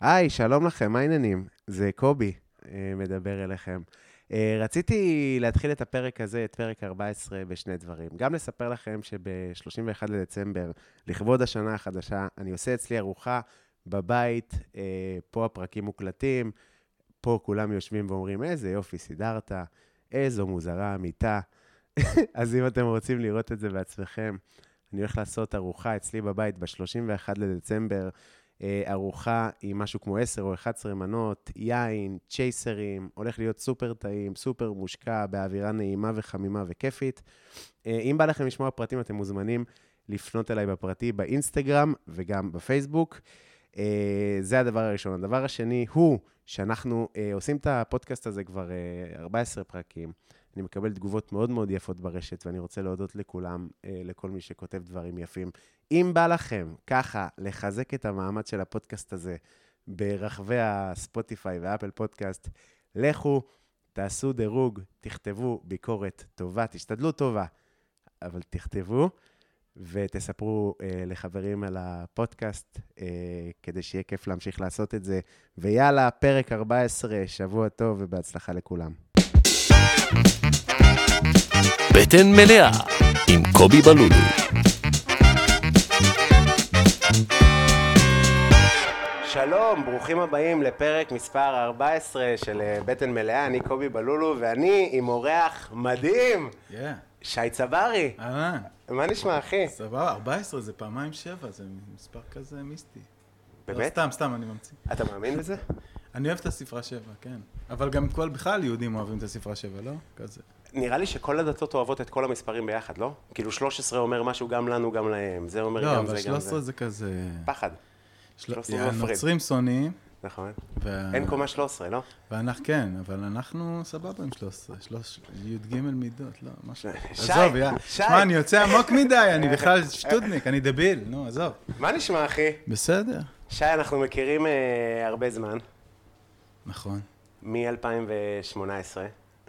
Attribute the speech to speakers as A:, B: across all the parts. A: היי, שלום לכם, מה העניינים? זה קובי אה, מדבר אליכם. אה, רציתי להתחיל את הפרק הזה, את פרק 14, בשני דברים. גם לספר לכם שב-31 לדצמבר, לכבוד השנה החדשה, אני עושה אצלי ארוחה בבית, אה, פה הפרקים מוקלטים, פה כולם יושבים ואומרים, איזה יופי סידרת, איזו מוזרה המיטה. אז אם אתם רוצים לראות את זה בעצמכם, אני הולך לעשות ארוחה אצלי בבית ב-31 לדצמבר. אה, ארוחה עם משהו כמו 10 או 11 מנות, יין, צ'ייסרים, הולך להיות סופר טעים, סופר מושקע, באווירה נעימה וחמימה וכיפית. אה, אם בא לכם לשמוע פרטים, אתם מוזמנים לפנות אליי בפרטי באינסטגרם וגם בפייסבוק. אה, זה הדבר הראשון. הדבר השני הוא שאנחנו אה, עושים את הפודקאסט הזה כבר אה, 14 פרקים. אני מקבל תגובות מאוד מאוד יפות ברשת, ואני רוצה להודות לכולם, אה, לכל מי שכותב דברים יפים. אם בא לכם ככה לחזק את המעמד של הפודקאסט הזה ברחבי הספוטיפיי ואפל פודקאסט, לכו, תעשו דירוג, תכתבו ביקורת טובה, תשתדלו טובה, אבל תכתבו, ותספרו אה, לחברים על הפודקאסט, אה, כדי שיהיה כיף להמשיך לעשות את זה. ויאללה, פרק 14, שבוע טוב ובהצלחה לכולם.
B: בטן מלאה עם קובי בלולו.
A: שלום, ברוכים הבאים לפרק מספר 14 של אה, בטן מלאה, אני קובי בלולו, ואני עם אורח מדהים,
C: כן,
A: שי צברי.
C: אהלן,
A: מה נשמע, אחי?
C: סבבה, 14 זה פעמיים 7, זה מספר כזה מיסטי. לא,
A: באמת?
C: סתם, סתם, אני ממציא.
A: אתה מאמין בזה?
C: אני אוהב את הספרה 7, כן. אבל גם כל, בכלל יהודים אוהבים את הספרה 7, לא? כזה.
A: נראה לי שכל הדתות אוהבות את כל המספרים ביחד, לא? כאילו 13 אומר משהו גם לנו, גם להם, זה אומר
C: לא,
A: גם זה,
C: אבל
A: גם
C: 13
A: זה.
C: זה כזה...
A: פחד,
C: של-
A: 13 זה מפריד.
C: הנוצרים שונאים,
A: נכון.
C: וה-
A: אין קומה 13, לא?
C: ואנחנו כן, אבל אנחנו סבבה עם 13, 13, י"ג מידות, לא, משהו.
A: שי,
C: עזוב, יא.
A: שי.
C: שמע, אני יוצא עמוק מדי, אני בכלל שטודניק, אני דביל, נו, עזוב.
A: מה נשמע, אחי?
C: בסדר,
A: שי, אנחנו מכירים אה, הרבה זמן,
C: נכון.
A: מ-2018,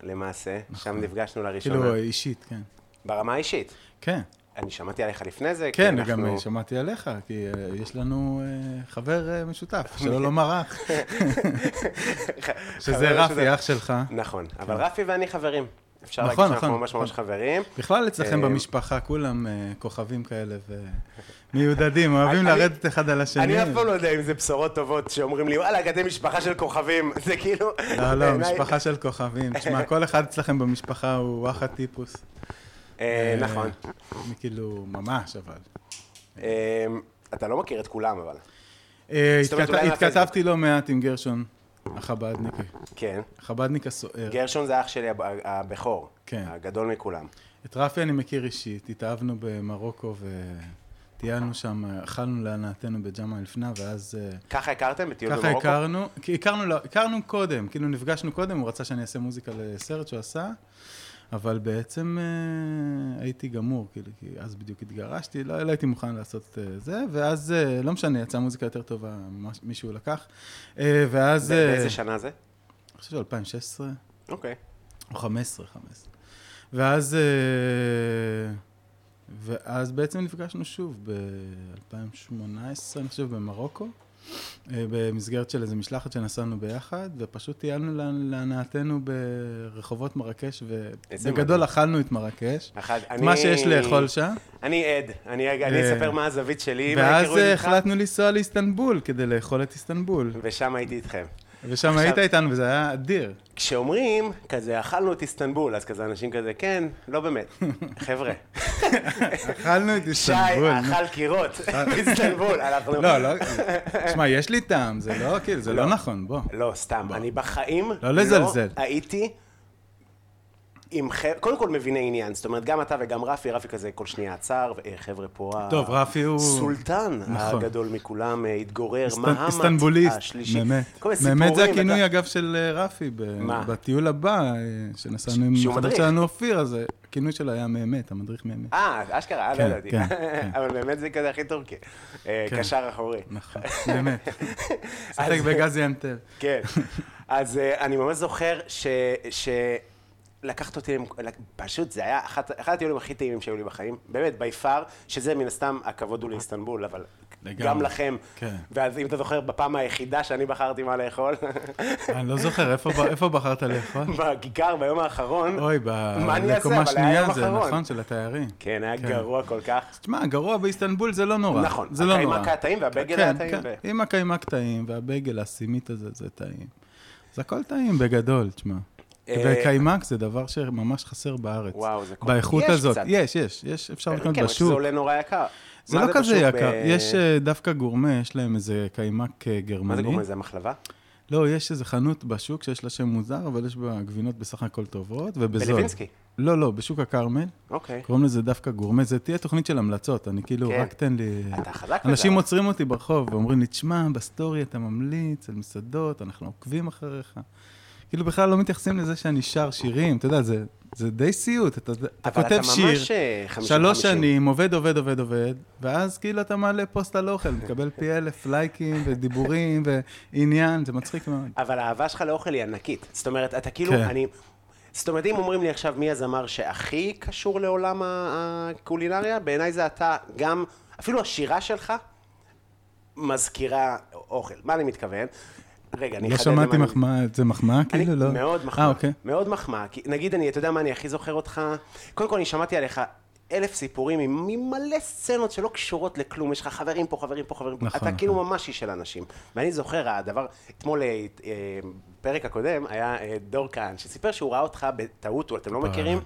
A: למעשה, שם נפגשנו לראשונה,
C: נכון. כאילו, אישית, כן.
A: ברמה האישית.
C: כן.
A: אני שמעתי עליך לפני זה, כי
C: כן,
A: אנחנו-
C: גם אה, שמעתי עליך, כי אה, יש לנו אה, חבר אה, משותף, שלא לומר אח, שזה
A: חבר
C: רפי,
A: משותף.
C: אח שלך.
A: נכון, אבל רפי ואני חברים. אפשר
C: כן. נכון,
A: להגיד שאנחנו
C: נכון,
A: ממש ממש
C: נכון.
A: חברים.
C: בכלל אצלכם
A: אה,
C: במשפחה כולם אה, כוכבים כאלה ומיודדים, אוהבים
A: אני-
C: לרדת אחד על השני.
A: אני אף פעם לא יודע אם זה בשורות טובות שאומרים לי, וואלכ, אתם משפחה של כוכבים. זה כאילו...
C: לא, לא,
A: בעיניי-
C: משפחה של כוכבים. תשמע, כל אחד אצלכם במשפחה הוא וואחד טיפוס.
A: אה,
C: אה,
A: נכון.
C: אני כאילו, ממש, אבל.
A: אה, אתה לא מכיר את כולם, אבל.
C: אה,
A: זאת אומרת,
C: התכת-
A: אולי מהפייסבוק.
C: התכתבתי לא מעט עם גרשון, החב"דניק.
A: כן.
C: החב"דניק הסוער.
A: גרשון זה אח שלי הב- הבכור.
C: כן.
A: הגדול מכולם.
C: את רפי אני מכיר אישית, התאהבנו במרוקו וטיילנו שם, אכלנו להנאתנו בג'מעה לפנה, ואז אה,
A: ככה הכרתם בטיול
C: ככה
A: כאילו במרוקו?
C: הכרנו, כי הכרנו, לא- הכרנו קודם, כאילו נפגשנו קודם, הוא רצה שאני אעשה מוזיקה לסרט שהוא עשה, אבל בעצם אה, הייתי גמור, כאילו, כי אז בדיוק התגרשתי, לא, לא הייתי מוכן לעשות אה, זה, ואז, אה, לא משנה, יצאה מוזיקה יותר טובה ממה שמישהו לקח, אה,
A: ב-
C: ואז... אה,
A: באיזה שנה זה?
C: אני חושב ש-2016.
A: אוקיי.
C: או 15, 15. ואז, אה, ואז בעצם נפגשנו שוב ב-2018, אני חושב, במרוקו, אה, במסגרת של איזו משלחת שנסענו ביחד, ופשוט טיילנו לה- להנאתנו ברחובות מרקש,
A: איזה
C: ובגדול אכלנו את מרקש.
A: אחד-
C: את
A: אני-
C: מה שיש לאכול שם,
A: אני עד. אני אני
C: אה,
A: אספר מה הזווית שלי. מה
C: ואז
A: ההיכרות
C: אה,
A: איתך,
C: החלטנו לנסוע לאיסטנבול כדי לאכול את איסטנבול,
A: ושם הייתי איתכם.
C: ושם
A: עכשיו-
C: היית איתנו וזה היה אדיר.
A: כשאומרים, כזה, אכלנו את איסטנבול, אז כזה אנשים כזה, כן, לא באמת. חבר'ה,
C: אכלנו את
A: שי
C: איסטנבול. נו. אה.
A: אכל קירות באיסטנבול, אנחנו...
C: לא, לא, שמע, יש לי טעם, זה לא, כאילו, זה לא נכון, בוא.
A: לא, סתם, אני בחיים
C: לא לזלזל.
A: הייתי עם חבר'ה, קודם כל מביני עניין, זאת אומרת, גם אתה וגם רפי, רפי כזה כל שנייה עצר, אה, חבר'ה פה... ה-
C: טוב, רפי הוא-
A: סולטן
C: נכון.
A: הגדול מכולם, אה, התגורר,
C: איסט-
A: מהמת
C: איסטנבוליסט,
A: השלישי.
C: באמת.
A: כל מיני
C: באמת זה
A: סיפורים,
C: הכינוי,
A: ואתה-
C: אגב, של אה, רפי, ב-
A: מה?
C: בטיול הבא, אה, שנסענו עם
A: שהוא מדריך.
C: חבר שלנו אופיר, אז אה, הכינוי שלו היה מאמת, המדריך מאמת.
A: אה, אשכרה, אה, לא
C: כן,
A: ידעתי.
C: כן, כן.
A: אבל באמת זה כזה הכי טורקי. אה,
C: כן.
A: קשר אחורי.
C: נכון, באמת.
A: אז-
C: שיחק בגז ים תל.
A: כן. אז אה, אני ממש זוכר ש... ש... לקחת אותי, למק- לק- פשוט זה היה אחת- אחד הטיולים הכי טעימים שהיו לי בחיים, באמת, by far, שזה מן הסתם, הכבוד הוא לאיסטנבול, אבל
C: לגמרי.
A: גם לכם.
C: כן.
A: ואז אם אתה זוכר, בפעם היחידה שאני בחרתי מה לאכול,
C: אני לא זוכר, איפה ב- איפה בחרת לאכול?
A: בכיכר ביום האחרון,
C: אוי, ב-
A: מה אני אעשה?
C: בקומה
A: אבל היה
C: שנייה
A: יום
C: זה,
A: אחרון.
C: נכון? של התיירים.
A: כן, היה
C: כן.
A: גרוע כל כך.
C: תשמע, גרוע באיסטנבול זה לא נורא.
A: נכון,
C: זה לא
A: הקיימק
C: נורא.
A: היה טעים והבגל
C: כן,
A: היה טעים
C: כן,
A: ו-
C: עם הקיימק טעים והבגל, הסימית הזה, זה טעים. זה הכל טעים בגדול, תשמע.
A: אה,
C: וקיימק זה דבר שממש חסר בארץ.
A: וואו, זה כל-
C: באיכות
A: יש
C: הזאת.
A: קצת.
C: יש, יש, יש, אפשר לקנות
A: כן, רק שזה
C: בשוק.
A: עולה נורא יקר.
C: זה
A: מה
C: לא כזה
A: בשוק ב-
C: יקר. יש אה, דווקא גורמה, יש להם איזה קיימק אה,
A: מה זה
C: גרמני.
A: גורם? זה המחלבה?
C: לא, יש איזה חנות בשוק שיש לה שם מוזר, אבל יש בה גבינות בסך הכל טובות, ובזול.
A: בלווינסקי.
C: לא, לא, בשוק הכרמל.
A: אוקיי.
C: קוראים לזה דווקא גורמה, זה תהיה תוכנית של המלצות, אני כאילו,
A: כן.
C: רק תן לי...
A: אתה חזק בזה,
C: אנשים
A: אבל.
C: עוצרים אותי ברחוב ואומרים לי, תשמע, בסטורי אתה ממליץ על מסעדות, אנחנו עוקבים אחריך. כאילו, בכלל לא מתייחסים לזה שאני שר שירים, אתה יודע, זה, זה די סיוט, אתה, אתה
A: אבל אתה
C: כותב שיר,
A: ממש אה, 50-50.
C: שלוש שנים, עובד, עובד, עובד, עובד, ואז כאילו אתה מעלה פוסט על אוכל, מקבל פי אלף לייקים ודיבורים ועניין, זה מצחיק מאוד.
A: אבל האהבה שלך לאוכל היא ענקית. זאת אומרת, אתה כאילו,
C: כן.
A: אני... זאת אומרת, אם אומרים לי עכשיו מי הזמר שהכי קשור לעולם ה- הקולינריה, בעיניי זה אתה גם, אפילו השירה שלך מזכירה אוכל. מה אני מתכוון? רגע, אני
C: לא
A: אחדד למה
C: שמעתי
A: אני-
C: מחמאה, זה מחמאה
A: אני
C: כאילו? לא.
A: מאוד מחמאה.
C: אה, אוקיי.
A: מאוד מחמאה. כי נגיד, אני, אתה יודע מה אני הכי זוכר אותך? קודם כל, אני שמעתי עליך אלף סיפורים עם- ממלא סצנות שלא קשורות לכלום. יש לך חברים פה, חברים פה, חברים פה.
C: נכון,
A: אתה
C: נכון.
A: כאילו ממש איש של אנשים. ואני זוכר, הדבר, אתמול, אה, אה, פרק הקודם, היה אה, דור כהן, שסיפר שהוא ראה אותך בטעות, הוא- אתם לא מכירים?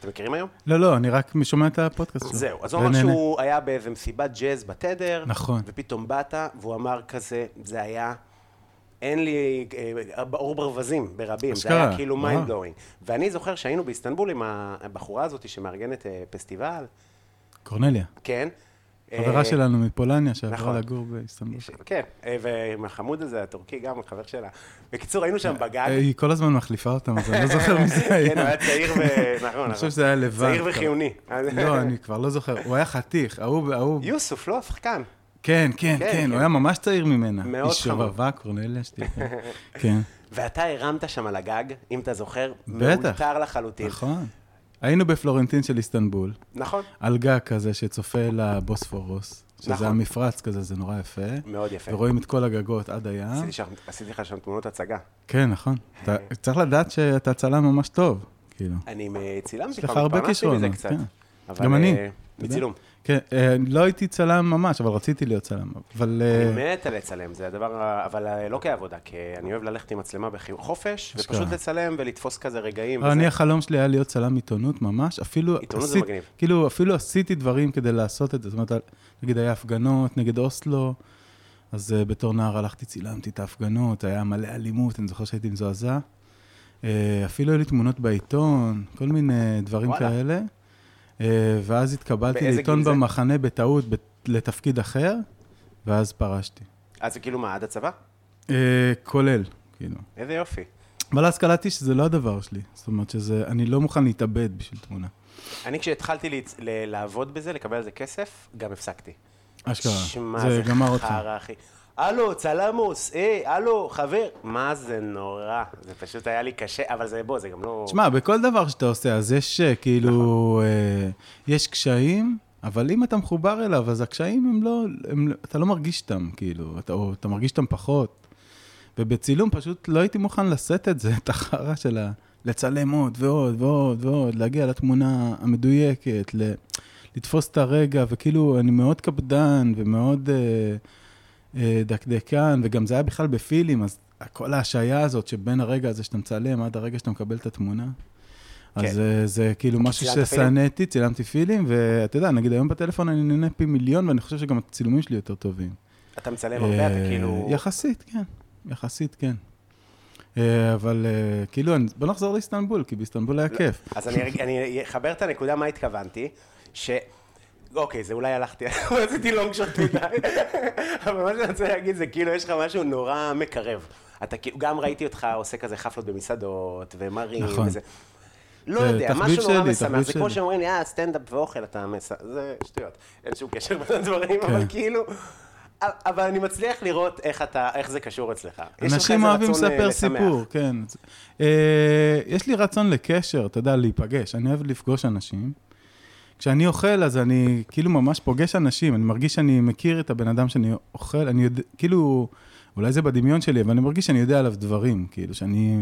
A: אתם מכירים היום?
C: לא, לא, אני רק שומע את הפודקאסט שלו.
A: זהו, אז הוא אמר
C: ונהנה.
A: שהוא היה באיזה מסיבת ג'אז בתדר,
C: לא נכון.
A: ופתאום באת, והוא אמר כזה, זה היה, אין לי אה, אור ברווזים ברבים, זה
C: אשכרה,
A: היה כאילו
C: וואו.
A: מיינד בלואינג. ואני זוכר שהיינו באיסטנבול עם הבחורה הזאת שמארגנת אה, פסטיבל,
C: קורנליה.
A: כן? אה,
C: חברה שלנו מפולניה
A: נכון.
C: שעברה לגור באיסטנבול.
A: ש- כן, אה, ועם החמוד הזה, הטורקי גם, החבר שלה. בקיצור, היינו שם
C: אה,
A: בגג.
C: היא כל הזמן מחליפה אותם, אז אני לא זוכר מי זה היה.
A: כן, הוא היה צעיר ו... נכון, נכון.
C: אני חושב שזה היה לבד.
A: צעיר וחיוני.
C: לא, אני כבר לא זוכר. הוא היה חתיך, ההוא, ההוא...
A: יוסוף, לא השחקן.
C: כן, כן,
A: כן,
C: כן,
A: כן.
C: הוא היה ממש צעיר ממנה.
A: מאוד
C: היא
A: חמוד.
C: שובבה, קורנליה שתיקה. כן,
A: ואתה הרמת שם על הגג, אם אתה זוכר,
C: בטח.
A: מאולתר לחלוטין.
C: נכון. היינו בפלורנטין של איסטנבול,
A: נכון.
C: על גג כזה שצופה לבוספורוס,
A: נכון.
C: שזה המפרץ כזה, זה נורא יפה.
A: מאוד יפה.
C: ורואים את כל הגגות עד הים.
A: עשיתי שם- עשיתי לך שם תמונות הצגה.
C: כן, נכון. אתה צריך לדעת שאתה צלם ממש טוב, כאילו.
A: אני אה, צילמתי
C: יש לך
A: כבר,
C: הרבה
A: התפרנסתי מזה
C: כישרונות,
A: קצת.
C: כן.
A: אבל,
C: גם
A: אה,
C: אני, אתה יודע.
A: מצילום.
C: כן, אה, לא הייתי צלם ממש, אבל רציתי להיות צלם. אבל... אה,
A: אני מת על לצלם, זה הדבר, ה- אבל אה, לא כעבודה, כי אני אוהב ללכת עם מצלמה בחופש,
C: אשכרה.
A: ופשוט לצלם ולתפוס כזה רגעים.
C: אני,
A: וזה.
C: החלום שלי היה להיות צלם עיתונות ממש, אפילו...
A: עיתונות זה
C: עשית-
A: מגניב.
C: כאילו, אפילו עשיתי דברים כדי לעשות את זה. זאת אומרת, נגיד היה הפגנות נגד אוסלו, אז אה, בתור נער הלכתי, צילמתי את ההפגנות, היה מלא אלימות, אני זוכר שהייתי מזועזע. אה, אפילו היו לי תמונות בעיתון, כל מיני דברים
A: וואלה.
C: כאלה. אה, ואז התקבלתי
A: באיזה גיל
C: לעיתון
A: זה?
C: במחנה בטעות בת- לתפקיד אחר, ואז פרשתי.
A: אז זה כאילו מה, עד הצבא?
C: אה, כולל, כאילו.
A: איזה יופי.
C: אבל אז קלטתי שזה לא הדבר שלי. זאת אומרת שזה, אני לא מוכן להתאבד בשביל תמונה.
A: אני כשהתחלתי להצ- ל- לעבוד בזה, לקבל על זה כסף, גם הפסקתי.
C: אשכרה.
A: שמע,
C: זה גמר אותך.
A: חרא, אחי. הלו, צלמוס, אה, הלו, חבר. מה זה נורא. זה פשוט היה לי קשה, אבל זה, בוא, זה גם לא...
C: שמע, בכל דבר שאתה עושה, אז יש אה, כאילו,
A: נכון.
C: אה, יש קשיים, אבל אם אתה מחובר אליו, אז הקשיים הם לא, הם, לא- אתה לא מרגיש אותם, כאילו, אתה, או אתה מרגיש אותם פחות. ובצילום פשוט לא הייתי מוכן לשאת את זה, את החרא של ה... לצלם עוד ועוד ועוד ועוד, להגיע לתמונה המדויקת, ל... לתפוס את הרגע, וכאילו, אני מאוד קפדן ומאוד אה, אה, דקדקן, וגם זה היה בכלל בפילים, אז כל ההשעיה הזאת שבין הרגע הזה שאתה מצלם עד הרגע שאתה מקבל את התמונה.
A: כן.
C: אז אה, זה כאילו משהו
A: צילמת פילים?
C: ששנאתי, צילמתי פילים, ואתה יודע, נגיד היום בטלפון אני נהנה פי מיליון, ואני חושב שגם הצילומים שלי יותר טובים.
A: אתה מצלם הרבה, אתה
C: אה,
A: כאילו...
C: יחסית, כן. יחסית, כן. אה, אבל אה, כאילו, אני- בוא נחזור לאיסטנבול, כי באיסטנבול
A: לא-
C: היה כיף.
A: אז אני ארג- אני אחבר את הנקודה, מה התכוונתי, ש... אוקיי, זה אולי הלכתי, עשיתי לונג שוט מדי, אבל מה שאני רוצה להגיד זה כאילו יש לך משהו נורא מקרב. אתה כאילו, גם ראיתי אותך עושה כזה חפלות במסעדות, ומרים,
C: נכון.
A: וזה. לא
C: זה
A: יודע,
C: תחביב
A: משהו נורא
C: שלי,
A: משמח,
C: תחביב
A: זה כמו
C: שלי.
A: שאומרים לי, אה, סטנדאפ ואוכל אתה מס... זה שטויות, אין שום קשר בין הדברים,
C: כן.
A: אבל כאילו... אבל אני מצליח לראות איך אתה, איך זה קשור אצלך. יש לך
C: אנשים
A: איזה
C: אוהבים
A: רצון, אה,
C: לספר
A: לשמח.
C: סיפור, כן. אה, יש לי רצון לקשר, אתה יודע, להיפגש. אני אוהב לפגוש אנשים. כשאני אוכל, אז אני כאילו ממש פוגש אנשים, אני מרגיש שאני מכיר את הבן אדם שאני אוכל, אני יודע, כאילו, אולי זה בדמיון שלי, אבל אני מרגיש שאני יודע עליו דברים, כאילו, שאני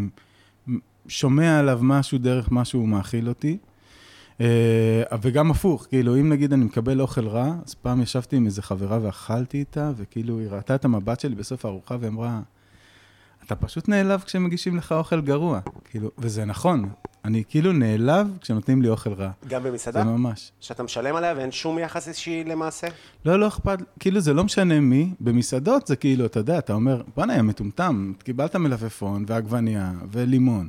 C: שומע עליו משהו דרך מה שהוא מאכיל אותי. אה, וגם הפוך, כאילו, אם נגיד אני מקבל אוכל רע, אז פעם ישבתי עם איזה חברה ואכלתי איתה, וכאילו, היא ראתה את המבט שלי בסוף הארוחה ואמרה, אתה פשוט נעלב כשמגישים לך אוכל גרוע. כאילו, וזה נכון, אני כאילו נעלב כשנותנים לי אוכל רע.
A: גם
C: זה
A: במסעדה?
C: ממש.
A: שאתה משלם עליה ואין שום יחס אישי למעשה?
C: לא, לא אכפת, כאילו זה לא משנה מי, במסעדות זה כאילו, אתה יודע, אתה אומר, בואנה, יא מטומטם, קיבלת מלפפון ועגבנייה ולימון,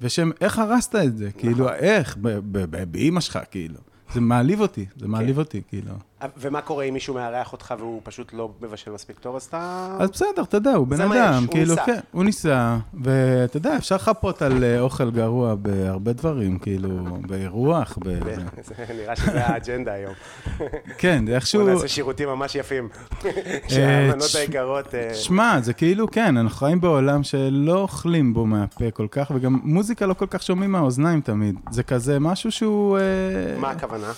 C: ושם, איך הרסת את זה? כאילו, איך? ב- ב- ב- באימא שלך, כאילו. זה מעליב אותי, זה מעליב אותי, כאילו.
A: ומה קורה אם מישהו מארח אותך והוא פשוט לא מבשל מספיק טוב, אז אתה...
C: אז בסדר, אתה יודע, הוא בן
A: זה מה יש,
C: אדם,
A: הוא
C: כאילו,
A: ניסה.
C: כן, הוא ניסה, ואתה יודע, אפשר לחפות על אה, אוכל גרוע בהרבה דברים, כאילו, באירוח, ב...
A: זה- נראה שזה האג'נדה היום.
C: כן, זה
A: בוא
C: איכשהו...
A: נעשה שירותים ממש יפים.
C: אה,
A: שהמנות
C: תש-
A: היקרות... אה,
C: שמע, זה כאילו, כן, אנחנו חיים בעולם שלא אוכלים בו מהפה כל כך, וגם מוזיקה לא כל כך שומעים מהאוזניים תמיד. זה כזה משהו שהוא... אה,
A: מה הכוונה?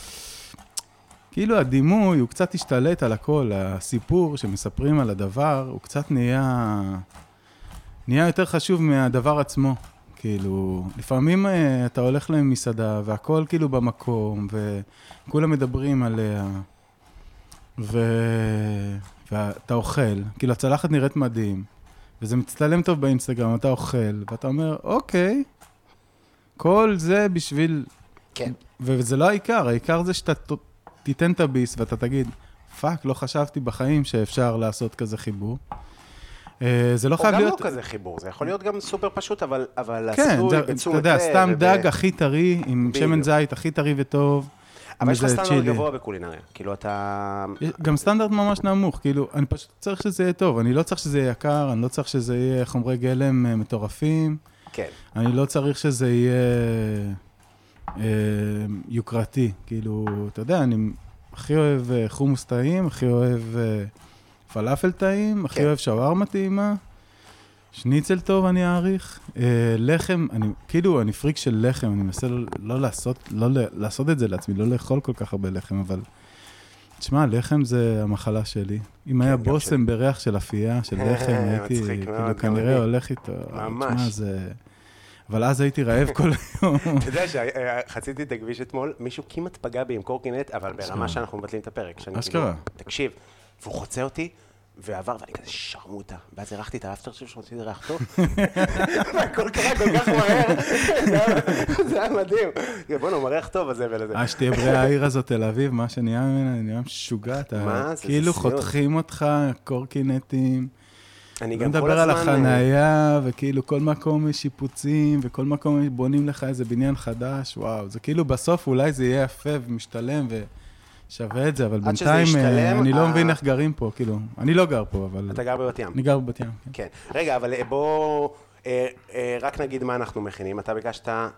C: כאילו הדימוי, הוא קצת השתלט על הכל, הסיפור שמספרים על הדבר, הוא קצת נהיה... נהיה יותר חשוב מהדבר עצמו. כאילו, לפעמים אה, אתה הולך למסעדה, והכל כאילו במקום, וכולם מדברים עליה, ו... ואתה אוכל, כאילו הצלחת נראית מדהים, וזה מצטלם טוב באינסטגרם, אתה אוכל, ואתה אומר, אוקיי, כל זה בשביל
A: כן.
C: וזה לא העיקר, העיקר זה שאתה ת- תיתן את הביס ואתה תגיד, פאק, לא חשבתי בחיים שאפשר לעשות כזה חיבור. אה, זה לא
A: או
C: חייב
A: גם לא
C: להיות...
A: כזה חיבור, זה יכול להיות גם סופר פשוט, אבל אבל
C: כן,
A: עשוי
C: זה- אתה
A: בתשומת
C: יודע,
A: לב
C: סתם
A: וב-
C: דג הכי טרי, עם
A: בדיוק.
C: שמן זית הכי טרי וטוב.
A: אבל יש לך
C: וזה
A: סטנדרט
C: צ'ילי. אה,
A: גבוה בקולינריה. כאילו אתה...
C: יש- גם סטנדרט ממש נמוך, כאילו, אני פשוט צריך שזה יהיה טוב, אני לא צריך שזה יהיה יקר, אני לא צריך שזה יהיה חומרי גלם אה, מטורפים,
A: כן.
C: אני לא צריך שזה יהיה אה, יוקרתי. כאילו, אתה יודע, אני הכי אוהב אה, חומוס טעים, הכי אוהב אה, פלאפל טעים, הכי
A: כן.
C: אוהב שווארמה טעימה, שניצל טוב אני אעריך, אה, לחם, אני, כאילו, אני פריק של לחם, אני מנסה לא, לא, לעשות, לא ל- לעשות את זה לעצמי, לא לאכול כל כך הרבה לחם, אבל... תשמע, לחם זה המחלה שלי. אם היה
A: כן, גם אה,
C: בושם בריח של אפייה, של לחם, הייתי,
A: מצחיק מאוד,
C: כאילו,
A: גם
C: כנראה
A: אני.
C: הולך איתו.
A: ממש.
C: תשמע, זה... אבל אז הייתי רעב כל היום.
A: אתה יודע שחציתי את הכביש אתמול, מישהו כמעט פגע בי עם קורקינט, אבל ברמה שאנחנו מבטלים את הפרק. שאני
C: אשכרה.
A: כאילו, תקשיב, והוא חוצה אותי. ועבר, ואני כזה שרמוטה, ואז הרחתי את האפטר שלו שרציתי לרחת אותו, והכל קרה כל כך מהר, זה היה- זה היה מדהים. כן, בוא'נה, הוא מריח טוב, הזבל הזה.
C: אה, שתהיה בריאה העיר הזאת, תל אביב, מה שנהיה ממנה, נהיה משוגע, אתה
A: מה זה, זה
C: כאילו
A: סיוט.
C: חותכים אותך, קורקינטים.
A: אני
C: לא
A: גם כל
C: מדבר על
A: הזמן... אה,
C: החנייה, וכאילו כל מקום יש שיפוצים, וכל מקום בונים לך איזה בניין חדש, וואו, זה כאילו בסוף אולי זה יהיה יפה ומשתלם ושווה את זה, אבל
A: עד שזה
C: בינתיים
A: ישתלם,
C: אה, אני
A: ה-
C: לא מבין איך גרים פה, כאילו, אני לא גר פה, אבל
A: אתה גר בבת ים.
C: אני גר בבת ים, כן.
A: כן. רגע, אבל אה, בוא... אה, אה, רק נגיד מה אנחנו מכינים. אתה ביקשת אה,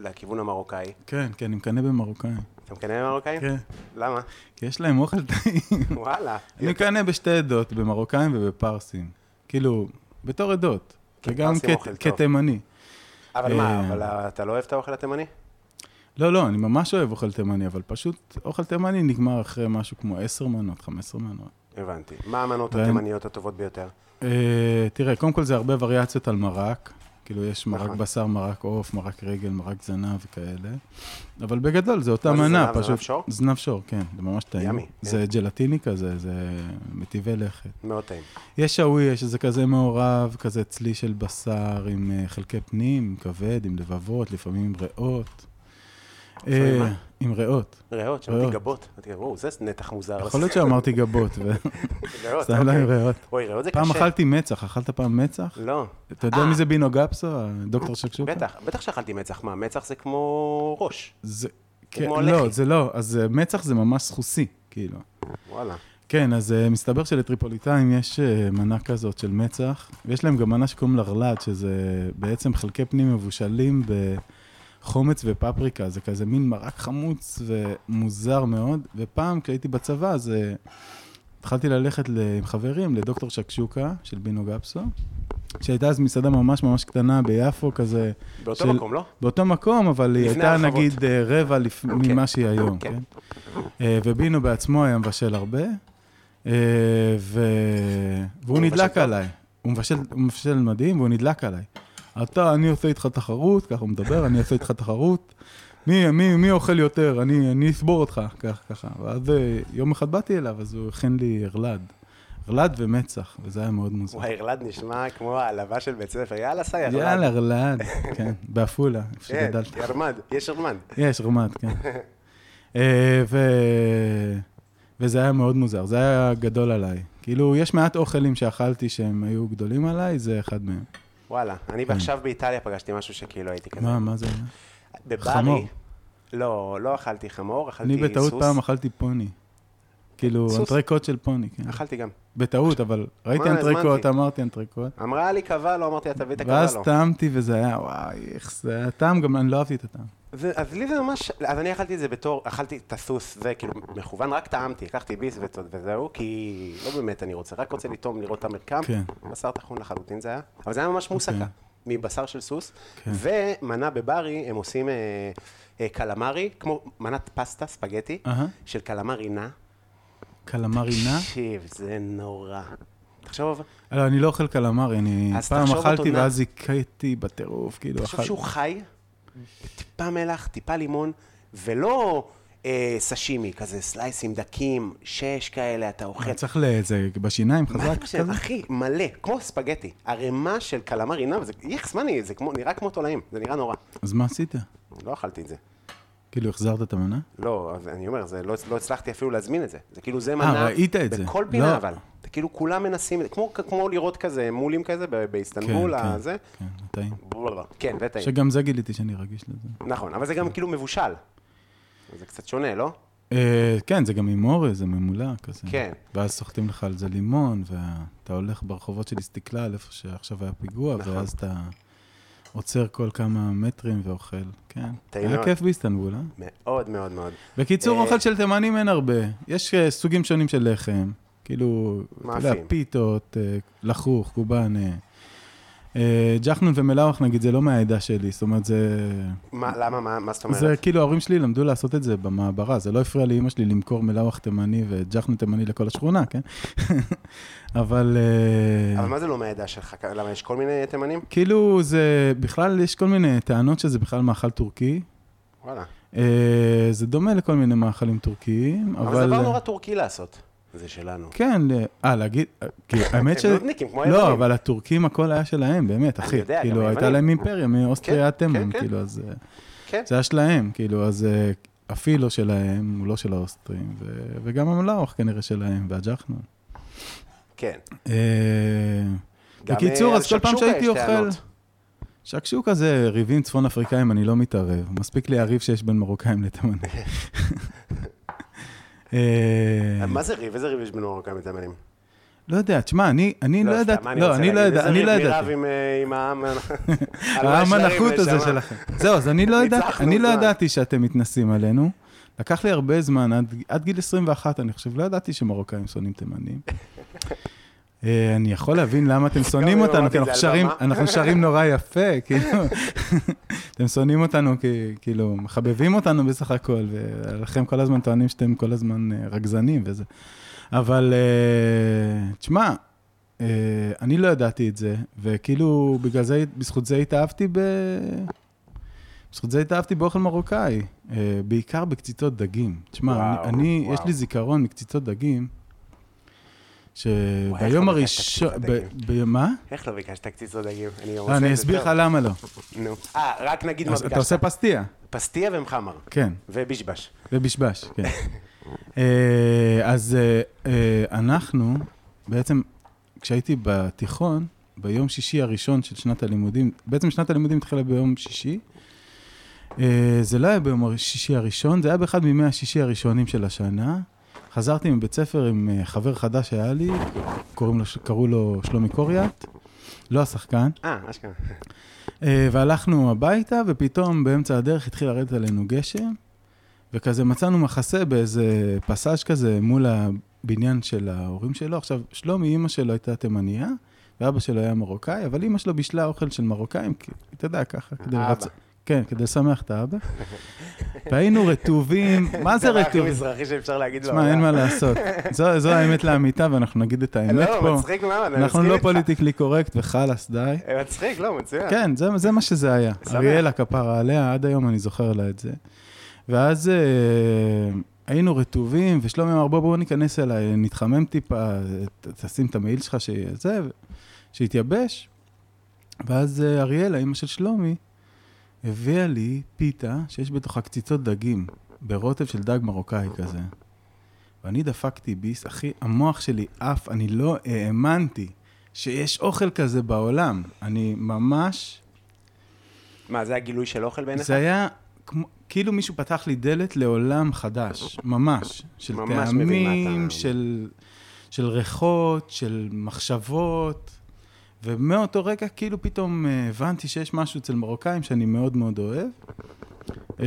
A: לכיוון המרוקאי.
C: כן, כן, אני מקנא במרוקאים.
A: אתה מקנא במרוקאים?
C: כן.
A: למה?
C: כי יש להם אוכל טעים.
A: וואלה.
C: אני מקנא בשתי עדות, במרוקאים ובפרסים. כאילו, בתור עדות.
A: כי
C: וגם
A: פרסים
C: כת-
A: אוכל טוב.
C: כתימני.
A: אבל מה,
C: אה.
A: אבל אה, אתה לא אוהב את האוכל התימני?
C: לא, לא, אני ממש אוהב אוכל תימני, אבל פשוט אוכל תימני נגמר אחרי משהו כמו 10 מנות, 15 מנות.
A: הבנתי. מה המנות
C: ואין-
A: התימניות הטובות ביותר?
C: אה, תראה, קודם כל זה הרבה וריאציות על מרק. כאילו, יש מרק
A: נכון.
C: בשר, מרק עוף, מרק רגל, מרק זנב וכאלה. אבל בגדול, זה אותה
A: מה זה
C: מנה,
A: זנב? זנב
C: פשוט...
A: שור?
C: זנב שור, כן, זה ממש טעים.
A: ימי,
C: זה ג'לטיני כזה, זה מטבעי לכת.
A: מאוד טעים.
C: יש שאוויה, שזה כזה מעורב, כזה צלי של בשר עם אה, חלקי פנים, עם כבד, עם לבבות, לפעמים עם ריאות.
A: לפעמים
C: אה,
A: מה?
C: עם ריאות.
A: ריאות, שמעתי
C: ריאות.
A: גבות. אמרתי, וואו, זה נתח מוזר.
C: יכול להיות שאמרתי גבות, ו-
A: ריאות,
C: סתם לא עם
A: אוקיי.
C: ריאות.
A: אוי, ריאות זה קשה.
C: פעם אכלתי מצח, אכלת פעם מצח?
A: לא.
C: אתה יודע מי זה בינו גפסו, הדוקטור שקשוקה?
A: בטח, בטח שאכלתי מצח. מה, מצח זה כמו ראש.
C: זה...
A: זה
C: כן,
A: כמו
C: לא,
A: לחי.
C: זה לא, אז אה, מצח זה ממש סחוסי, כאילו.
A: וואלה.
C: כן, אז אה, מסתבר שלטריפוליטאים יש אה, מנה כזאת של מצח, ויש להם גם מנה שקוראים לרלד, שזה בעצם חלקי פנים מבושלים בחומץ ופפריקה, זה כזה מין מרק חמוץ ומוזר מאוד, ופעם כשהייתי בצבא, אז אה, התחלתי ללכת ל- עם חברים לדוקטור שקשוקה של בינו גפסו, שהייתה אז מסעדה ממש ממש קטנה ביפו, כזה...
A: באותו
C: של-
A: מקום, לא?
C: באותו מקום, אבל היא
A: לפני
C: הייתה
A: הרחבות.
C: נגיד אה, רבע לפ...
A: כן.
C: ממה שהיא היום,
A: כן.
C: כן? אה, ובינו בעצמו היה מבשל הרבה, אה, ו... והוא
A: הוא מבשל
C: נדלק
A: טוב?
C: עליי. הוא מבשל, הוא מבשל מדהים והוא נדלק עליי. אתה, אני עושה איתך תחרות, ככה הוא מדבר, אני עושה איתך תחרות. מי, מי, מי אוכל יותר? אני, אני אסבור אותך, כך, ככה. ואז אה, יום אחד באתי אליו, אז הוא הכין לי ארלד. ארלד ומצח, וזה היה מאוד מוזר.
A: וואי, ארלד נשמע כמו העלבה של בית ספר. יאללה, סע, ארלד.
C: יאללה, ארלד, כן, בעפולה, איפה
A: כן,
C: שגדלתי.
A: ירמד, יש ירמד.
C: יש, רמת, כן. אה, ו... וזה היה מאוד מוזר, זה היה גדול עליי. כאילו, יש מעט אוכלים שאכלתי שהם היו גדולים עליי, זה אחד מהם.
A: וואלה, אני עכשיו באיטליה פגשתי משהו שכאילו הייתי כזה.
C: כן. מה, מה זה היה?
A: בברי...
C: חמור.
A: לא, לא אכלתי חמור, אכלתי
C: אני
A: סוס.
C: בטעות פעם אכלתי פוני. כאילו,
A: סוס.
C: אנטריקוט של פוני, כן.
A: אכלתי גם.
C: בטעות, אבל ראיתי
A: מה,
C: אנטריקוט,
A: הזמנתי.
C: אמרתי אנטריקוט.
A: אמרה לי קבע, לא אמרתי לה תביא את הקבע,
C: ואז
A: לא.
C: טעמתי וזה היה, וואי, איך זה היה טעם, גם אני לא אהבתי את הטעם.
A: זה- אז לי זה ממש, אז אני אכלתי את זה בתור, אכלתי את הסוס, זה כאילו מכוון, רק טעמתי, לקחתי ביס וצ- וזהו, כי לא באמת אני רוצה, רק רוצה לטעום, לראות את המרקם.
C: כן. אוקיי.
A: בשר טחון לחלוטין זה היה, אבל זה היה ממש מוסקה, מבשר של סוס,
C: כן.
A: ומנה בברי, הם עושים אה, אה, קלמרי, כמו מנת פסטה, ספגטי,
C: אהה.
A: של קלמרי נע.
C: קלמרי נע?
A: תקשיב, זה נורא. תחשוב,
C: לא, אני לא אוכל קלמרי, אני
A: אז
C: פעם
A: תחשוב אותו
C: אכלתי
A: נע.
C: ואז זיכיתי בטירוף, כאילו,
A: תחשוב
C: אכלתי.
A: שהוא חי, טיפה מלח, טיפה לימון, ולא אה, סשימי, כזה סלייסים דקים, שש כאלה, אתה אוכל.
C: אתה צריך לאיזה, בשיניים
A: כן. מה
C: חזק
A: אתה חושב,
C: כזה?
A: אחי, מלא, כמו ספגטי. ערימה של קלמרי נע, זה יחס מאני, זה כמו- נראה כמו תולעים, זה נראה נורא.
C: אז מה עשית?
A: לא אכלתי את זה.
C: כאילו, החזרת את המנה?
A: לא, אז אני אומר, זה, לא, לא הצלחתי אפילו להזמין את זה. זה כאילו, זה
C: אה,
A: מנה...
C: ראית את זה.
A: בכל פינה,
C: לא.
A: אבל. זה כאילו, כולם מנסים, כמו, כמו לראות כזה מולים כזה ב- באיסטנבול,
C: כן,
A: הזה.
C: כן, טעים.
A: כן, וטעים.
C: שגם זה גיליתי שאני רגיש לזה.
A: נכון, אבל זה
C: כן.
A: גם כאילו מבושל. זה קצת שונה, לא?
C: אה, כן, זה גם עם אורז, זה ממולא כזה.
A: כן.
C: ואז סוחטים לך על זה לימון, ואתה הולך ברחובות של אסתכלל, איפה שעכשיו היה פיגוע,
A: נכון.
C: ואז אתה עוצר כל כמה מטרים ואוכל. כן.
A: טעים
C: היה
A: מאוד.
C: כיף באיסטנבול, אה?
A: מאוד מאוד מאוד.
C: בקיצור,
A: אה,
C: אוכל של תימנים אין הרבה. יש אה, סוגים שונים של לחם, כאילו, אתה יודע,
A: מאפים.
C: פיתות, אה, לחוך, קובאן. אה. אה, ג'חנון ומלאוח, נגיד, זה לא מהעדה שלי, זאת אומרת, זה...
A: מה, למה, מה, מה זאת אומרת?
C: זה כאילו, ההורים שלי למדו לעשות את זה במעברה, זה לא הפריע לאימא שלי למכור מלאוח תימני וג'חנון תימני לכל השכונה, כן? אבל... אה,
A: אבל מה זה לא מהעדה שלך? כ- למה, יש כל מיני תימנים?
C: כאילו, זה... בכלל, יש כל מיני טענות שזה בכלל מאכל טורקי.
A: וואלה.
C: אה, זה דומה לכל מיני מאכלים טורקיים, אבל... אה,
A: אבל זה דבר נורא טורקי לעשות. זה שלנו.
C: כן, ל- אה, להגיד, כי האמת ש...
A: הם נודניקים, כמו
C: לא,
A: היוונים.
C: אבל הטורקים הכל היה שלהם, באמת, אחי.
A: יודע, גם
C: כאילו, הייתה
A: היוונים.
C: להם אימפריה מאוסטריה עד
A: כן,
C: תימן,
A: כן.
C: כאילו, אז... אה,
A: כן.
C: זה היה שלהם, כאילו, אז אה, הפילו שלהם, הוא לא של האוסטרים, ו- וגם המלאוח כנראה שלהם, והג'חנון.
A: כן.
C: אה,
A: גם,
C: בקיצור,
A: אה,
C: אז כל פעם
A: שקשוקה
C: שהייתי
A: יש
C: אוכל...
A: טענות.
C: שקשוקה זה ריבים צפון אפריקאים, אני לא מתערב. מספיק לי הריב שיש בין מרוקאים לתימנים. אה,
A: מה זה ריב? איזה ריב יש בין מרוקאים לתימנים?
C: לא יודע, תשמע, אני אני לא
A: סתם,
C: ידעתי,
A: מה
C: לא,
A: רוצה
C: אני לא
A: להגיד?
C: ידעתי,
A: איזה
C: אני לא
A: ריב מי
C: ידעתי.
A: רב עם, אה, עם העם... על מה יש
C: העם
A: לריב,
C: הנחות הזה
A: נשמה?
C: שלכם. זהו, אז אני לא ידעתי,
A: ניצחנו
C: אני לא
A: מזמן.
C: ידעתי שאתם מתנסים עלינו. לקח לי הרבה זמן, עד, עד גיל 21, אני חושב, לא ידעתי שמרוקאים שונאים תימנים. אה, אני יכול להבין למה אתם שונאים
A: אם
C: אותנו,
A: אמרתי
C: כי
A: את
C: אנחנו
A: זה על
C: שרים,
A: במה.
C: אנחנו שרים נורא יפה, כאילו. אתם שונאים אותנו, כי- כאילו, מחבבים אותנו בסך הכל, ולכם כל הזמן טוענים שאתם כל הזמן אה, רגזנים וזה. אבל, אה, תשמע, אה, אני לא ידעתי את זה, וכאילו, בגלל זה, בזכות זה התאהבתי ב... בזכות זה התאהבתי באוכל מרוקאי, אה, בעיקר בקציצות דגים. תשמע,
A: וואו,
C: אני, אני יש
A: וואו.
C: לי זיכרון מקציצות דגים,
A: וואי, איך לא
C: שביום
A: ביקשת
C: הראשון...
A: קציצות
C: ב- ב- מה?
A: איך לא ביקשת קציצות דגים? אני גם
C: לא,
A: עושה את
C: אני
A: זה
C: אסביר
A: טוב.
C: לך למה לא.
A: נו. אה, רק נגיד מה
C: אז אתה עושה
A: ביקשת.
C: פסטיה,
A: פסטיה ומחמר.
C: כן.
A: ובישבש.
C: ובשבש, כן. אה, אז אה, אה, אנחנו, בעצם, כשהייתי בתיכון, ביום שישי הראשון של שנת הלימודים, בעצם שנת הלימודים התחילה ביום שישי. אה, זה לא היה ביום השישי הראשון, זה היה באחד מימי השישי הראשונים של השנה. חזרתי מבית ספר עם אה, חבר חדש שהיה לי, קוראים לו, קראו לו שלומי קוריאט, לא השחקן.
A: אה, אשכרה.
C: אה, והלכנו הביתה, ופתאום באמצע הדרך התחיל לרדת עלינו גשם, וכזה מצאנו מחסה באיזה פסאז' כזה מול הבניין של ההורים שלו. עכשיו, שלומי, אימא שלו הייתה תימניה, ואבא שלו היה מרוקאי, אבל אימא שלו בישלה אוכל של מרוקאים, כי, אתה יודע, ככה, כדי
A: האבא.
C: לרצות. כן, כדי לשמח את האבא. והיינו רטובים, מה זה
A: הדבר הכי
C: רטובים?
A: מזרחי שאפשר להגיד לו. לא.
C: תשמע, אין מה לעשות. זו, זו האמת לאמיתה, ואנחנו נגיד את האמת פה.
A: לא, מצחיק מאוד, אני מסכים איתך.
C: אנחנו לא פוליטיקלי קורקט וחלאס, די.
A: מצחיק, לא, מצוין.
C: כן, זה, זה מה שזה היה.
A: שמח.
C: אריאלה כפרה עליה, עד היום אני זוכר לה את זה. ואז אה, היינו רטובים, ושלומי אמר, בוא, בוא ניכנס אליי, נתחמם טיפה, ת- תשים את המעיל שלך, שזה, ו- שיתייבש. ואז אה, אריאלה, אימא של שלומי, הביאה לי פיתה שיש בתוכה קציצות דגים, ברוטב של דג מרוקאי כזה. ואני דפקתי ביס, אחי, המוח שלי עף, אני לא האמנתי שיש אוכל כזה בעולם. אני ממש...
A: מה, זה הגילוי של אוכל בעיניך?
C: זה היה כמו, כאילו מישהו פתח לי דלת לעולם חדש, ממש. של
A: ממש מבין מה אתה
C: טעמים,
A: אומר.
C: של, של ריחות, של מחשבות. ומאותו רגע כאילו פתאום אה, הבנתי שיש משהו אצל מרוקאים שאני מאוד מאוד אוהב. אה,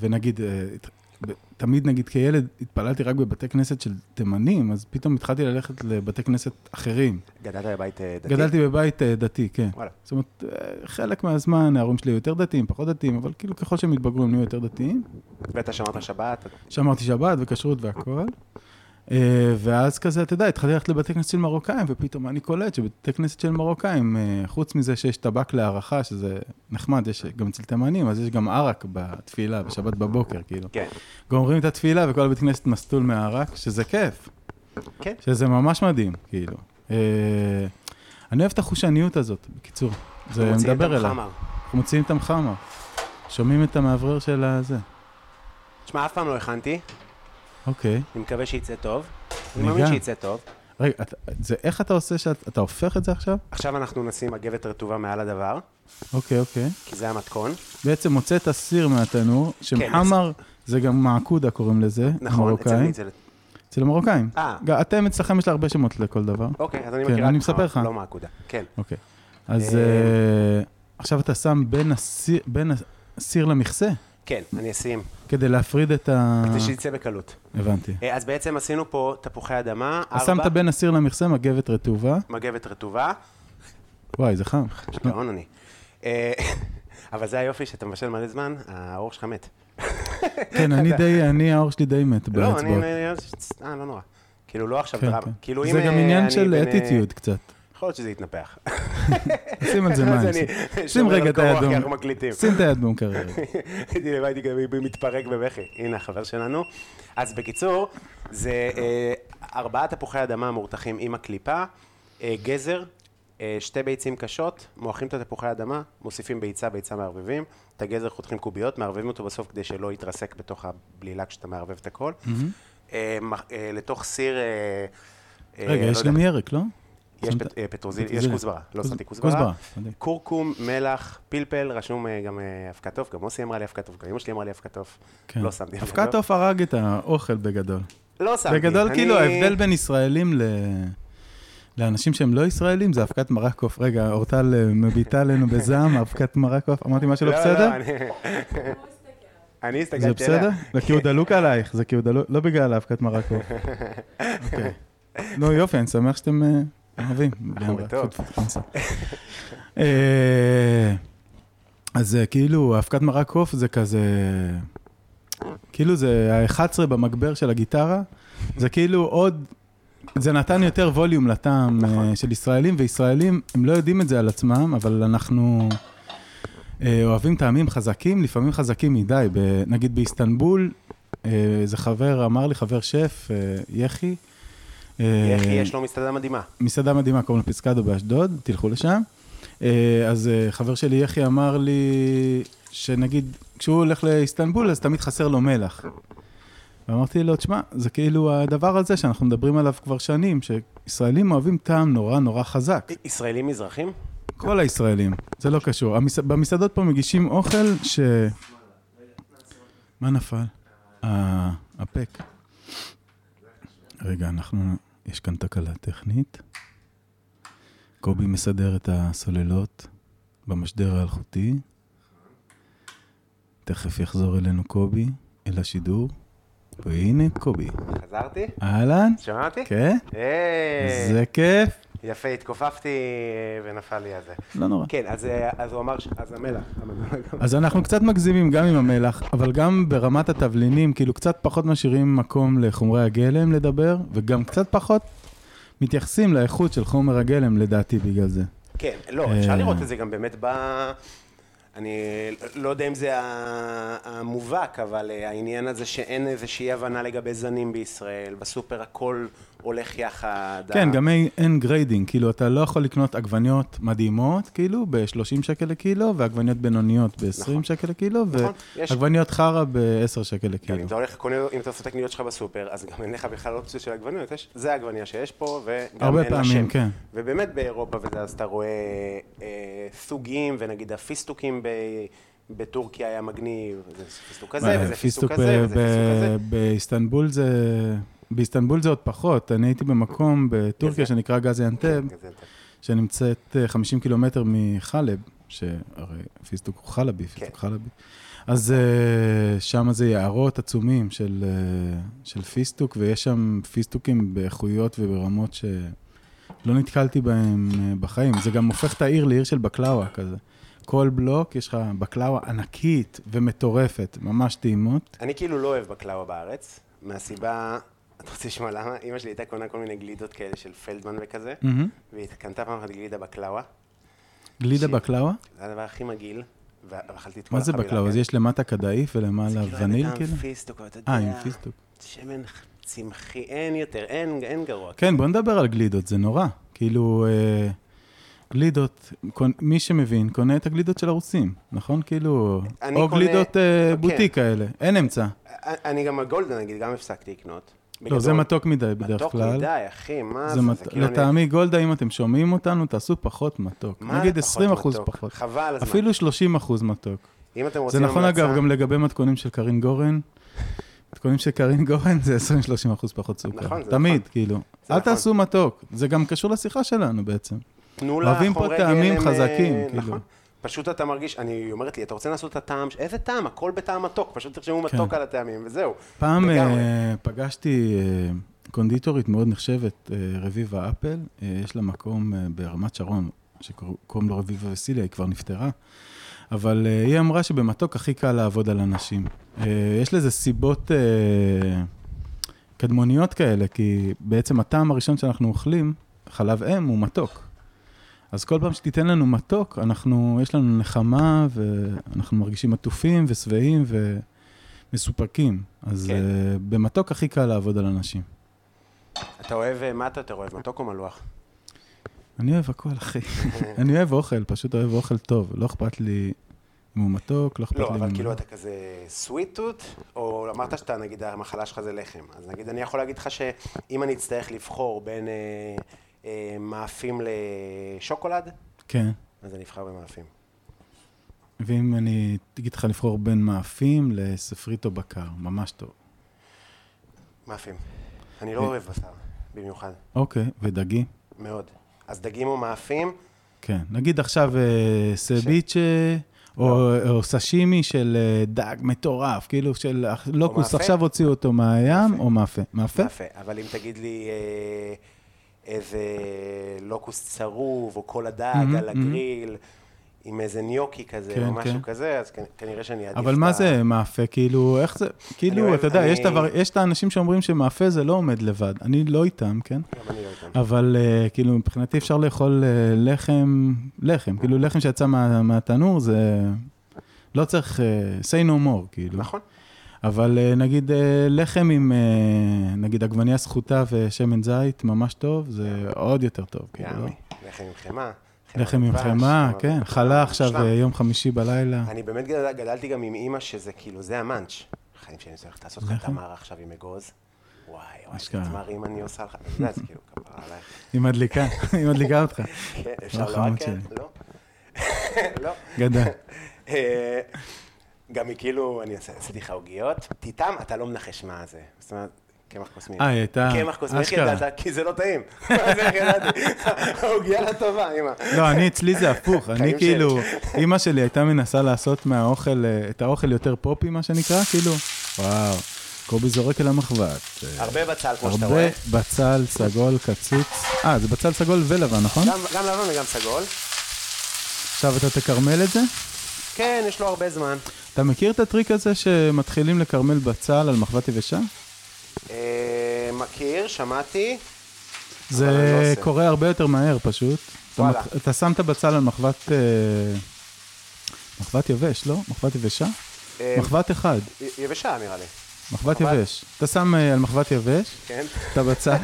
C: ונגיד, אה, הת- ב- תמיד נגיד כילד התפללתי רק בבתי כנסת של תימנים, אז פתאום התחלתי ללכת לבתי כנסת אחרים.
A: גדלת בבית אה, דתי?
C: גדלתי בבית אה, דתי, כן.
A: וואלה.
C: זאת אומרת, אה, חלק מהזמן ההורים שלי היו יותר דתיים, פחות דתיים, אבל כאילו ככל שהם התבגרו הם נהיו יותר דתיים.
A: ואתה שמרת שבת?
C: שמרתי שבת וכשרות והכול. אה, ואז כזה, אתה יודע, התחלתי ללכת לבתי כנסת של מרוקאים, ופתאום אני קולט שבבתי כנסת של מרוקאים, אה, חוץ מזה שיש טבק להערכה, שזה נחמד, יש גם אצל תימנים, אז יש גם ערק בתפילה, בשבת בבוקר, כאילו.
A: כן.
C: גומרים את התפילה וכל הבית כנסת מסטול מהערק, שזה כיף.
A: כן.
C: שזה ממש מדהים, כאילו. אה, אני אוהב את החושניות הזאת, בקיצור. זה
A: מוציאים
C: מדבר
A: אותם
C: אליי.
A: חמר.
C: אנחנו מוציאים את המחמר. שומעים את המאוורר של הזה.
A: תשמע, אף פעם לא הכנתי,
C: אוקיי.
A: אני מקווה שיצא טוב. אני
C: אני
A: מאמין
C: גם.
A: שיצא טוב.
C: רגע, אתה- זה איך אתה עושה שאת... אתה הופך את זה עכשיו?
A: עכשיו אנחנו נשים מגבת רטובה מעל הדבר,
C: אוקיי, אוקיי.
A: כי זה המתכון.
C: בעצם מוצא את הסיר מהתנור, שמחמר, זה גם מעקודה קוראים לזה,
A: כן, נכון, אצל מי
C: המרוקאים.
A: זה?
C: אצל המרוקאים.
A: אה.
C: גם- אתם אצלכם יש לה הרבה שמות לכל דבר.
A: אוקיי, אז אני
C: כן,
A: מכירה
C: אני
A: אותך,
C: מספר לך.
A: לא מהאגודה. כן.
C: אוקיי. אז
A: אה,
C: אה, עכשיו אתה שם בין הסיר- בין הסיר למכסה,
A: כן, אני אשים,
C: כדי להפריד את ה...
A: כדי שיצא בקלות.
C: הבנתי.
A: אה, אז בעצם עשינו פה תפוחי אדמה,
C: אז
A: ארבע,
C: שמת בין הסיר למכסה מגבת רטובה.
A: מגבת רטובה,
C: וואי, זה חם. לא,
A: גאון אני. אה, אבל זה היופי שאתה מבשל מלא זמן, האור שלך מת.
C: כן, אני די, אני, העור שלי די מת
A: לא, אני...
C: באצבעות.
A: אה, לא נורא. כאילו, לא עכשיו
C: כן,
A: דרמה.
C: כן.
A: כאילו, אם...
C: זה גם
A: אה,
C: עניין
A: אני
C: של
A: בין, אה,
C: אטיטיוד קצת.
A: יכול להיות שזה יתנפח.
C: שים על זה
A: אז
C: מים.
A: אני
C: שים- שים
A: שומר על
C: רגע את
A: קור רוח,
C: היד
A: כי
C: דום.
A: אנחנו מקליטים.
C: שים את היד במקרר.
A: הייתי לבד, הייתי גם מתפרק בבכי. הנה, החבר שלנו. אז בקיצור, זה אה, ארבעה תפוחי אדמה מורתחים עם הקליפה, אה, גזר, אה, שתי ביצים קשות, מועכים את התפוחי האדמה, מוסיפים ביצה, ביצה מערבבים, את הגזר חותכים קוביות, מערבבים אותו בסוף כדי שלא יתרסק בתוך הבלילה כשאתה מערבב את הכל. אה, מח- אה, לתוך סיר... אה, אה,
C: רגע,
A: לא
C: יש
A: יודע,
C: גם ירק, לא?
A: יש
C: שמת-
A: פט- אה, פטרוזיל, יש
C: פטרוזיליה.
A: כוסברה, לא
C: כוז-
A: שמתי כוסברה.
C: מדהים.
A: כורכום, מלח, פלפל, רשום אה, גם אה, אבקת עוף, גם מוסי אמרה לי אבקת עוף, גם אמא שלי אמרה לי אבקת עוף.
C: כן.
A: לא שמתי
C: אבקת עוף הרג את האוכל בגדול.
A: לא שמתי.
C: בגדול,
A: אני-
C: כאילו, ההבדל בין ישראלים ל... לאנשים שהם לא ישראלים זה אבקת מרק עוף. רגע, אורטל אה, מביטה עלינו בזעם, אבקת מרק עוף. אמרתי משהו לא
A: לא, לא,
C: בסדר?
A: אני- אני הסתכלתי
C: זה
A: עליה.
C: בסדר? זה כי הוא דלוק עלייך, זה כי הוא דלוק, לא בגלל האבקת מרק עוף. אוקיי. נו יופי, אני שמח שאתם אה, אוהבים. בלי
A: אנחנו
C: אמרה,
A: בטוב.
C: פוט, פוט, פונסה. אה, אז אה, כאילו, האבקת מרק עוף זה כזה... כאילו זה ה-11 במגבר של הגיטרה, זה כאילו עוד... זה נתן יותר ווליום לטעם
A: נכון.
C: אה, של ישראלים, וישראלים, הם לא יודעים את זה על עצמם, אבל אנחנו... אה, אוהבים טעמים חזקים, לפעמים חזקים מדי. ב- נגיד באיסטנבול, אה, איזה חבר אמר לי, חבר שף, אה, יחי. אה,
A: יחי, יש לו מסעדה מדהימה.
C: מסעדה מדהימה, קוראים לה פיסקדו באשדוד, תלכו לשם. אה, אז אה, חבר שלי יחי אמר לי, שנגיד, כשהוא הולך לאיסטנבול, אז תמיד חסר לו מלח. ואמרתי לו, תשמע, זה כאילו הדבר הזה שאנחנו מדברים עליו כבר שנים, שישראלים אוהבים טעם נורא נורא חזק.
A: י- ישראלים מזרחים?
C: כל הישראלים, זה לא קשור. המס... במסעדות פה מגישים אוכל ש... מה נפל? אה, הפק. רגע, אנחנו... יש כאן תקלה טכנית. קובי מסדר את הסוללות במשדר האלחוטי. תכף יחזור אלינו קובי, אל השידור. והנה קובי.
A: חזרתי?
C: אהלן?
A: שמעתי?
C: כן?
A: היי.
C: זה כיף.
D: יפה, התכופפתי אה, ונפל לי הזה.
C: לא נורא.
D: כן, אז, אה, אז הוא אמר, ש- אז המלח. המלח.
C: אז אנחנו קצת מגזימים גם עם המלח, אבל גם ברמת התבלינים, כאילו קצת פחות משאירים מקום לחומרי הגלם לדבר, וגם קצת פחות מתייחסים לאיכות של חומר הגלם, לדעתי, בגלל זה.
A: כן, לא,
C: אה.
A: אפשר לראות את זה גם באמת ב... אני לא יודע אם זה ה- המובהק, אבל אה, העניין הזה שאין איזושהי הבנה לגבי זנים בישראל, בסופר הכל הולך יחד.
C: כן,
A: ה-
C: גם אין- אין גריידינג, כאילו, אתה לא יכול לקנות עגבניות מדהימות, כאילו, ב-30 שקל לקילו, ועגבניות בינוניות ב-20 שקל לקילו,
A: נכון, יש-
C: ועגבניות חרא ב-10 שקל
A: כן,
C: לקילו.
A: אם אתה הולך, קונה, אם אתה עושה את הקניות שלך בסופר, אז גם אין לך בכלל אופציה של עגבניות, יש, זה העגבניה שיש פה, וגם
C: הרבה
A: אין לה
C: פעמים,
A: שם.
C: כן.
A: ובאמת באירופה, וזה, אז אתה רואה אה, סוגים, ונגיד הפיסטוקים ב, בטורקיה היה מגניב, זה פיסטוק כזה, וזה פיסטוק
C: אה, פיסטוק
A: כזה, וזה
C: ב-
A: פיסטוק כזה.
C: ב- באיסטנבול זה... באיסטנבול זה עוד פחות, אני הייתי במקום בטורקיה שנקרא גזיאנטב,
A: גזלת.
C: שנמצאת אה, 50 קילומטר מחלב, שהרי פיסטוק הוא חלבי,
A: כן.
C: פיסטוק חלבי. אז אה, שם זה יערות עצומים של, אה, של פיסטוק, ויש שם פיסטוקים באיכויות וברמות שלא נתקלתי בהם אה, בחיים. זה גם הופך את העיר לעיר של בקלאווה כזה. כל בלוק יש לך בקלאווה ענקית ומטורפת, ממש טעימות.
A: אני כאילו לא אוהב בקלאווה בארץ, מהסיבה, אתה רוצה לשמוע למה? אימא שלי הייתה קונה כל מיני גלידות כאלה של פלדמן וכזה, והיא קנתה פעם אחת גלידה בקלאווה,
C: גלידה
A: ש-
C: בקלאווה?
A: זה הדבר הכי מגעיל, ואכלתי את כל
C: מה זה
A: החבילה,
C: בקלאווה?
A: כן?
C: אז יש למטה קדאיף
A: זה
C: ולמעלה
A: כאילו היה
C: וניל
A: בטעם
C: כאילו?
A: פיסטוק, אבל אתה יודע.
C: אה, עם פיסטוק.
A: שמן צמחי, אין יותר, אין, אין גרוע.
C: כן, בוא נדבר על גלידות, זה נורא. כאילו, אה, גלידות, קונ- מי שמבין, קונה את הגלידות של הרוסים, נכון? כאילו,
A: אני
C: או
A: קונה-
C: גלידות אה,
A: כן.
C: בוטיק כאלה, אין אמצע.
A: א- אני גם הגולדן, נגיד, גם הפסקתי לקנות.
C: לא, זה מתוק מדי בדרך
A: מתוק
C: כלל.
A: מדי, אחי, מה זה?
C: זה מת- לא
A: כאילו אני-
C: לטעמי, גולדה, אם אתם שומעים אותנו, תעשו פחות מתוק.
A: מה
C: נגיד
A: זה
C: 20 אחוז
A: מתוק?
C: פחות.
A: חבל הזמן.
C: אפילו 30 אחוז מתוק.
A: אם אתם
C: זה
A: רוצים
C: נכון,
A: המלצה-
C: אגב, גם לגבי מתכונים של קרין גורן. מתכונים של קרין גורן זה 20-30 אחוז פחות סוכר.
A: נכון, זה
C: תמיד,
A: נכון.
C: כאילו.
A: זה
C: אל
A: נכון.
C: תעשו מתוק. זה גם קשור לשיחה שלנו בעצם.
A: תנו לה
C: אוהבים פה
A: חומרי
C: טעמים
A: גלם,
C: חזקים,
A: אה,
C: כאילו.
A: נכון. פשוט אתה מרגיש, אני היא אומרת לי, אתה רוצה לעשות את הטעם, ש- איזה טעם? הכל בטעם מתוק, פשוט תרשמו
C: כן.
A: מתוק על הטעמים, וזהו.
C: פעם
A: לגמרי.
C: אה, פגשתי אה, קונדיטורית מאוד נחשבת, אה, רביבה אפל, אה, יש לה מקום אה, ברמת שרון, שקוראים לו רביבה וסיליה, היא כבר נפטרה, אבל אה, היא אמרה שבמתוק הכי קל לעבוד על אנשים. אה, יש לזה סיבות אה, קדמוניות כאלה, כי בעצם הטעם הראשון שאנחנו אוכלים, חלב אם, הוא מתוק. אז כל פעם שתיתן לנו מתוק, אנחנו, יש לנו נחמה, ואנחנו מרגישים עטופים ושבעים ומסופקים. אז
A: כן.
C: כן. uh, במתוק הכי קל לעבוד על אנשים.
A: אתה אוהב, אה, מה אתה יותר אוהב, מתוק או מלוח?
C: אני אוהב הכל, אחי. אני אוהב אוכל, פשוט אוהב אוכל טוב. לא אכפת לי אם הוא מתוק, לא אכפת לי
A: לא,
C: אם
A: אבל
C: הוא...
A: כאילו אתה כזה סוויטות, או אמרת שאתה, נגיד, המחלה שלך זה לחם. אז נגיד, אני יכול להגיד לך שאם אני אצטרך לבחור בין אה, אה, מאפים לשוקולד,
C: כן.
A: אז אני אבחר במאפים.
C: ואם אני אגיד לך לבחור בין מאפים לספרית או בקר, ממש טוב.
A: מאפים. אני לא אוהב בשר, במיוחד,
C: אוקיי, ודגים?
A: מאוד. אז דגים או מאפים,
C: כן. נגיד עכשיו אה, סביצ'ה, או,
A: לא.
C: או סשימי של אה, דג מטורף, כאילו של אח- לוקוס,
A: מאפה.
C: עכשיו הוציאו אותו מהים, או מאפה. מאפה?
A: מאפה. אבל אם תגיד לי אה, איזה לוקוס צרוב, או כל הדג
C: מהמם,
A: על הגריל, עם איזה ניוקי כזה,
C: Mm-hmm, כן,
A: או משהו
C: כן.
A: כזה, אז כנ- כנראה שאני אעדיף
C: אבל
A: את
C: מה
A: ה-
C: זה מאפה? כאילו, איך זה... כאילו,
A: אוהב-
C: אתה יודע,
A: אני-
C: יש את הוור- יש את האנשים שאומרים שמאפה זה לא עומד לבד. אני לא איתם, כן?
A: גם אני לא איתם.
C: אבל אה, כאילו, מבחינתי אפשר לאכול אה, לחם, לחם. כאילו, לחם שיצא מה- מהתנור זה... לא צריך... אה, say no more, כאילו.
A: נכון.
C: אבל אה, נגיד אה, לחם עם, אה, נגיד עגבנייה סחוטה ושמן זית, ממש טוב, זה עוד יותר טוב. כאילו, לא?
A: יעמי, לחם עם חמאה. חמאה
C: לחם עם
A: בדבש,
C: חמאה,
A: חמאה
C: כן,
A: בדבש,
C: חלה עכשיו
A: מושלם.
C: אה, יום חמישי בלילה.
A: אני באמת גדל- גדלתי גם עם אימא שזה כאילו, זה המאנץ'. חיים שאני צריך לעשות לך תמר עכשיו עם אגוז. וואי, וואי, איזה
C: אשכרה.
A: תמרים אני עושה לך. אתה יודע, זה כאילו, כפרה עלייך.
C: היא מדליקה, היא מדליקה אותך.
A: כן, אפשר לא
C: חמוד
A: הקר?
C: שלי.
A: לא. לא.
C: גדל.
A: אה, גם היא כאילו, אני עושה- עשיתי לך עוגיות, תיתם אתה לא מנחש מה זה. זאת אומרת, קמח קוסמי.
C: אה, היא הייתה
A: קמח קוסמי, איך
C: אשכרה.
A: ידעת? כי זה לא טעים. מה זה, איך ידעתי? העוגיה לא טובה, אמא.
C: לא, אני, אצלי זה הפוך. אני
A: חיים שלי.
C: כאילו, אימא שלי הייתה מנסה לעשות מהאוכל, אה, את האוכל יותר פופי, מה שנקרא, כאילו, וואו. קובי זורק אל המחבת. אה,
A: הרבה בצל, כמו שאתה
C: הרבה
A: רואה.
C: בצל סגול קצוץ. אה, זה בצל סגול ולבן, נכון?
A: גם גם לבן וגם סגול.
C: עכשיו אתה תקרמל את זה?
A: כן, יש לו הרבה זמן.
C: אתה מכיר את הטריק הזה שמתחילים לקרמל בצל על מחבת יבשה?
A: אה, מכיר, שמעתי. אבל אני לא
C: זה
A: עושה.
C: קורה הרבה יותר מהר פשוט. אתה
A: וואלה.
C: מת- אתה שם את הבצל על מחבת... אה, מחבת יבש, לא? מחבת יבשה?
A: אה,
C: מחבת אחד,
A: י- יבשה, נראה לי.
C: מחבת יבש. אתה שם אה, על מחבת יבש,
A: כן.
C: את הבצל.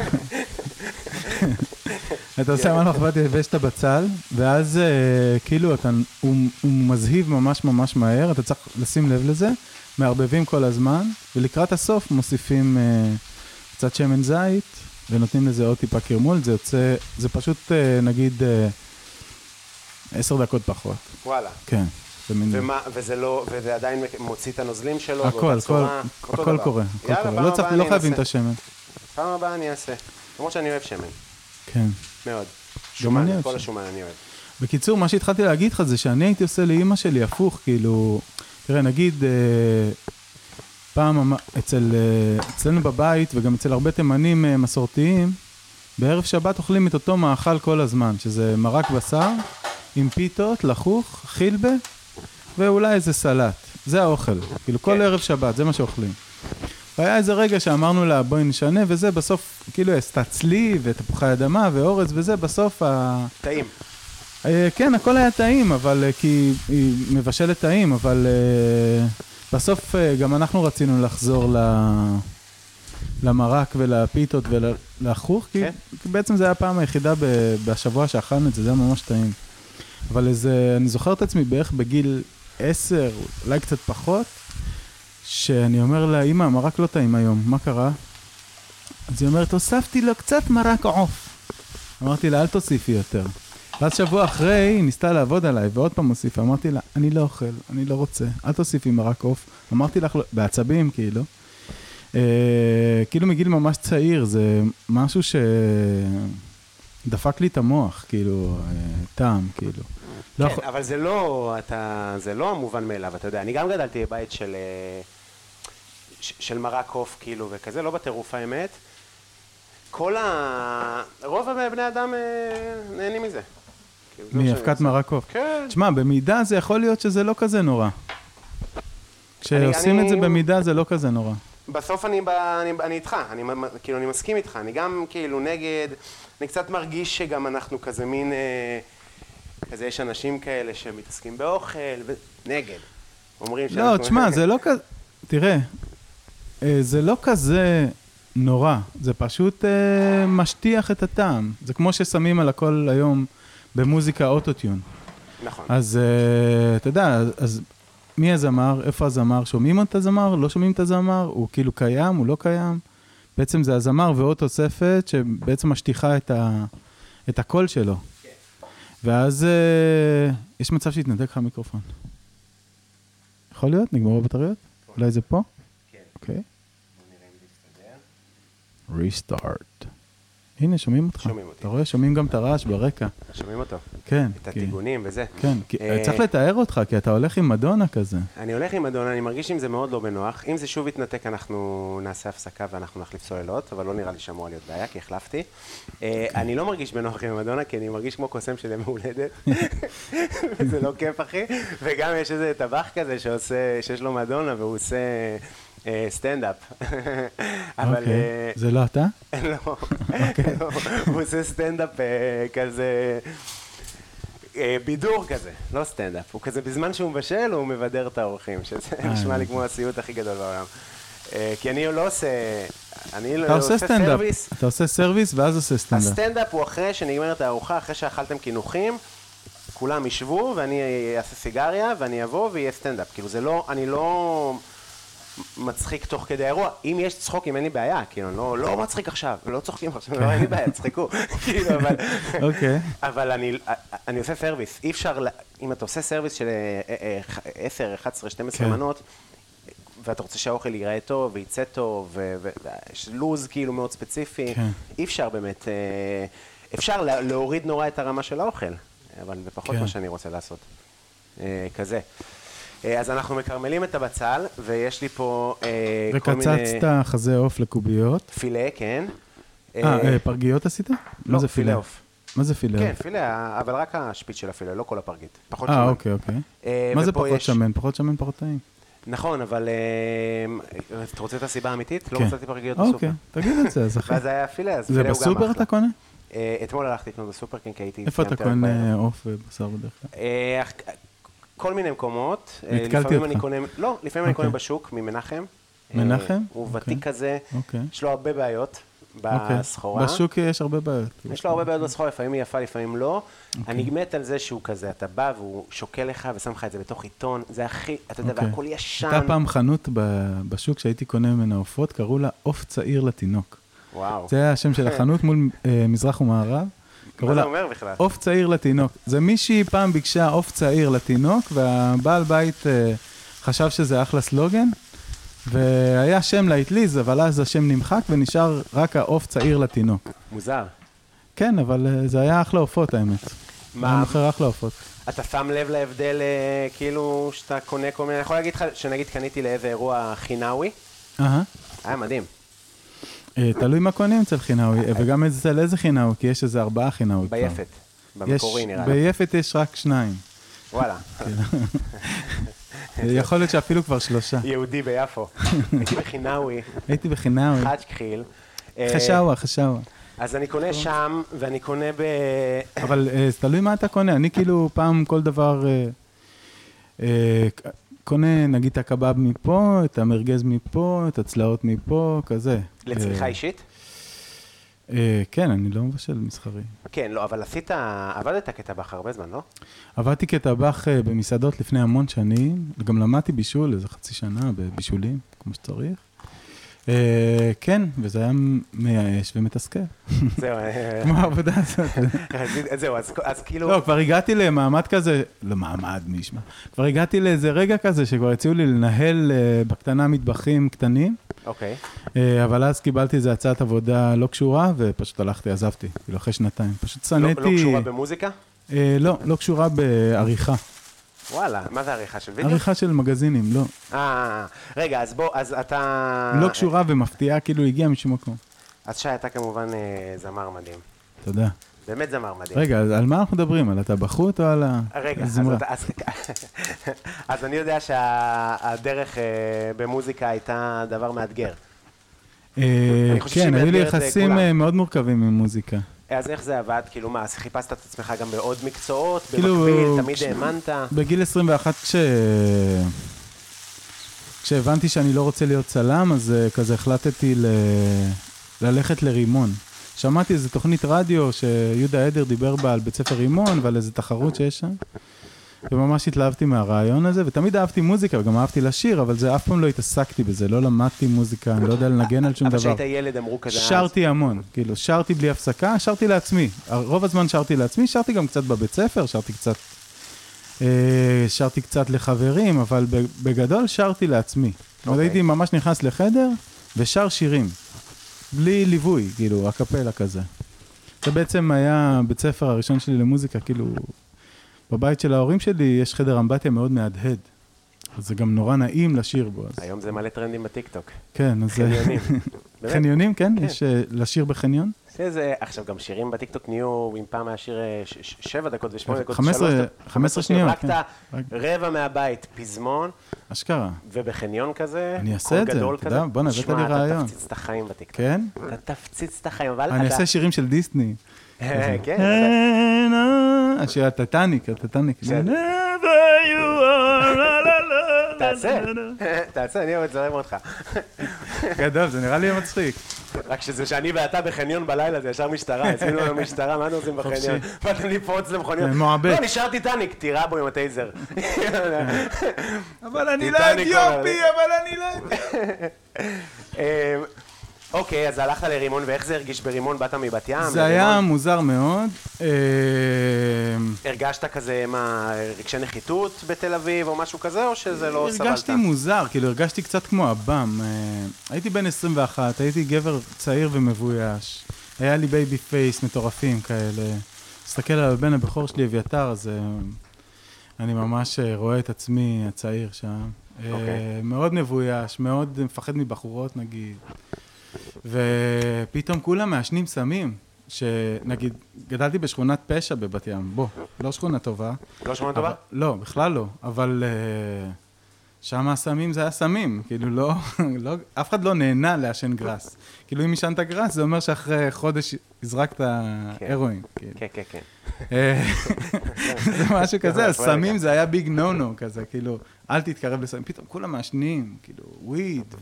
C: אתה שם על מחבת יבש את הבצל, ואז אה, כאילו אתה, הוא, הוא מזהיב ממש ממש מהר, אתה צריך לשים לב לזה, מערבבים כל הזמן, ולקראת הסוף מוסיפים אה, קצת שמן זית, ונותנים לזה עוד טיפה קרמול, זה יוצא, זה פשוט אה, נגיד אה, עשר דקות פחות,
A: וואלה.
C: כן. זה מין-
A: ומה, לא, וזה לא, וזה עדיין מק- מוציא את הנוזלים שלו,
C: הכל,
A: באותה
C: הכל,
A: צורה, אותו
C: הכל
A: דבר.
C: קורה, הכל
A: יאללה,
C: קורה.
A: פעם
C: לא צריך-
A: הבאה
C: לא
A: אני
C: חייבים את
A: אנסה.
C: השמן,
A: פעם הבאה אני אעשה. למרות שאני אוהב שמן,
C: כן.
A: מאוד. שומן,
C: אני אוהב
A: כל
C: שמן.
A: השומן אני אוהב.
C: בקיצור, מה שהתחלתי להגיד לך זה שאני הייתי עושה לאימא שלי הפוך, כאילו, תראה, נגיד, אה, פעם אמ- אצל, אה, אצלנו בבית, וגם אצל הרבה תימנים אה, מסורתיים, בערב שבת אוכלים את אותו מאכל כל הזמן, שזה מרק בשר, עם פיתות, לחוך, חילבה, ואולי איזה סלט. זה האוכל, כאילו כל ערב שבת, זה מה שאוכלים. והיה איזה רגע שאמרנו לה, בואי נשנה, וזה בסוף, כאילו, עשתה צלי, ותפוחי אדמה, ואורז, וזה, בסוף ה...
A: טעים.
C: אה, כן, הכל היה טעים, אבל אה, כי היא מבשלת טעים, אבל אה, בסוף אה, גם אנחנו רצינו לחזור ל... למרק ולפיתות ולחוך, כי,
A: כן.
C: כי בעצם זו הייתה הפעם היחידה ב... בשבוע שאכלנו את זה, זה היה ממש טעים. אבל איזה, אני זוכר את עצמי בערך בגיל עשר, אולי קצת פחות, שאני אומר לה, אמא, המרק לא טעים היום, מה קרה? אז היא אומרת, הוספתי לו קצת מרק עוף. אמרתי לה, אל תוסיפי יותר. ואז שבוע אחרי, היא ניסתה לעבוד עליי, ועוד פעם הוסיפה. אמרתי לה, אני לא אוכל, אני לא רוצה, אל תוסיפי מרק עוף. אמרתי לך, לא- בעצבים, כאילו. אה, כאילו מגיל ממש צעיר, זה משהו שדפק לי את המוח, כאילו, אה, טעם, כאילו. לא יכול-
A: כן, אבל זה לא, אתה, זה לא המובן מאליו, אתה יודע, אני גם גדלתי בבית של, אה, ש- של מרק עוף, כאילו, וכזה, לא בטירוף האמת. כל ה... רוב בני האדם אה, נהנים מזה. כאילו, זה מה שאני
C: מאבקת
A: עושה.
C: מרק עוף.
A: כן.
C: תשמע, במידה זה יכול להיות שזה לא כזה נורא. כשעושים
A: אני-
C: את זה
A: אני-
C: במידה זה לא כזה נורא.
A: בסוף אני, ב, אני, אני איתך, אני, מ- מ- כאילו, אני מסכים איתך, אני גם כאילו נגד, אני קצת מרגיש שגם אנחנו כזה מין, אה, כזה יש אנשים כאלה שמתעסקים באוכל, ו... נגד. אומרים
C: לא, תשמע, זה לא כזה... תראה, אה, זה לא כזה נורא, זה פשוט אה, משטיח את הטעם. זה כמו ששמים על הכל היום במוזיקה אוטוטיון.
A: נכון.
C: אז אה, אתה יודע, אז מי הזמר, איפה הזמר, שומעים את הזמר, לא שומעים את הזמר, הוא כאילו קיים, הוא לא קיים. בעצם זה הזמר ועוד תוספת שבעצם משטיחה את, ה, את הקול שלו. ואז אה, יש מצב שיתנתק לך המיקרופון. יכול להיות? נגמרו הבטריות? אולי זה פה? כן. אוקיי. ריסטארט. הנה, שומעים אותך.
A: שומעים אותי.
C: אתה רואה? שומעים גם את הרעש ברקע.
A: שומעים אותו?
C: כן.
A: את
C: כי-
A: הטיגונים וזה.
C: כן, כי
A: אה,
C: צריך לתאר אותך, כי אתה הולך עם מדונה כזה.
A: אני הולך עם אדון, אני מרגיש עם זה מאוד לא בנוח. אם זה שוב יתנתק, אנחנו נעשה הפסקה ואנחנו נחליף סוללות, אבל לא נראה לי שאמורה להיות בעיה, כי החלפתי. אה, אני לא מרגיש בנוח עם המדונה, כי אני מרגיש כמו קוסם של יום הולדת. זה לא כיף, אחי. וגם יש איזה טבח כזה שעושה, שיש לו מדונה והוא עושה אה, סטנדאפ. אבל...
C: אוקיי.
A: אה,
C: זה לא אתה?
A: לא,
C: אוקיי.
A: לא, הוא עושה סטנדאפ אה, כזה, אה, בידור כזה, לא סטנדאפ. הוא כזה, בזמן שהוא מבשל, הוא מבדר את האורחים, שזה
C: אה,
A: נשמע לי כמו הסיוט הכי גדול בעולם. אה, כי אני לא עושה, אני לא
C: אתה עושה סטנדאפ.
A: סרוויס.
C: אתה עושה סרוויס ואז עושה סטנדאפ.
A: הסטנדאפ הוא אחרי שנגמרת הארוחה, אחרי שאכלתם קינוחים, כולם ישבו, ואני אעשה סיגריה, ואני אבוא ויהיה סטנדאפ. כאילו, זה לא, אני לא מצחיק תוך כדי האירוע. אם יש צחוקים, אין לי בעיה, כאילו, אני לא, לא מצחיק עכשיו, לא צוחקים עכשיו, לא, אין לי בעיה, צחקו. כאילו, אבל...
C: אוקיי.
A: אבל אני, אני עושה סרוויס, אי אפשר, ל- אם אתה עושה סרוויס של אה, אה, אה, 10, 11, 12
C: כן.
A: מנות, ואתה רוצה שהאוכל ייראה טוב וייצא טוב, ו- ו- ויש לו"ז כאילו מאוד ספציפי,
C: כן.
A: אי אפשר באמת, אה, אפשר לה- להוריד נורא את הרמה של האוכל, אבל זה פחות
C: כן.
A: מה שאני רוצה לעשות. אה, כזה. אה, אז אנחנו מקרמלים את הבצל, ויש לי פה אה, כל מיני...
C: וקצצת חזה עוף לקוביות.
A: פילה, כן.
C: אה, אה, פרגיות עשית? מה
A: לא,
C: זה
A: פילה
C: פילה?
A: עוף.
C: מה זה פילה?
A: כן,
C: עוף?
A: פילה, אבל רק השפיץ של הפילה, לא כל הפרגית. פחות
C: אה,
A: שמן.
C: אוקיי, אוקיי.
A: אה,
C: מה זה
A: ופה
C: פחות
A: יש-
C: שמן? פחות שמן פחות טעים.
A: נכון, אבל אה, אתה רוצה את הסיבה האמיתית? לא
C: כן.
A: מצאתי פרגיות בסופר.
C: אוקיי, תגיד את זה, אז אחי.
A: ואז היה פילה, אז
C: זה
A: פילה הוא גם
C: בסופר
A: אחלה.
C: אתה קונה?
A: אה, אתמול הלכתי לקנות בסופר, כן, כי הייתי...
C: איפה אתה
A: סיימתי רק בערב.
C: קונה עוף ובשר בדרך כלל?
A: אה, אך- כל מיני מקומות. אה,
C: נתקלתי
A: לפעמים
C: אותך.
A: אני קונה, לא, לפעמים אני
C: אוקיי.
A: קונה בשוק ממנחם. אה,
C: מנחם?
A: הוא
C: אוקיי.
A: ותיק כזה,
C: אוקיי.
A: יש לו הרבה בעיות
C: אוקיי.
A: בסחורה.
C: בשוק יש הרבה בעיות.
A: אה, יש לו הרבה בעיות בסחורה, לפעמים היא יפה, לפעמים לא.
C: אוקיי.
A: אני מת על זה שהוא כזה, אתה בא והוא שוקל לך ושם לך את זה בתוך עיתון, זה הכי, אתה יודע,
C: אוקיי.
A: והכל ישן.
C: הייתה פעם חנות ב- בשוק שהייתי קונה ממנה עופות, קראו לה עוף צעיר לתינוק.
A: וואו.
C: זה היה השם של החנות מול אה, מזרח ומערב.
A: אוקיי. מה
C: קראו
A: זה
C: לה
A: אומר בכלל?
C: עוף צעיר לתינוק. זה מישהי פעם ביקשה עוף צעיר לתינוק, והבעל בית אה, חשב שזה אחלה סלוגן, והיה שם לאטליז, אבל אז השם נמחק ונשאר רק העוף צעיר לתינוק.
A: מוזר.
C: כן, אבל אה, זה היה אחלה עופות האמת.
A: מה?
C: היה מוכר אחלה עופות.
A: אתה שם לב להבדל, אה, כאילו, שאתה קונה כל מיני, אני יכול להגיד לך, שנגיד קניתי לאיזה אירוע חינאווי,
C: אהה.
A: היה מדהים.
C: אה, תלוי מה קונים אצל חינאווי, אה, וגם אצל איזה חינאווי, כי יש איזה ארבעה חינאווי כבר.
A: ביפת.
C: אוקיי. יש-
A: במקורי נראה לי.
C: ביפת יש רק שניים.
A: וואלה.
C: אה, יכול להיות שאפילו כבר שלושה.
A: יהודי ביפו. הייתי בחינאווי,
C: הייתי בחינאווי.
A: חאג'קחיל. אה,
C: חשאווה, חשאווה.
A: אז אני קונה שם, ואני קונה ב...
C: אבל אה, זה תלוי מה אתה קונה. אני כאילו פעם כל דבר... אה, אה, ק- קונה נגיד את הקבב מפה, את המרגז מפה, את הצלעות מפה, כזה.
A: לצריכה
C: אה,
A: אישית?
C: אה, כן, אני לא מבשל מסחרי.
A: כן, לא, אבל עשית, עבדת כטבח הרבה זמן, לא?
C: עבדתי כטבח אה, במסעדות לפני המון שנים, גם למדתי בישול איזה חצי שנה בבישולים, כמו שצריך. אה, כן, וזה היה מייאש ומתסכל.
A: זהו, אה,
C: כמו העבודה הזאת.
A: רצית- זהו, אז- אז כאילו...
C: לא, כבר הגעתי למעמד כזה, למעמד מי ישמע, כבר הגעתי לאיזה רגע כזה שכבר הציעו לי לנהל אה, בקטנה מטבחים קטנים,
A: אוקיי.
C: אה, אבל אז קיבלתי איזה הצעת עבודה לא קשורה, ופשוט הלכתי, עזבתי, כאילו אחרי שנתיים. פשוט
A: לא
C: שנאתי...
A: לא קשורה במוזיקה?
C: אה, לא, לא קשורה בעריכה.
A: וואלה, מה זה עריכה של וידאו?
C: עריכה של מגזינים, לא.
A: אה, רגע, אז בוא, אז אתה...
C: לא קשורה ומפתיעה, כאילו הגיעה משום מקום.
A: אז שי, אתה כמובן אה, זמר מדהים.
C: תודה.
A: באמת זמר מדהים.
C: רגע, אז על מה אנחנו מדברים? על הטבחות או על
A: רגע, אז,
C: הזמרה?
A: אתה- אז, אז אני יודע שהדרך אה, במוזיקה הייתה דבר מאתגר.
C: אה,
A: אני חושב שהיא
C: כן, היו לי
A: מאתגרת
C: יחסים
A: לכולם.
C: אה, מאוד מורכבים עם מוזיקה.
A: אז איך זה עבד? כאילו מה, אז חיפשת את עצמך גם בעוד מקצועות?
C: כאילו,
A: במקביל, תמיד
C: כש-
A: האמנת?
C: בגיל 21, כש... כשהבנתי שאני לא רוצה להיות צלם, אז אה, כזה החלטתי ל... ללכת לרימון. שמעתי איזה תוכנית רדיו שיהודה עדר דיבר בה על בית ספר רימון ועל איזה תחרות שיש שם. וממש התלהבתי מהרעיון הזה, ותמיד אהבתי מוזיקה וגם אהבתי לשיר, אבל זה אף פעם לא התעסקתי בזה, לא למדתי מוזיקה, אני לא יודע לנגן על שום
A: אבל
C: דבר.
A: כשהיית ילד אמרו כזה... "אה, אז.
C: שרתי המון, כאילו, שרתי בלי הפסקה, שרתי לעצמי. רוב הזמן שרתי לעצמי, שרתי גם קצת בבית ספר, שרתי קצת... אה, שרתי קצת לחברים, אבל ב- בגדול שרתי לעצמי. Okay.
A: אוקיי.
C: הייתי ממש נכנס לחדר ושר שירים, בלי ליווי, כאילו, הקפלה כזה. זה בעצם היה בית ספר הראשון שלי למוזיקה, כאילו, בבית של ההורים שלי יש חדר אמבטיה מאוד מהדהד. אז זה גם נורא נעים לשיר בו. אז...
A: היום זה מלא טרנדים בטיקטוק.
C: כן, אז...
A: חניונים. באמת.
C: חניונים, כן?
A: כן.
C: יש אה, לשיר בחניון?
A: זה זה, עכשיו גם שירים בטיקטוק נהיו, אם פעם היה שיר אה, ש- ש- שבע דקות ושמונה דקות,
C: 15
A: שלוש דקות,
C: 15
A: שניות,
C: שניות,
A: רק
C: כן.
A: את
C: רק-
A: הרבע מהבית, פזמון,
C: אשכרה.
A: ובחניון כזה,
C: אני אעשה
A: קול
C: את זה,
A: גדול
C: אתה
A: כזה.
C: יודע, בואנה, הבאת לי
A: שמע,
C: רעיון.
A: אתה תפציץ את החיים בטיקטוק.
C: כן?
A: אתה תפציץ את החיים, אבל
C: אני
A: אתה...
C: אעשה שירים של דיסני.
A: כן, אתה-
C: כן, אה, של הטטניק, הטטניק.
A: בסדר.
C: Never you are, לה, לה, לה, לה,
A: תעשה,
C: לה, לה.
A: תעשה, אני אוהב לזרם אותך.
C: גדול, זה נראה לי מצחיק.
A: רק שזה שאני ואתה בחניון בלילה, זה ישר משטרה, יצאנו למשטרה, מה אנו עושים בחניון? באתם לפרוץ למכוניות.
C: זה מועבד.
A: לא, נשאר טיטניק, תירה בו עם הטייזר.
C: אבל אני
A: לא טיטניק אתיופי, עולה לי.
C: אבל אני לא...
A: אמ, אוקיי, אז הלכת לרימון, ואיך זה הרגיש ברימון? באת מבת ים?
C: זה היה
A: לרימון?
C: מוזר מאוד. אה,
A: הרגשת כזה, מה, רגשי נחיתות בתל אביב, או משהו כזה, או שזה לא סבלת?
C: הרגשתי מוזר, כאילו הרגשתי קצת כמו עב"ם. אה, הייתי בן 21, הייתי גבר צעיר ומבויש. היה לי בייבי פייס מטורפים כאלה. מסתכל על הבן הבכור שלי, אביתר, אז אה, אני ממש אה, רואה את עצמי הצעיר שם. אה,
A: אוקיי.
C: מאוד מבויש, מאוד מפחד מבחורות נגיד. ופתאום כולם מעשנים סמים. שנגיד, גדלתי בשכונת פשע בבת ים, בוא, לא שכונה טובה.
A: לא שמעת טובה?
C: אבל- לא, בכלל לא, אבל אה, שם הסמים זה היה סמים, כאילו לא, לא, אף אחד לא נהנה לעשן גראס. כאילו אם עישנת גראס, זה אומר שאחרי חודש הזרקת הרואין. כאילו.
A: כן, כן, כן.
C: אה, זה משהו כזה, אז
A: יכול להיות
C: סמים
A: גם.
C: זה היה ביג נו נו כזה, כאילו, אל תתקרב לסמים, פתאום כולם מעשנים, כאילו, וויד,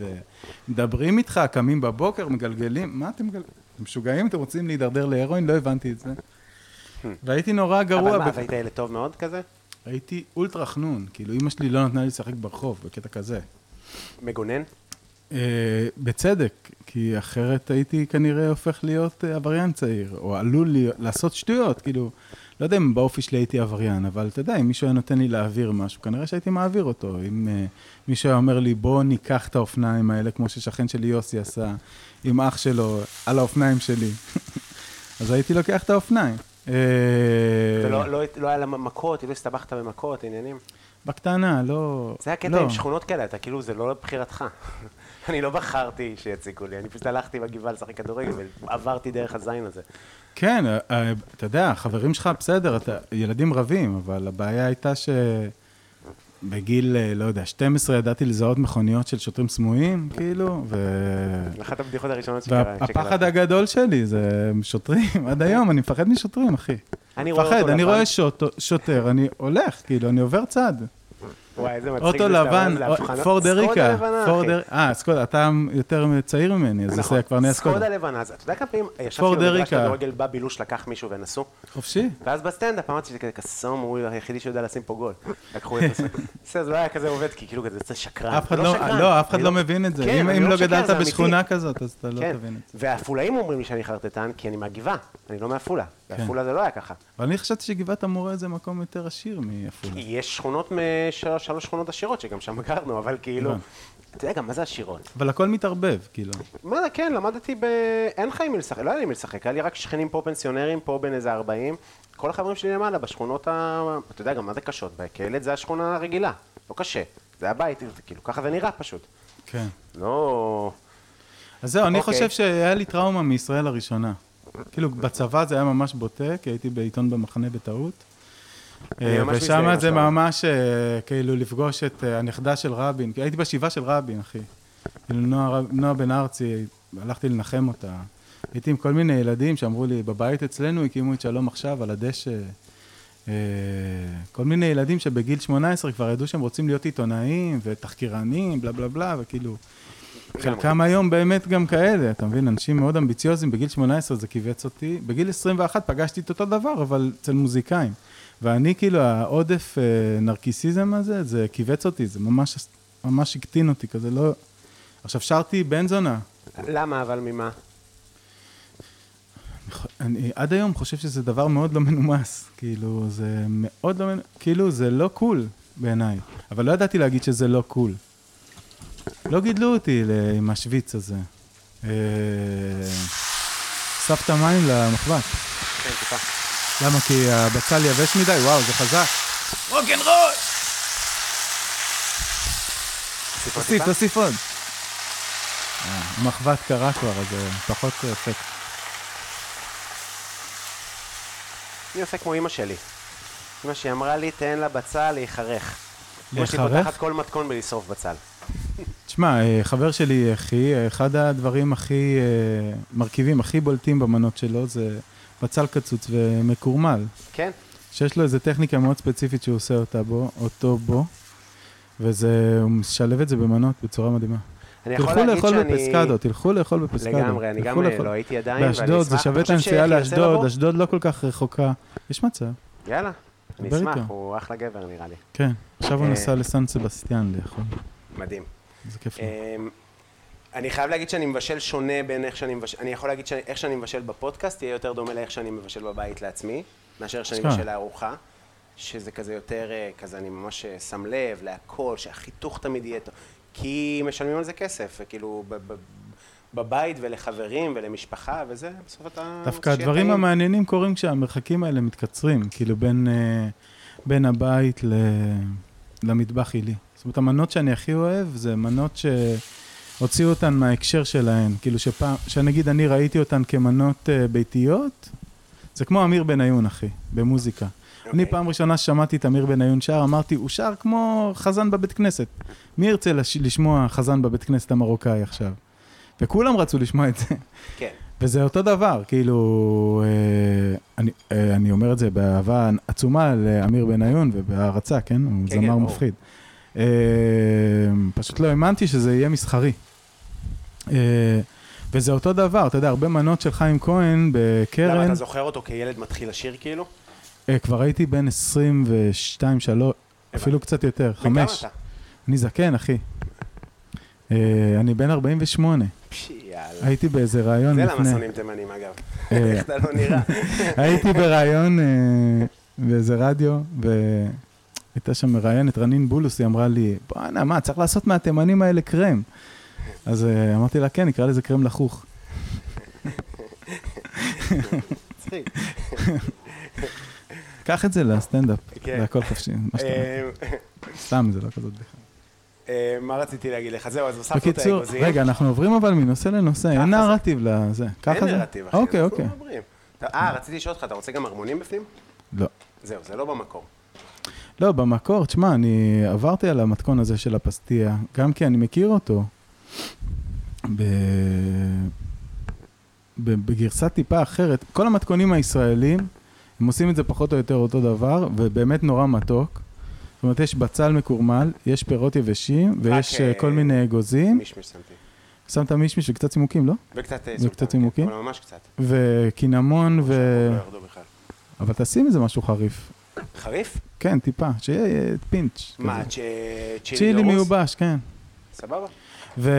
C: ומדברים איתך, קמים בבוקר, מגלגלים, מה אתם מגלגלים? אתם משוגעים, אתם רוצים להידרדר להרואין? לא הבנתי את זה. והייתי נורא גרוע.
A: Hmm. אבל מה,
C: ב-
A: והיית ילד טוב מאוד כזה?
C: הייתי אולטרה חנון, כאילו אימא שלי לא נתנה לי לשחק ברחוב, בקטע כזה.
A: מגונן?
C: אה, בצדק, כי אחרת הייתי כנראה הופך להיות אה, עבריין צעיר, או עלול להיות, לעשות שטויות, כאילו, לא יודע אם באופי שלי הייתי עבריין, אבל אתה יודע, אם מישהו היה נותן לי להעביר משהו, כנראה שהייתי מעביר אותו. אם אה, מישהו היה אומר לי, בוא ניקח את האופניים האלה, כמו ששכן שלי יוסי עשה, עם אח שלו, על האופניים שלי, אז הייתי לוקח את האופניים. אה,
A: ולא לא- לא היה לה מכות, כאילו הסתבכת במכות, עניינים?
C: בקטנה, לא...
A: זה הקטע
C: לא.
A: עם שכונות כאלה, אתה כאילו, זה לא בחירתך. אני לא בחרתי שיציקו לי, אני פשוט הלכתי בגבעה לשחק כדורגל ועברתי דרך הזין הזה.
C: כן, אה, אה, אתה יודע, החברים שלך בסדר, אתה, ילדים רבים, אבל הבעיה הייתה שבגיל, אה, לא יודע, 12 ידעתי לזהות מכוניות של שוטרים סמויים, כאילו, ו...
A: אחת הבדיחות הראשונות שקרה.
C: והפחד הגדול שלי זה שוטרים, עד היום אני מפחד משוטרים, אחי.
A: אני רואה
C: מפחד,
A: אותו
C: אני
A: לבן.
C: רואה שוט- שוטר, אני הולך, כאילו, אני עובר צד.
A: וואי, איזה מצחיק.
C: אוטו
A: זה שאתה אומר,
C: לבן,
A: זה
C: או-
A: הבחנות.
C: פורד
A: סקודה
C: אריקה,
A: לבנה, אחי.
C: פורד אריקה, אה, סקודה, אתה יותר צעיר ממני, אז
A: נכון,
C: זה כבר נהיה
A: סקודה
C: סקודה.
A: לבנה, אז אתה יודע כמה פעמים ישבתי
C: פורד
A: במגרש
C: אריקה.
A: כדורגל בא בילוש לקח מישהו ונסעו?
C: חופשי.
A: ואז בסטנדאפ אמרתי שזה כזה קסום, הוא היחידי שיודע לשים פה גול. לקחו את זה, זה לא היה כזה עובד, כי כאילו כזה, זה שקרן.
C: אף אחד
A: זה
C: לא,
A: שקרן.
C: לא, אף אחד
A: אני
C: לא מבין את זה.
A: כן,
C: אם-
A: אני
C: אם לא
A: שקרן, זה
C: גדלת
A: אמיתי.
C: בשכונה כזאת, אז אתה לא
A: כן,
C: תבין את זה.
A: והעפולאים אומרים לי שאני חרטטן, כי אני מהגבעה, אני לא מעפולה.
C: כן.
A: בעפולה זה לא היה ככה.
C: אבל אני חשבתי שגבעת המורה זה מקום יותר עשיר מעפולה.
A: יש שכונות, מ- שלוש שלוש שכונות עשירות, שגם שם גרנו, אבל כאילו...
C: הבנתי.
A: אתה יודע גם מה זה עשירות.
C: אבל הכל מתערבב, כאילו.
A: מה זה, כן, למדתי ב... אין לך עם מי לשחק, לא היה לי עם מי לשחק, היה לי רק שכנים פה פנסיונרים, פה בין איזה 40. כל החברים שלי למעלה, בשכונות ה... אתה יודע גם מה זה קשות, כילד זה השכונה הרגילה, לא קשה. זה הבית, זה כאילו, ככה זה נראה פשוט.
C: כן.
A: לא...
C: אז זהו, אני
A: אוקיי.
C: חושב שהיה לי טראומה מישראל הראשונה. כאילו, בצבא זה היה ממש בוטה, כי הייתי בעיתון במחנה בטעות.
A: אני ממש מזדהה עם
C: ושם
A: מה
C: זה
A: שאתה אומר.
C: ממש אה, כאילו לפגוש את אה, הנכדה של רבין. כי הייתי בשבעה של רבין, אחי. כאילו, נועה רב- נועה בן ארצי, הלכתי לנחם אותה. הייתי עם כל מיני ילדים שאמרו לי, בבית אצלנו הקימו את שלום עכשיו על הדשא. אה, כל מיני ילדים שבגיל 18 כבר ידעו שהם רוצים להיות עיתונאים ותחקירנים, בלה בלה בלה, וכאילו... חלקם היום באמת גם כאלה, אתה מבין? אנשים מאוד אמביציוזים, בגיל 18 זה כיווץ אותי. בגיל 21 פגשתי את אותו דבר, אבל אצל מוזיקאים. ואני, כאילו, העודף אה, נרקיסיזם הזה, זה כיווץ אותי, זה ממש, ממש הקטין אותי, כזה לא... עכשיו, שרתי בן זונה.
A: למה, אבל ממה?
C: אני עד היום חושב שזה דבר מאוד לא מנומס. כאילו, זה מאוד לא מנומס, כאילו, זה לא קול בעיניי. אבל לא ידעתי להגיד שזה לא קול. לא גידלו אותי ל- עם השוויץ הזה. אה, ספת מים למחבת.
A: כן, טיפה.
C: למה? כי הבצל יבש מדי? וואו, זה חזק. רוקנרול!
A: טיפה,
C: תוסיף,
A: טיפה.
C: תוסיף עוד. אה, המחבת קרה כבר, אז זה פחות אפקט.
A: אני עושה כמו אימא שלי. אימא שהיא אמרה לי, תן לה בצל להיחרך. אימא שלי
C: להיחרך?
A: פותחת כל מתכון בלשרוף בצל.
C: תשמע, אה, חבר שלי, אחי, אה, אחד הדברים הכי, אה, מרכיבים הכי בולטים במנות שלו זה בצל קצוץ ומקורמל.
A: כן?
C: שיש לו איזו טכניקה מאוד ספציפית שהוא עושה אותה בו, אותו בו, וזה, הוא משלב את זה במנות בצורה מדהימה.
A: אני יכול
C: תלכו
A: להגיד
C: לאכול
A: שאני...
C: בפסקדו, תלכו לאכול בפסקדו.
A: לגמרי, אני
C: תלכו
A: גם אה,
C: לאכול.
A: לא הייתי עדיין, ואני אשמח.
C: באשדוד, זה שווה את
A: אתה חושב
C: הנסיעה
A: שיחי יוצא
C: לאשדוד,
A: לבוא?
C: אשדוד לא כל כך רחוקה. יש מצב,
A: יאללה, אני
C: דבר
A: אשמח,
C: איתו.
A: הוא אחלה גבר נראה לי.
C: כן. עכשיו הוא
A: אה.
C: נסע לסן סבסטיאן לאכול,
A: מדהים.
C: זה כיף. לו.
A: אמ, אני חייב להגיד שאני מבשל שונה בין איך שאני מבשל, אני יכול להגיד שאיך שאני מבשל בפודקאסט יהיה יותר דומה לאיך שאני מבשל בבית לעצמי, מאשר שאני
C: אשכרה.
A: מבשל לארוחה, שזה כזה יותר, אה, כזה אני ממש אה, שם לב להכל, שהחיתוך תמיד יהיה טוב, כי משלמים על זה כסף, וכאילו ב- ב- בבית ולחברים ולמשפחה וזה, בסוף אתה...
C: דווקא
A: שיהיה
C: הדברים
A: טעים.
C: המעניינים קורים כשהמרחקים האלה מתקצרים, כאילו בין, אה, בין הבית ל... למטבח עילי. זאת אומרת, המנות שאני הכי אוהב זה מנות שהוציאו אותן מההקשר שלהן. כאילו שפעם, שנגיד אני ראיתי אותן כמנות אה, ביתיות, זה כמו אמיר בניון, אחי, במוזיקה. אני פעם ראשונה ששמעתי את אמיר בניון שר, אמרתי, הוא שר כמו חזן בבית כנסת. מי ירצה לש... לשמוע חזן בבית כנסת המרוקאי עכשיו? וכולם רצו לשמוע את זה.
A: כן.
C: וזה אותו דבר, כאילו, אה, אני, אה, אני אומר את זה באהבה עצומה לאמיר בניון ובהערצה, כן? הוא
A: כן,
C: זמר
A: ברור.
C: מפחיד. אה, פשוט לא האמנתי שזה יהיה מסחרי. אה, וזה אותו דבר, אתה יודע, הרבה מנות של חיים כהן
A: למה
C: בקרן,
A: אתה זוכר אותו כילד מתחיל לשיר כאילו?
C: אה, כבר הייתי בן 22, 3, אפילו קצת יותר, חמש.
A: וכמה אתה?
C: אני זקן, אחי. אה, אני בן 48.
A: פשי, יאללה.
C: הייתי באיזה ראיון
A: זה
C: לפני...
A: למה שונאים תימנים אגב.
C: אה,
A: איך אתה לא נראה.
C: הייתי בריאיון אה, באיזה רדיו, והייתה שם מראיינת, רנין בולוס, היא אמרה לי, בואנה, מה, צריך לעשות מהתימנים האלה קרם. אז אה, אמרתי לה, כן, נקרא לזה קרם לחוך.
A: מצחיק.
C: קח את זה לסטנדאפ,
A: כן.
C: זה הכל חופשי, מה שאתה אומר.
A: אה,
C: סתם, זה לא כזאת בכלל.
A: אה, מה רציתי להגיד לך? זהו, אז הוספנו את
C: בקיצור,
A: האגוזים.
C: רגע, אנחנו עוברים אבל מנושא לנושא, אין
A: זה.
C: נרטיב לזה. ככה זה?
A: אה, אין נרטיב, אחי.
C: אוקיי,
A: אנחנו
C: אוקיי.
A: מדברים. אתה- אה, רציתי לשאול אותך, אתה רוצה גם ערמונים בפנים?
C: לא.
A: זהו, זה לא במקור.
C: לא, במקור, תשמע, אני עברתי על המתכון הזה של הפסטיה, גם כי אני מכיר אותו. ב... ב- בגרסה טיפה אחרת, כל המתכונים הישראלים, הם עושים את זה פחות או יותר אותו דבר, ובאמת נורא מתוק. זאת אומרת, יש בצל מקורמל, יש פירות יבשים, ויש
A: רק,
C: אה,
A: אה,
C: כל מיני אגוזים.
A: מישמיש שמתי.
C: שמת מישמיש וקצת צימוקים, לא?
A: וקצת אה,
C: וקצת
A: סולטן, כן,
C: צימוקים?
A: אבל ממש קצת.
C: וקינמון ו...
A: לא ירדו בכלל.
C: אבל תשים איזה משהו חריף.
A: חריף?
C: כן, טיפה, שיהיה אה, פינץ'.
A: מה,
C: כזה.
A: צ'ילי
C: צ'ילי
A: לרוס?
C: מיובש, כן.
A: סבבה?
C: ו...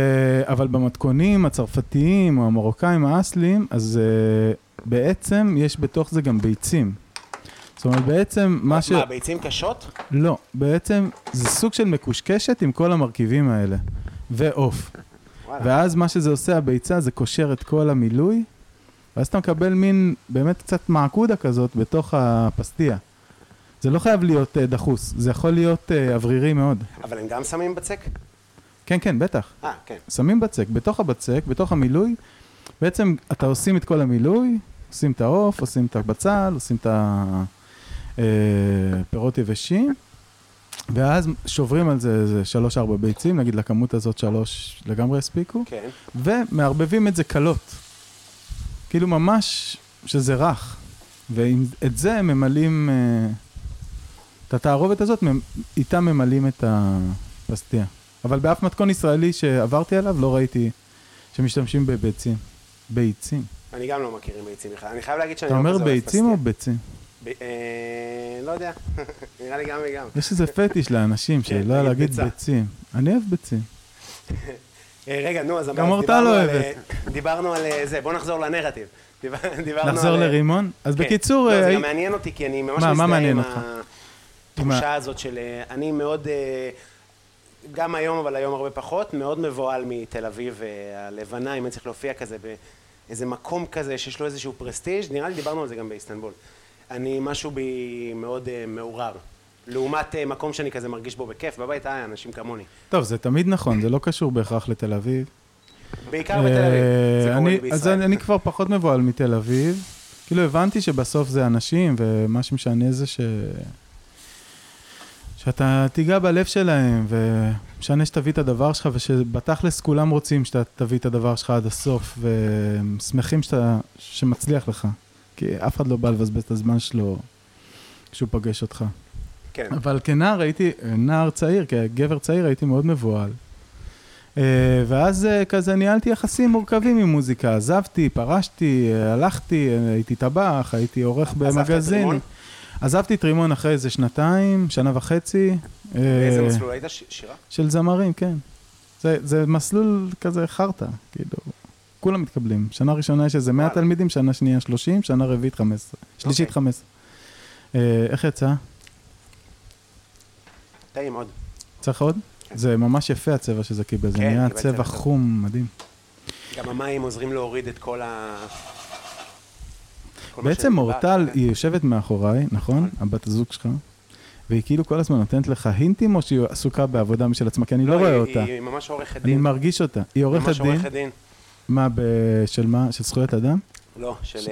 C: אבל במתכונים הצרפתיים או המרוקאים האסלים, אז uh, בעצם יש בתוך זה גם ביצים. זאת אומרת, בעצם מה ש...
A: מה, ביצים קשות?
C: לא, בעצם זה סוג של מקושקשת עם כל המרכיבים האלה. ועוף.
A: וואלה.
C: ואז מה שזה עושה, הביצה, זה קושר את כל המילוי, ואז אתה מקבל מין, באמת קצת מעקודה כזאת בתוך הפסטיה. זה לא חייב להיות אה, דחוס, זה יכול להיות אה, אוורירי מאוד.
A: אבל הם גם שמים בצק?
C: כן, כן, בטח.
A: אה, כן.
C: שמים בצק, בתוך הבצק, בתוך המילוי, בעצם אתה עושים את כל המילוי, עושים את העוף, עושים את הבצל, עושים את הפירות יבשים, ואז שוברים על זה איזה שלוש-ארבע ביצים, נגיד לכמות הזאת שלוש לגמרי הספיקו,
A: כן.
C: ומערבבים את זה קלות. כאילו ממש שזה רך. ואת זה הם ממלאים, אה, את התערובת הזאת, ממ- איתה ממלאים את הפסטיה. אבל באף מתכון ישראלי שעברתי עליו לא ראיתי שמשתמשים בביצים. ביצים.
A: אני גם לא מכיר עם ביצים בכלל. אני חייב להגיד שאני
C: אתה
A: לא
C: אומר
A: כזה אוהב
C: ביצים או
A: פסטיה.
C: ביצים?
A: ב- אה, לא יודע. נראה לי גם וגם.
C: יש איזה פטיש לאנשים
A: כן,
C: שלא
A: תגיד
C: להגיד
A: ביצה.
C: ביצים. אני אוהב ביצים.
A: אה, רגע, נו, אז אמרת,
C: גם אורטל
A: דיברנו על,
C: אוהבת.
A: אה, דיברנו על אה, זה, בוא נחזור לנרטיב. דיבר- דיברנו
C: נחזור
A: על, אה,
C: לרימון? אז
A: כן.
C: בקיצור,
A: לא, זה
C: אה,
A: גם מעניין אותי, כי אני ממש
C: מה- מה
A: מזדהה
C: מעניין
A: עם
C: אותך?
A: התחושה הזאת של... אה, אני מאוד, אה, גם היום, אבל היום הרבה פחות, מאוד מבוהל מתל אביב אה, הלבנה, אם אני צריך להופיע כזה באיזה מקום כזה שיש לו איזשהו פרסטיג', נראה לי דיברנו על זה גם באיסטנבול. אני, משהו בי מאוד אה, מעורער. לעומת אה, מקום שאני כזה מרגיש בו בכיף, בבית היה אנשים כמוני.
C: טוב, זה תמיד נכון, זה לא קשור בהכרח לתל אביב.
A: בעיקר בתל אביב, זה
C: אה,
A: קורה לי
C: אני- אז אני
A: בישראל.
C: אני כבר פחות מבוהל מתל אביב. כאילו הבנתי שבסוף זה אנשים, ומה שמשנה זה ש... שאתה תיגע בלב שלהם, ומשנה שתביא את הדבר שלך, ושבתכלס כולם רוצים שאתה תביא את הדבר שלך עד הסוף, והם שמחים שאתה... שמצליח לך. כי אף אחד לא בא לבזבז את הזמן שלו כשהוא פגש אותך.
A: כן.
C: אבל כנער הייתי, נער צעיר, כגבר צעיר הייתי מאוד מבוהל. אה, ואז אה, כזה ניהלתי יחסים מורכבים עם מוזיקה. עזבתי, פרשתי, אה, הלכתי, אה, הייתי טבח, הייתי עורך
A: עזבת את
C: במגזין.
A: רימון?
C: עזבתי את רימון אחרי איזה שנתיים, שנה וחצי. אה,
A: באיזה מסלול היית? ש- שירה?
C: של זמרים, כן. זה, זה מסלול כזה חרטא, כאילו. כולם מתקבלים. שנה ראשונה יש איזה 100
A: וואלה.
C: תלמידים, שנה שנייה 30, שנה רביעית 15, שלישית
A: אוקיי.
C: 15. אה, איך יצא?
A: טעים מאוד.
C: צריך עוד? זה ממש יפה הצבע שזה קיבל, זה
A: כן,
C: נהיה
A: קיבל
C: צבע
A: צבע טוב.
C: חום מדהים.
A: גם המים עוזרים להוריד את כל ה... כל מה
C: בעצם
A: שדיברת,
C: אורטל,
A: כן. נכון.
C: היא יושבת מאחוריי, נכון? הבת הזוג שלך. והיא כאילו כל הזמן נותנת לך הינטים, או שהיא עסוקה בעבודה משל עצמה? כי אני לא,
A: היא-
C: רואה אותה.
A: היא ממש עורכת
C: אני
A: דין.
C: מרגיש אותה. היא עורכת
A: ממש
C: דין?
A: עורכת דין.
C: מה, ב- של מה? של זכויות אדם?
A: לא, של אה,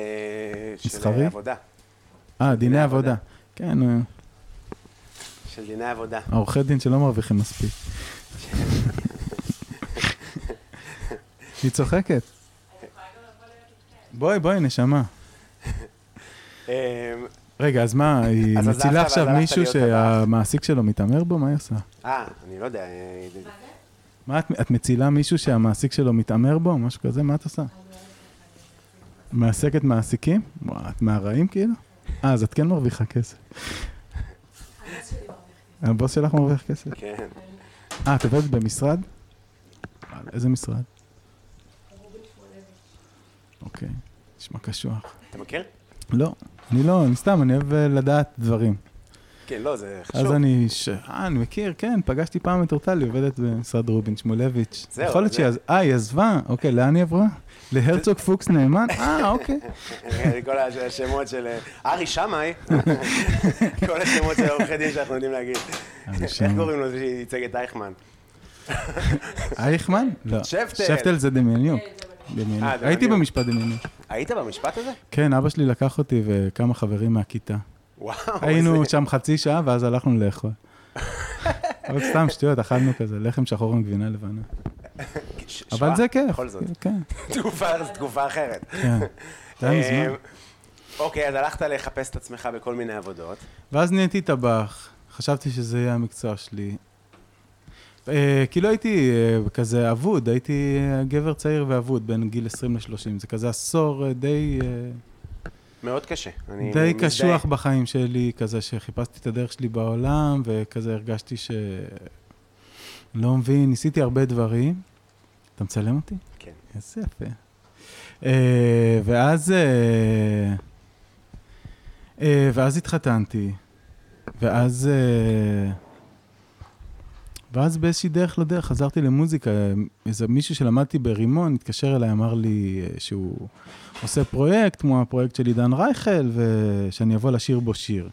A: של,
C: מסחרי?
A: אה, עבודה.
C: אה, דיני
A: עבודה.
C: עבודה. כן, אה,
A: של דיני עבודה.
C: העורכי דין שלא מרוויחים מספיק. היא צוחקת. בואי, בואי, נשמה.
A: אה,
C: רגע, אז מה, היא
A: אז עזבת,
C: מצילה
A: אבל
C: עכשיו
A: הלכת
C: מישהו
A: להיות טבח.
C: שהמעסיק שלו מתעמר בו? מה היא עושה?
A: אה, אני לא יודע. אה,
C: מה, את, את מצילה מישהו שהמעסיק שלו מתעמר בו? משהו כזה? מה את עושה? מעסקת מעסיקים? וואו, את מהרעים כאילו? אה, אז את כן מרוויחה כסף. הבוס שלך מרוויח כסף?
A: כן.
C: אה, את עובדת במשרד? וואלה, איזה משרד? אוקיי, נשמע קשוח.
A: אתה מכיר?
C: לא, אני לא, אני סתם, אני אוהב אה, לדעת דברים.
A: כן, לא, זה חשוב.
C: אז אני, ש... אה, אני מכיר, כן, פגשתי פעם את אורטל, היא עובדת במשרד רובין שמולביץ'.
A: זהו,
C: יכול להיות
A: זה-
C: שהיא, עז- אה, היא עזבה, אוקיי, לאן היא עברה? להרצוג פוקס נאמן? אה, אוקיי.
A: אה, כל הש- השמות של... אה, ארי שמאי. כל השמות של עורכי דין שאנחנו יודעים להגיד.
C: ארי
A: איך
C: שמאי.
A: קוראים לו זה שייצג את אייכמן?
C: אייכמן? לא.
A: שפטל.
C: שפטל זה דמיוניוק. דמיוניוק.
A: אה,
C: הייתי
A: דמיוניוק.
C: במשפט דמיוניוק.
A: היית במשפט הזה?
C: כן, אבא שלי לקח אותי וכמה חברים מהכיתה.
A: וואו.
C: היינו
A: איזה-
C: שם חצי שעה ואז הלכנו לאכול. אבל סתם שטויות, אכלנו כזה, לחם שחור עם גבינה לבנה.
A: ש-
C: אבל
A: שמע,
C: זה כיף.
A: בכל זאת.
C: כן,
A: תקופה, זו תקופה אחרת.
C: כן. זה היה
A: אה,
C: מזמן.
A: אוקיי, אז הלכת לחפש את עצמך בכל מיני עבודות.
C: ואז נהייתי טבח, חשבתי שזה יהיה המקצוע שלי. אה, כי לא הייתי אה, כזה אבוד, הייתי אה, גבר צעיר ואבוד, בין גיל 20 ל-30. זה כזה עשור אה, די, אה,
A: מאוד קשה. אני
C: די
A: מזדהה.
C: קשוח בחיים שלי, כזה שחיפשתי את הדרך שלי בעולם, וכזה הרגשתי ש... לא מבין, ניסיתי הרבה דברים. אתה מצלם אותי?
A: כן.
C: איזה יפה. אה, ואז, אה, אה, ואז התחתנתי, ואז, אה, ואז באיזושהי דרך לא דרך חזרתי למוזיקה. איזה מישהו שלמדתי ברימון התקשר אליי, אמר לי אה, שהוא עושה פרויקט, כמו הפרויקט של עידן רייכל, ושאני אבוא לשיר בו שיר.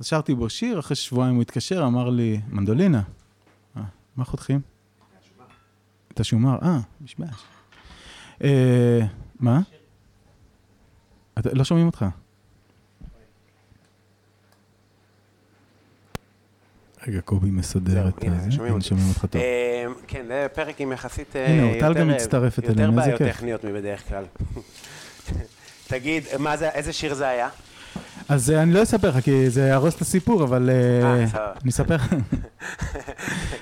C: אז שרתי בו שיר, אחרי שבועיים הוא התקשר, אמר לי, מנדולינה, אה, מה חותכים? את השומר, אה, משבש. אה, מה? אתה- לא שומעים אותך. רגע, קובי מסדר
A: זהו,
C: את
A: הנה,
C: זה,
A: שומעים
C: הנה,
A: אותי.
C: שומעים אותך טוב.
A: אה, כן, זה פרק עם יחסית אה,
C: הנה,
A: יותר...
C: אורטל גם מצטרפת
A: יותר
C: אלינו, איזה
A: בעיות
C: כיף.
A: טכניות מבדרך כלל. תגיד, מה זה, איזה שיר זה היה?
C: אז אה, אני לא אספר לך, כי זה יהרוס את הסיפור, אבל אה,
A: אה, סבבה.
C: אני אספר לך.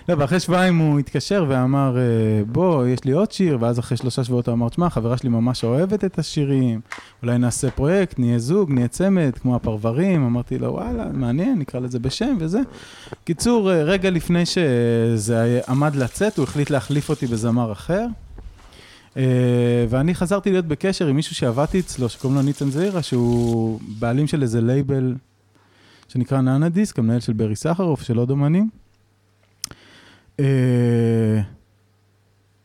C: לא, ואחרי שבועיים הוא התקשר ואמר, אה, בוא, יש לי עוד שיר, ואז אחרי שלושה שבועות הוא אמר, תשמע, חברה שלי ממש אוהבת את השירים, אולי נעשה פרויקט, נהיה זוג, נהיה צמד, כמו הפרברים. אמרתי לו, וואלה, מעניין, נקרא לזה בשם וזה. קיצור, אה, רגע לפני שזה היה- עמד לצאת, הוא החליט להחליף אותי בזמר אחר. אה, ואני חזרתי להיות בקשר עם מישהו שעבדתי אצלו, שקוראים לו ניצן זעירה, שהוא בעלים של איזה לייבל שנקרא נאנה דיסק, המנהל של ברי סחרוף, של עוד אומנים. אה,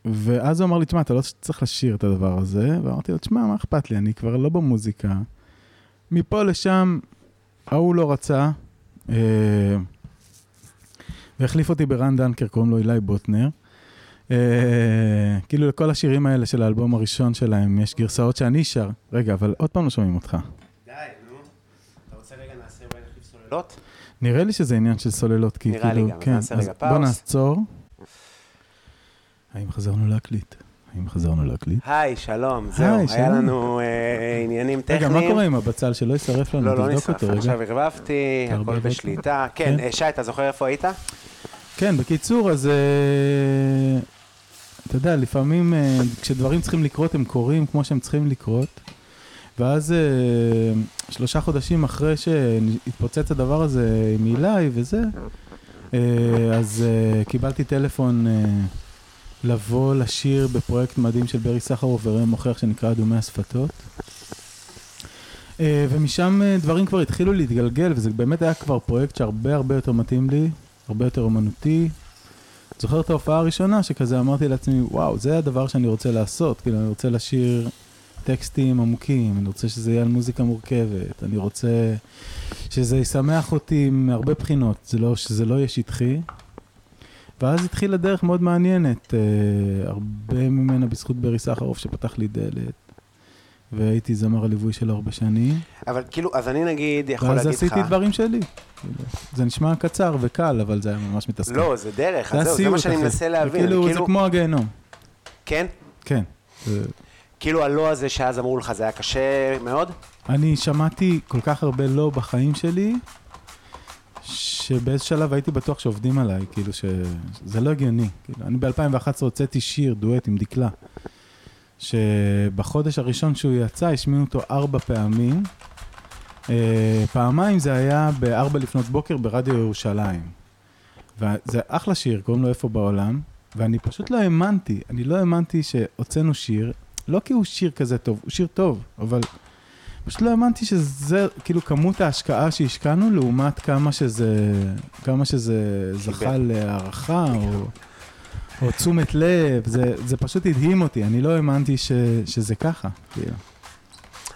C: ואז הוא אמר לי, תשמע, אתה לא צריך לשיר את הדבר הזה, ואמרתי לו, תשמע, מה אכפת לי, אני כבר לא במוזיקה. מפה לשם, ההוא לא רצה, אה, והחליף אותי ברן דנקר, קוראים לו אילי בוטנר. אה, כאילו לכל השירים האלה של האלבום הראשון שלהם, יש גרסאות שאני שר. רגע, אבל עוד פעם לא שומעים אותך.
A: די, נו. אתה רוצה רגע נעשה אולי נחליף סוללות?
C: נראה לי שזה עניין של סוללות, כי
A: נראה לי
C: כאילו...
A: גם, אז נעשה
C: אז
A: רגע
C: בוא
A: פאוס.
C: נעצור. האם חזרנו להקליט? האם חזרנו להקליט?
A: היי, שלום,
C: היי,
A: זהו, היה
C: שלום.
A: לנו אה, עניינים
C: רגע,
A: טכניים.
C: מה קורה עם הבצל שלא יישרף לנו?
A: לא, לא
C: תבדוק
A: נשרף,
C: אותו רגע.
A: עכשיו ערבבתי,
C: תערבב
A: הכל
C: אותו.
A: בשליטה. כן,
C: כן.
A: אה, שי, אתה זוכר איפה היית?
C: כן, בקיצור, אז... אה, אתה יודע, לפעמים אה, כשדברים צריכים לקרות, הם קורים כמו שהם צריכים לקרות. ואז אה, שלושה חודשים אחרי שהתפוצץ הדבר הזה עם אילי וזה, אה, אז אה, קיבלתי טלפון אה, לבוא לשיר בפרויקט מדהים של ברי סחרוף וראם מוכיח שנקרא אדומי השפתות. אה, ומשם אה, דברים כבר התחילו להתגלגל, וזה באמת היה כבר פרויקט שהרבה הרבה יותר מתאים לי, הרבה יותר אומנותי. זוכר את ההופעה הראשונה שכזה אמרתי לעצמי, וואו, זה הדבר שאני רוצה לעשות, כאילו אני רוצה לשיר טקסטים עמוקים, אני רוצה שזה יהיה על מוזיקה מורכבת, אני רוצה שזה ישמח אותי מהרבה בחינות, זה לא, שזה לא יהיה שטחי. ואז התחילה דרך מאוד מעניינת, אה, הרבה ממנה בזכות ברי סחרוף שפתח לי דלת, והייתי זמר הליווי שלו הרבה שנים.
A: אבל כאילו, אז אני נגיד יכול
C: ואז
A: להגיד לך...
C: עשיתי דברים שלי. כאילו, זה נשמע קצר וקל, אבל זה היה ממש מתסכל.
A: לא, זה דרך,
C: היה
A: אז זהו, זה
C: סיוט,
A: מה שאני
C: אחי.
A: מנסה להבין.
C: כאילו, זה
A: כאילו,
C: כמו הגיהנום.
A: כן?
C: כן. זה-
A: כאילו הלא הזה שאז אמרו לך, זה היה קשה מאוד?
C: אני שמעתי כל כך הרבה לא בחיים שלי, שבאיזה שלב הייתי בטוח שעובדים עליי, כאילו שזה לא הגיוני. כאילו, אני ב-2011 הוצאתי שיר, דואט עם דקלה, שבחודש הראשון שהוא יצא, השמיעו אותו ארבע פעמים. אה, פעמיים זה היה בארבע לפנות בוקר ברדיו ירושלים. וזה אחלה שיר, קוראים לו איפה בעולם, ואני פשוט לא האמנתי, אני לא האמנתי שהוצאנו שיר, לא כי הוא שיר כזה טוב, הוא שיר טוב, אבל פשוט לא האמנתי שזה, כאילו, כמות ההשקעה שהשקענו לעומת כמה שזה, כמה שזה זכה להערכה או, או תשומת לב, זה, זה פשוט הדהים אותי, אני לא האמנתי ש, שזה ככה. כאילו.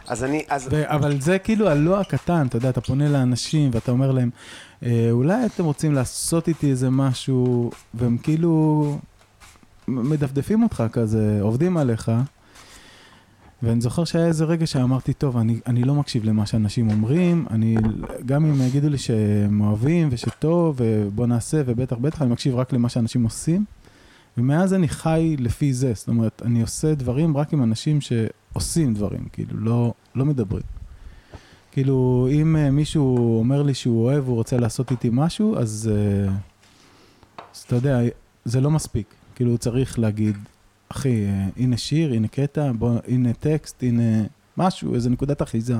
A: אז אני, אז...
C: ו- אבל זה כאילו הלא הקטן, אתה יודע, אתה פונה לאנשים ואתה אומר להם, "אה, אולי אתם רוצים לעשות איתי איזה משהו, והם כאילו מ- מדפדפים אותך כזה, עובדים עליך. ואני זוכר שהיה איזה רגע שאמרתי, טוב, אני, אני לא מקשיב למה שאנשים אומרים, אני, גם אם יגידו לי שהם אוהבים ושטוב ובוא נעשה ובטח בטח, אני מקשיב רק למה שאנשים עושים. ומאז אני חי לפי זה, זאת אומרת, אני עושה דברים רק עם אנשים שעושים דברים, כאילו, לא, לא מדברים. כאילו, אם אה, מישהו אומר לי שהוא אוהב, הוא רוצה לעשות איתי משהו, אז, אה, אז אתה יודע, זה לא מספיק. כאילו, הוא צריך להגיד, אחי, אה, הנה שיר, הנה קטע, בוא, הנה טקסט, הנה משהו, איזה נקודת אחיזה.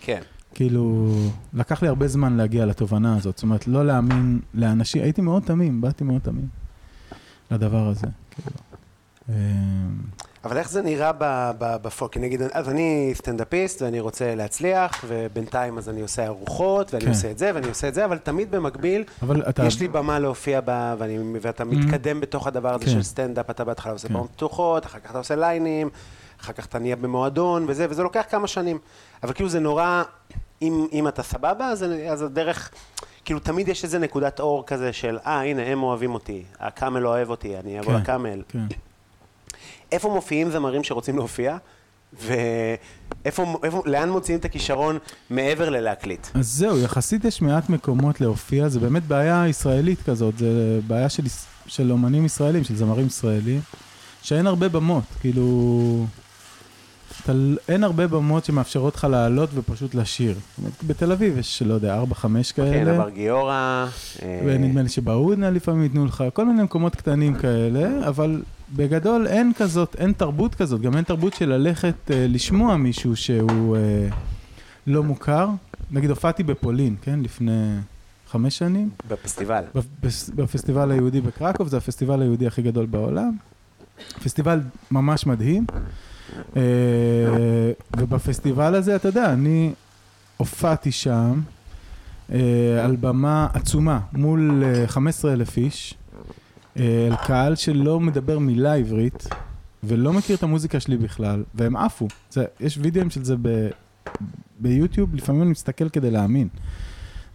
A: כן.
C: כאילו, לקח לי הרבה זמן להגיע לתובנה הזאת. זאת אומרת, לא להאמין לאנשים, הייתי מאוד תמים, באתי מאוד תמים לדבר הזה. כאילו. אה,
A: אבל איך זה נראה ב- ב- בפועל? כי נגיד, אז אני סטנדאפיסט ואני רוצה להצליח, ובינתיים אז אני עושה ארוחות, ואני
C: כן.
A: עושה את זה, ואני עושה את זה, אבל תמיד במקביל,
C: אבל אתה... Mm-hmm.
A: יש לי במה להופיע בה, ואני, ואתה מתקדם בתוך הדבר הזה
C: כן.
A: של סטנדאפ, אתה בהתחלה עושה
C: כן.
A: פעמים פתוחות, אחר כך אתה עושה ליינים, אחר כך אתה נהיה במועדון וזה, וזה לוקח כמה שנים. אבל כאילו זה נורא, אם, אם אתה סבבה, אז, אז הדרך, כאילו תמיד יש איזה נקודת אור כזה של, אה, הנה, הם אוהבים אותי, הקאמל אוהב אותי, אני אבוא
C: כן,
A: לקאמל.
C: כן.
A: איפה מופיעים זמרים שרוצים להופיע? ואיפה, איפה, לאן מוציאים את הכישרון מעבר ללהקליט?
C: אז זהו, יחסית יש מעט מקומות להופיע, זה באמת בעיה ישראלית כזאת, זה בעיה של, יש- של אומנים ישראלים, של זמרים ישראלים, שאין הרבה במות, כאילו... אתה, ל- אין הרבה במות שמאפשרות לך לעלות ופשוט לשיר. זאת אומרת, בתל אביב יש, לא יודע, 4-5 כאלה.
A: כן, עבר גיורא. אה,
C: ונדמה לי שבהודנה לפעמים ייתנו לך, כל מיני מקומות קטנים כאלה, אבל בגדול אין כזאת, אין תרבות כזאת, גם אין תרבות של ללכת אה, לשמוע מישהו שהוא אה, לא מוכר. נגיד הופעתי בפולין, כן? לפני חמש שנים,
A: בפסטיבל.
C: בפס- בפסטיבל היהודי בקרקוב, זה הפסטיבל היהודי הכי גדול בעולם. פסטיבל ממש מדהים. אה, ובפסטיבל הזה, אתה יודע, אני הופעתי שם אה, על במה עצומה מול אה, 15,000 איש, אה, על קהל שלא מדבר מילה עברית ולא מכיר את המוזיקה שלי בכלל, והם עפו. זה, יש וידאוים של זה ב, ביוטיוב, לפעמים אני מסתכל כדי להאמין.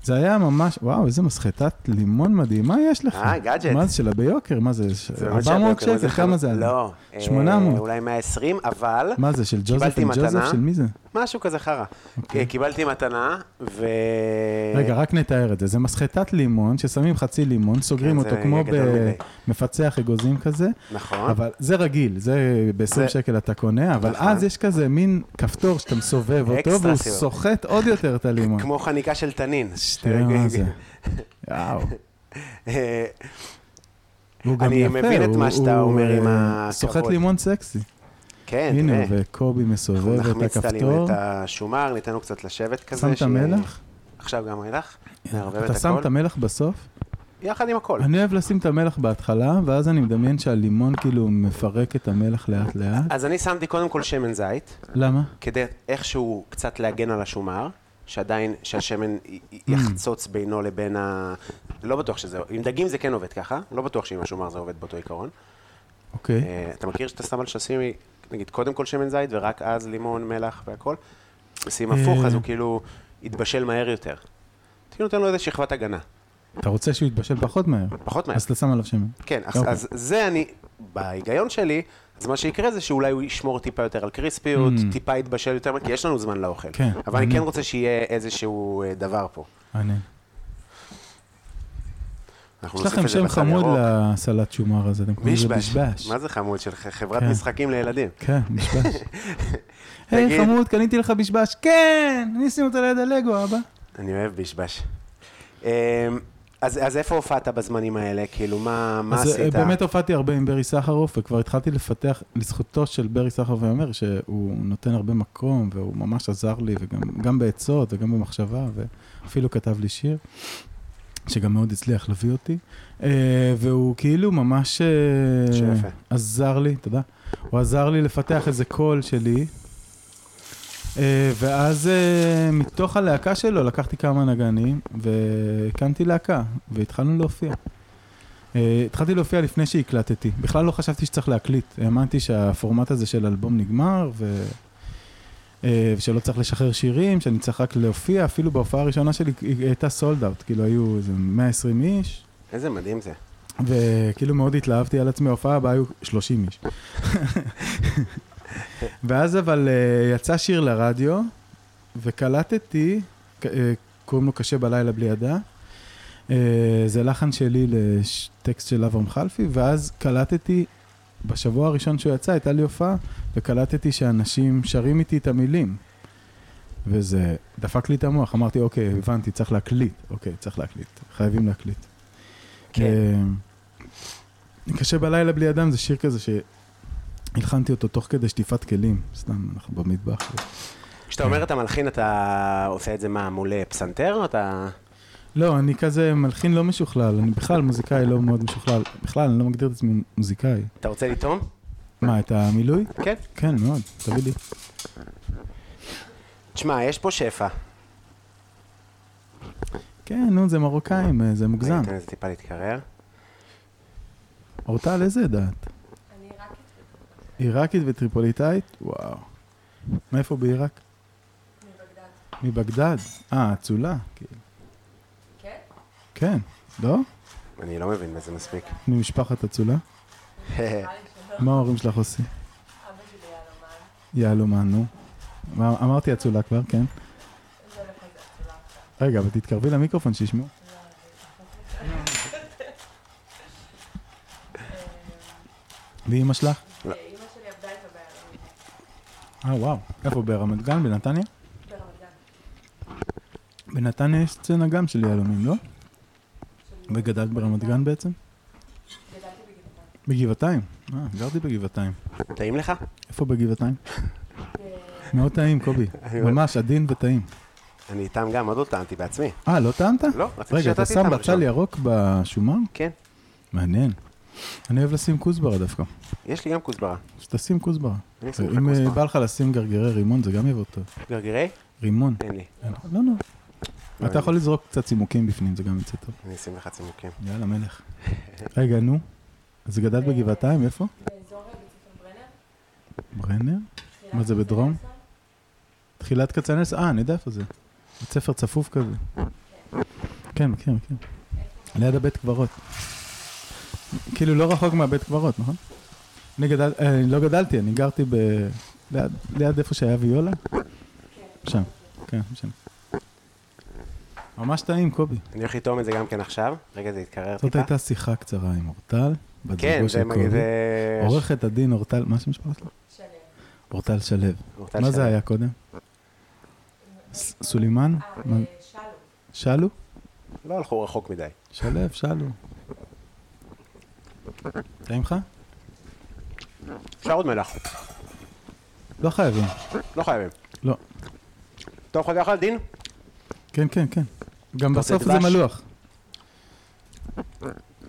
C: זה היה ממש, וואו, איזה מסחטת לימון מדהים, מה יש לך?
A: אה, גאדג'ט.
C: מה זה שלה ביוקר? מה זה? ש-
A: זה לא באמת
C: 400
A: שהבוקר, מה זה
C: שקל? כמה
A: חמ-
C: זה? עלה?
A: לא. אה,
C: 800.
A: אולי 120, אבל
C: מה זה, של ג'וזף
A: קיבלתי
C: אנד ג'וזף?
A: מתנה.
C: של מי זה?
A: משהו כזה חרא. אה, קיבלתי מתנה, ו...
C: אוקיי. רגע, רק נתאר את זה. זה מסחטת לימון, ששמים חצי לימון, סוגרים
A: כן, זה
C: אותו כמו
A: גדול מדי.
C: במפצח אגוזים כזה,
A: נכון.
C: אבל זה רגיל, זה ב-20
A: זה-
C: שקל אתה קונה, אבל
A: נכון.
C: אז יש כזה מין כפתור שאתה מסובב אותו,
A: אקסטרה
C: והוא
A: סיבוב.
C: סוחט עוד יותר את הלימון.
A: כמו חניקה של תנין.
C: שתראה מה זה. וואו.
A: אה,
C: הוא גם
A: אני
C: יפה,
A: מבין את מה
C: הוא-
A: שאתה
C: הוא,
A: אומר עם
C: אה,
A: הכבוד.
C: סוחט לימון סקסי.
A: כן,
C: הנה,
A: תראה.
C: וקובי
A: אנחנו
C: מסובב את
A: נחמיץ את הלימון,
C: הכפתור,
A: את השומר, ניתן לו קצת לשבת כזה.
C: שמת
A: שיהיה-
C: מלח?
A: עכשיו גם מלח. נערבב
C: אה, אתה
A: את
C: שם
A: הכל.
C: את המלח בסוף?
A: יחד עם הכל.
C: אני אוהב לשים את המלח בהתחלה, ואז אני מדמיין שהלימון כאילו מפרק את המלח לאט לאט.
A: אז אני שמתי קודם כל שמן זית,
C: למה?
A: כדי איכשהו קצת להגן על השומר, שעדיין, שהשמן י- י- יחצוץ בינו לבין ה... לא בטוח שזה... עם דגים זה כן עובד ככה, לא בטוח שעם השומר זה עובד באותו עיקרון.
C: אוקיי.
A: אה, אתה מכיר שאתה שם על שסימי נגיד, קודם כל שמן זית, ורק אז לימון, מלח והכל, עושים הפוך, אז הוא כאילו יתבשל מהר יותר. אתה כאילו נותן לו איזה שכבת הגנה.
C: אתה רוצה שהוא יתבשל פחות מהר.
A: פחות מהר.
C: אז אתה שם עליו שמן.
A: כן, אז,
C: אוקיי.
A: אז זה אני, בהיגיון שלי, אז מה שיקרה זה שאולי הוא ישמור טיפה יותר על קריספיות,
C: Mm.
A: טיפה יתבשל יותר, כי יש לנו זמן לאוכל.
C: כן,
A: אבל אני כן
C: מעניין.
A: רוצה שיהיה איזשהו אה, דבר פה.
C: מעניין.
A: אנחנו
C: יש
A: נוסיף
C: לכם
A: את זה
C: שם
A: בצד
C: חמוד
A: ירוק.
C: לסלט שומר הזה, אתם קוראים לזה
A: מישבש.
C: בשבש.
A: מה זה חמוד? של ח- חברת
C: כן.
A: משחקים לילדים.
C: כן, בשבש. היי,
A: תגיד.
C: חמוד, קניתי לך בשבש. כן, אני אשים אותו ליד הלגו, אבא.
A: אני אוהב בישבש. אמ, אז, אז איפה הופעת בזמנים האלה? כאילו, מה, מה
C: אז, אה,
A: עשית?
C: באמת הופעתי הרבה עם ברי סחרוף, וכבר התחלתי לפתח, לזכותו של ברי סחרוף, אני אומר שהוא נותן הרבה מקום, והוא ממש עזר לי, וגם גם בעצות וגם במחשבה, ואפילו כתב לי שיר, שגם מאוד הצליח להביא אותי. אה, והוא כאילו ממש אה,
A: שיפה.
C: עזר לי, תודה. הוא עזר לי לפתח איזה קול שלי. אה, ואז אה, מתוך הלהקה שלו לקחתי כמה נגנים והקמתי להקה והתחלנו להופיע. אה, התחלתי להופיע לפני שהקלטתי. בכלל לא חשבתי שצריך להקליט. האמנתי שהפורמט הזה של אלבום נגמר ו... אה, ושלא צריך לשחרר שירים, שאני צריך רק להופיע. אפילו בהופעה הראשונה שלי היא הייתה סולד אאוט. כאילו היו איזה 120 איש.
A: איזה מדהים זה.
C: וכאילו מאוד התלהבתי על עצמי, ההופעה הבאה היו 30 איש. ואז אבל אה, יצא שיר לרדיו, וקלטתי, ק- אה, קוראים לו קשה בלילה בלי ידה. אה, זה לחן שלי לטקסט של אברהם חלפי, ואז קלטתי, בשבוע הראשון שהוא יצא, הייתה לי הופעה, וקלטתי שאנשים שרים איתי את המילים. וזה דפק לי את המוח, אמרתי, אוקיי, הבנתי, צריך להקליט. אוקיי, צריך להקליט, חייבים להקליט. אה, קשה בלילה בלי אדם, זה שיר כזה שהלחנתי אותו תוך כדי שטיפת כלים, סתם, אנחנו במטבח. כן.
A: כשאתה אומר אתה מלחין, אתה עושה את זה מה, מול אה, פסנתר? או אתה...
C: לא, אני כזה מלחין לא משוכלל, אני בכלל מוזיקאי לא מאוד משוכלל. בכלל, אני לא מגדיר את עצמי מוזיקאי.
A: אתה רוצה לטעום?
C: מה, את המילוי?
A: כן.
C: כן, מאוד, תביא לי.
A: תשמע, יש פה שפע.
C: כן, נו, זה מרוקאים, אה, זה מוגזם.
A: אני אתן לזה טיפה להתקרר.
C: אורטל, איזה דת? עיראקית וטריפוליטאית? וואו. מאיפה בעיראק? מבגדד. אה, אצולה. כאילו.
E: כן?
C: כן, לא?
A: אני לא מבין בזה מספיק.
C: ממשפחת אצולה? מה ההורים שלך עושים?
E: אבא שלי היה לומן,
C: יהלומן, נו. מה- אמרתי אצולה כבר, כן.
E: זה לא כזה עצולה עכשיו.
C: רגע, אבל תתקרבי למיקרופון שישמעו. ואימא שלך?
E: אימא שלי עבדה איתו בערב,
C: אה, וואו. איפה, ברמת גן? בנתניה?
E: ברמת גן.
C: בנתניה יש סצנה גם של יהלומים, לא? וגדלת ברמת גן בעצם?
E: גדלתי בגבעתיים.
C: בגבעתיים. אה, גרתי בגבעתיים.
A: טעים לך?
C: איפה בגבעתיים? מאוד טעים, קובי. ממש עדין וטעים.
A: אני איתם גם, עוד לא טעמתי בעצמי.
C: אה, לא טעמת?
A: לא, רציתי
C: רגע,
A: שתעשי
C: אתה שם
A: איתם
C: בצל
A: עכשיו.
C: ירוק בשומר?
A: כן.
C: מעניין. אני אוהב לשים כוסברה דווקא.
A: יש לי גם כוסברה.
C: שתשים כוסברה.
A: אני אשים לך
C: אם אה,
A: כוסברה.
C: בא לך לשים גרגירי רימון, זה גם יבוא טוב.
A: גרגירי?
C: רימון.
A: אין אה, לי.
C: לא, לא. אתה יכול לזרוק קצת צימוקים בפנים, זה גם יצא טוב.
A: אני אשים לך צימוקים.
C: יאללה, מלך. רגע, נו. אז גדלת בגבעתיים, איפה?
E: באזור בית ספר ברנר.
C: ברנר? מה זה,
E: תחילת
C: בדרום?
E: כצנלסון.
C: תחילת כצנלס? אה, אני יודע איפה זה. בית ספר צפוף כזה. כן, מכיר, מכיר. ליד הבית קברות. כאילו, לא רחוק מהבית קברות, נכון? אני גדל... אה, לא גדלתי, אני גרתי ב... ליד- ליד איפה שהיה ויולה? שם, כן, שם. ממש טעים, קובי.
A: אני הולך לטעום את זה גם כן עכשיו. רגע, זה יתקרר
C: זאת
A: טיפה.
C: הייתה שיחה קצרה עם אורטל, בת
A: כן,
C: זוגו
A: זה
C: של
A: מג-
C: קובי.
A: זה...
C: עורכת הדין אורטל, מה שם שלה?
E: שלם.
C: אורטל שלו.
A: אורטל
C: מה
A: שלו.
C: זה היה קודם? ס- סולימן? מה-
E: אה, שלום.
C: שלו?
A: לא הלכו רחוק מדי.
C: שלו, שלו. טעים לך?
A: אפשר עוד מלח.
C: לא חייבים.
A: לא חייבים.
C: לא.
A: טוב, חכה אחת, דין?
C: כן, כן, כן. גם
A: אתה רוצה
C: בסוף זה
A: דבש?
C: מלוח.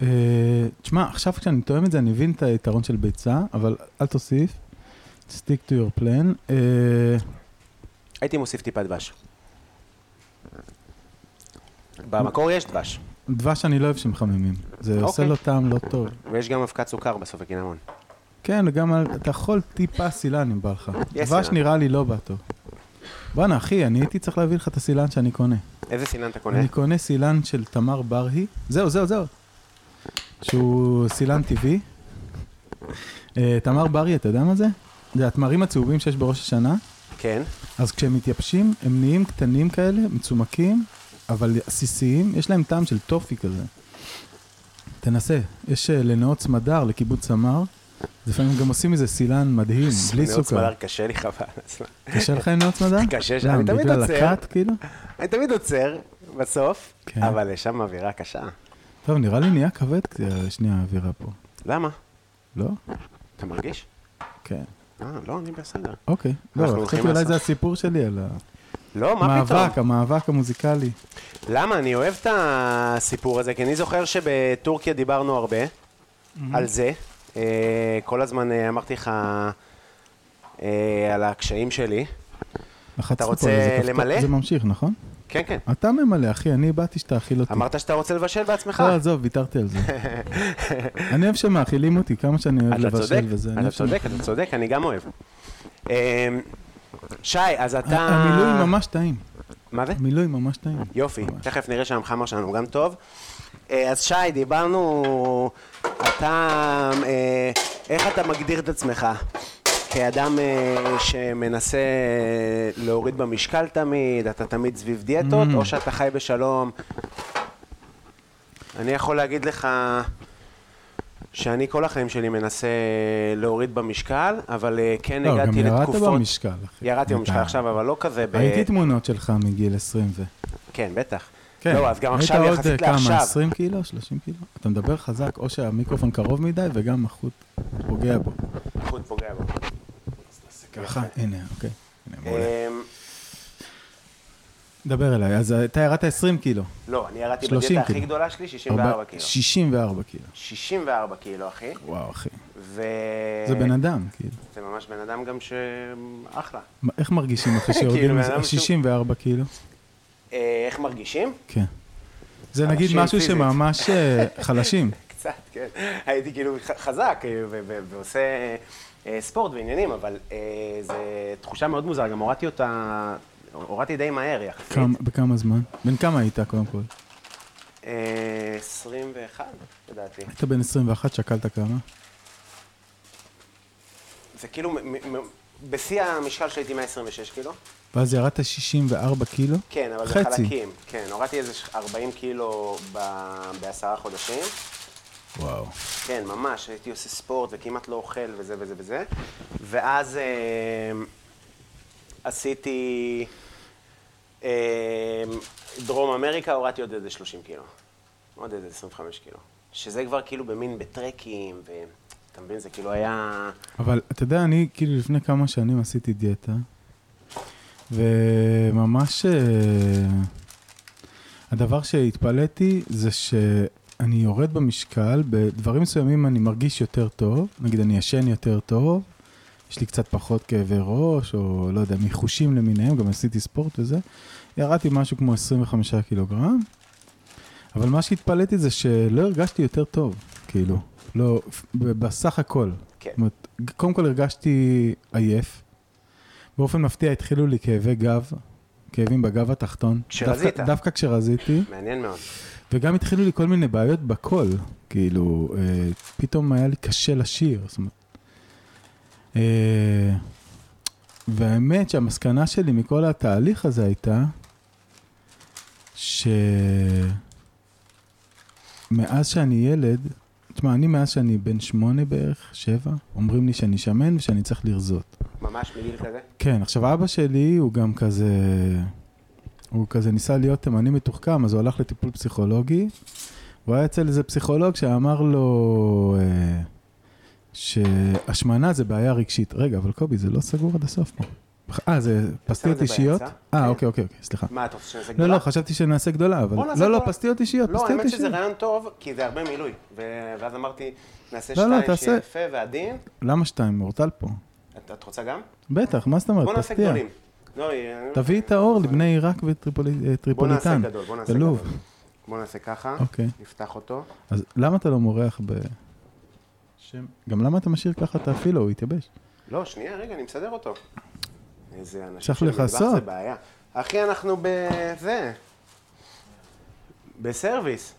C: אה, תשמע, עכשיו כשאני תואם את זה, אני מבין את היתרון של ביצה, אבל אל תוסיף. stick to your plan. אה,
A: הייתי מוסיף טיפה דבש. במקור יש דבש,
C: דבש אני לא אוהב שמחממים. זה עושה
A: אוקיי.
C: לו טעם לא טוב.
A: ויש גם אבקת סוכר בסוף הקינמון.
C: כן, וגם על- אתה יכול טיפה סילן אם בא לך. דבש
A: סילן.
C: נראה לי לא בא טוב. בואנה, אחי, אני הייתי צריך להביא לך את הסילן שאני קונה.
A: איזה סינן אתה קונה?
C: אני קונה סילן של תמר בראי. זהו, זהו, זהו. שהוא סילן טבעי. אה, תמר בראי, אתה יודע מה זה? זה התמרים הצהובים שיש בראש השנה.
A: כן.
C: אז כשהם מתייבשים, הם נהיים קטנים כאלה, מצומקים, אבל עסיסיים, יש להם טעם של טופי כזה. תנסה, יש אה, לנאות צמדר, לקיבוץ סמר, לפעמים גם עושים מזה סילן מדהים, בלי
A: אני עוד
C: סוכר.
A: סמדר, קשה לי חבל. על הזמן.
C: קשה לך עם נאות לא, צמדר?
A: קשה,
C: למה,
A: אני תמיד
C: בגלל
A: עוצר.
C: הכת, כאילו?
A: אני תמיד עוצר, בסוף,
C: כן.
A: אבל יש שם אווירה קשה.
C: טוב, נראה לי נהיה כבד אה, שנייה האווירה פה,
A: למה?
C: לא?
A: אתה מרגיש?
C: כן.
A: אה, לא, אני בסדר.
C: אוקיי. לא,
A: אנחנו
C: אבל
A: הולכים
C: חשבתי אולי
A: לעשות-
C: זה הסיפור שלי על
A: לא, מה פתאום?
C: המאבק, המאבק המוזיקלי.
A: למה? אני אוהב את הסיפור הזה, כי אני זוכר שבטורקיה דיברנו הרבה על זה. אה, כל הזמן אה, אמרתי לך אה, על הקשיים שלי.
C: לחצתי פה
A: רוצה
C: על איזה כפתור.
A: למלא?
C: זה ממשיך, נכון?
A: כן, כן.
C: אתה ממלא, אחי, אני באתי שתאכיל אותי.
A: אמרת שאתה רוצה לבשל בעצמך.
C: לא, עזוב, ויתרתי על זה. אני אוהב שמאכילים אותי, כמה שאני אוהב
A: אתה צודק,
C: לבשל וזה. אני
A: אתה
C: אוהב שמאכילים.
A: צודק, אתה צודק, אני גם אוהב. אה, שי, אז אתה...
C: המילוי ממש טעים.
A: מה זה?
C: המילוי ממש טעים.
A: יופי,
C: ממש.
A: תכף נראה שהמחמר שלנו גם טוב. אה, אז שי, דיברנו, אתה, אה, איך אתה מגדיר את עצמך? כאדם אה, שמנסה להוריד במשקל תמיד, אתה תמיד סביב דיאטות,
C: Mm.
A: או שאתה חי בשלום? אני יכול להגיד לך שאני כל החיים שלי מנסה להוריד במשקל, אבל אה, כן
C: לא, גם
A: הגעתי
C: ירדת
A: לתקופות...
C: במשקל, אחי.
A: ירדתי במשקל
C: אתה-
A: עכשיו, אבל לא כזה ב...
C: ראיתי תמונות שלך מגיל 20 ו...
A: כן, בטח.
C: כן.
A: לא, אז גם
C: היית
A: עכשיו
C: עוד, אה,
A: יחסית
C: כמה,
A: לעכשיו.
C: 20 קילו? 30 קילו? אתה מדבר חזק, או שהמיקרופון קרוב מדי, וגם החוט פוגע בו.
A: חוט פוגע בו.
C: זה ככה, הנה, אוקיי. הנה, מעולה.
A: אמ,
C: דבר אליי, אז אה, אתה ירדת 20 קילו.
A: לא, אני ירדתי
C: 30
A: בדיאטה הכי
C: קילו.
A: גדולה שלי, כאילו. 64 קילו.
C: 64 קילו.
A: 64 קילו, כאילו, אחי.
C: וואו, אחי.
A: ו... אה.
C: זה בן אדם, כאילו.
A: זה ממש בן אדם גם ש... אחלה.
C: מה- איך מרגישים אחרי שיורדים
A: כאילו, בן
C: מזה?
A: אדם שהוא-
C: 64 קילו?
A: אה, איך מרגישים?
C: כן. זה נגיד
A: אנשים
C: משהו
A: פיזית.
C: שממש אה, חלשים.
A: קצת, כן. הייתי כאילו ח- חזק אה, ו- ו- ועושה אה, ספורט ועניינים, אבל אה, זו תחושה מאוד מוזרה, גם הורדתי אותה, הורדתי די מהר יחסית.
C: כמה- בכמה זמן? בן כמה היית קודם כל?
A: אה, 21, לדעתי.
C: היית בן 21, שקלת כמה?
A: זה כאילו, מ- מ- מ- בשיא המשקל שלי הייתי 126 קילו.
C: ואז ירדת 64 קילו?
A: כן, אבל
C: חצי.
A: בחלקים. כן, הורדתי איזה ש- 40 קילו ב- בעשרה חודשים.
C: וואו.
A: כן, ממש, הייתי עושה ספורט וכמעט לא אוכל וזה וזה וזה. ואז אה, עשיתי אה, דרום אמריקה, הורדתי עוד איזה 30 קילו. עוד איזה 25 קילו. שזה כבר כאילו במין בטרקים, ו... אתה מבין? זה כאילו היה...
C: אבל אתה יודע, אני כאילו לפני כמה שנים עשיתי דיאטה, וממש אה, הדבר שהתפלאתי זה שאני יורד במשקל, בדברים מסוימים אני מרגיש יותר טוב, נגיד אני ישן יותר טוב, יש לי קצת פחות כאבי ראש, או לא יודע, מחושים למיניהם, גם עשיתי ספורט וזה, ירדתי משהו כמו 25 קילוגרם, אבל מה שהתפלאתי זה שלא הרגשתי יותר טוב, כאילו, לא, ב- בסך הכל.
A: כן.
C: זאת אומרת, קודם כל הרגשתי עייף. באופן מפתיע התחילו לי כאבי גב, כאבים בגב התחתון.
A: כשרזית.
C: דווקא, דווקא כשרזיתי,
A: מעניין מאוד.
C: וגם התחילו לי כל מיני בעיות בקול. כאילו, אה, פתאום היה לי קשה לשיר. זאת אומרת, אה, והאמת שהמסקנה שלי מכל התהליך הזה הייתה, שמאז שאני ילד, תשמע, אני מאז שאני בן שמונה בערך, שבע, אומרים לי שאני שמן ושאני צריך לרזות.
A: ממש מגיל כזה.
C: כן, עכשיו אבא שלי הוא גם כזה, הוא כזה ניסה להיות תימני מתוחכם, אז הוא הלך לטיפול פסיכולוגי, הוא היה אצל איזה פסיכולוג שאמר לו אה, שהשמנה זה בעיה רגשית. רגע, אבל קובי, זה לא סגור עד הסוף פה. אה, זה פסטיות
A: זה באמצע.
C: אישיות?
A: כן.
C: אה, אוקיי, אוקיי, אוקיי, סליחה.
A: מה, אתה רוצה שנעשה גדולה?
C: לא, לא, חשבתי שנעשה גדולה, אבל...
A: בוא נעשה
C: לא, לא,
A: גדולה.
C: פסטיות אישיות,
A: לא,
C: פסטיות
A: האמת שזה
C: אישיות.
A: רעיון טוב, כי זה הרבה מילוי. ו- ואז אמרתי, נעשה
C: לא, לא,
A: שתיים
C: תעשה.
A: שיהיה יפה ועדין.
C: למה שתיים? אורטל פה.
A: את את רוצה גם?
C: בטח, מה זאת
A: בוא
C: אומרת?
A: נעשה
C: פסטיה.
A: גדולים. לא, אה,
C: תביא את האור לבני עיראק אה, וטריפוליטן.
A: בוא נעשה גדול, בוא נעשה
C: בלוב.
A: גדול. בוא נעשה ככה,
C: אוקיי.
A: נפתח אותו.
C: אז למה אתה לא מורח ב... שם. גם למה אתה משאיר ככה את הפילו, הוא יתייבש.
A: לא, שנייה, רגע, אני מסדר אותו. איזה אנשים
C: צריך
A: של מטבח
C: לכסות.
A: זה בעיה. אחי, אנחנו בזה. בסרוויס.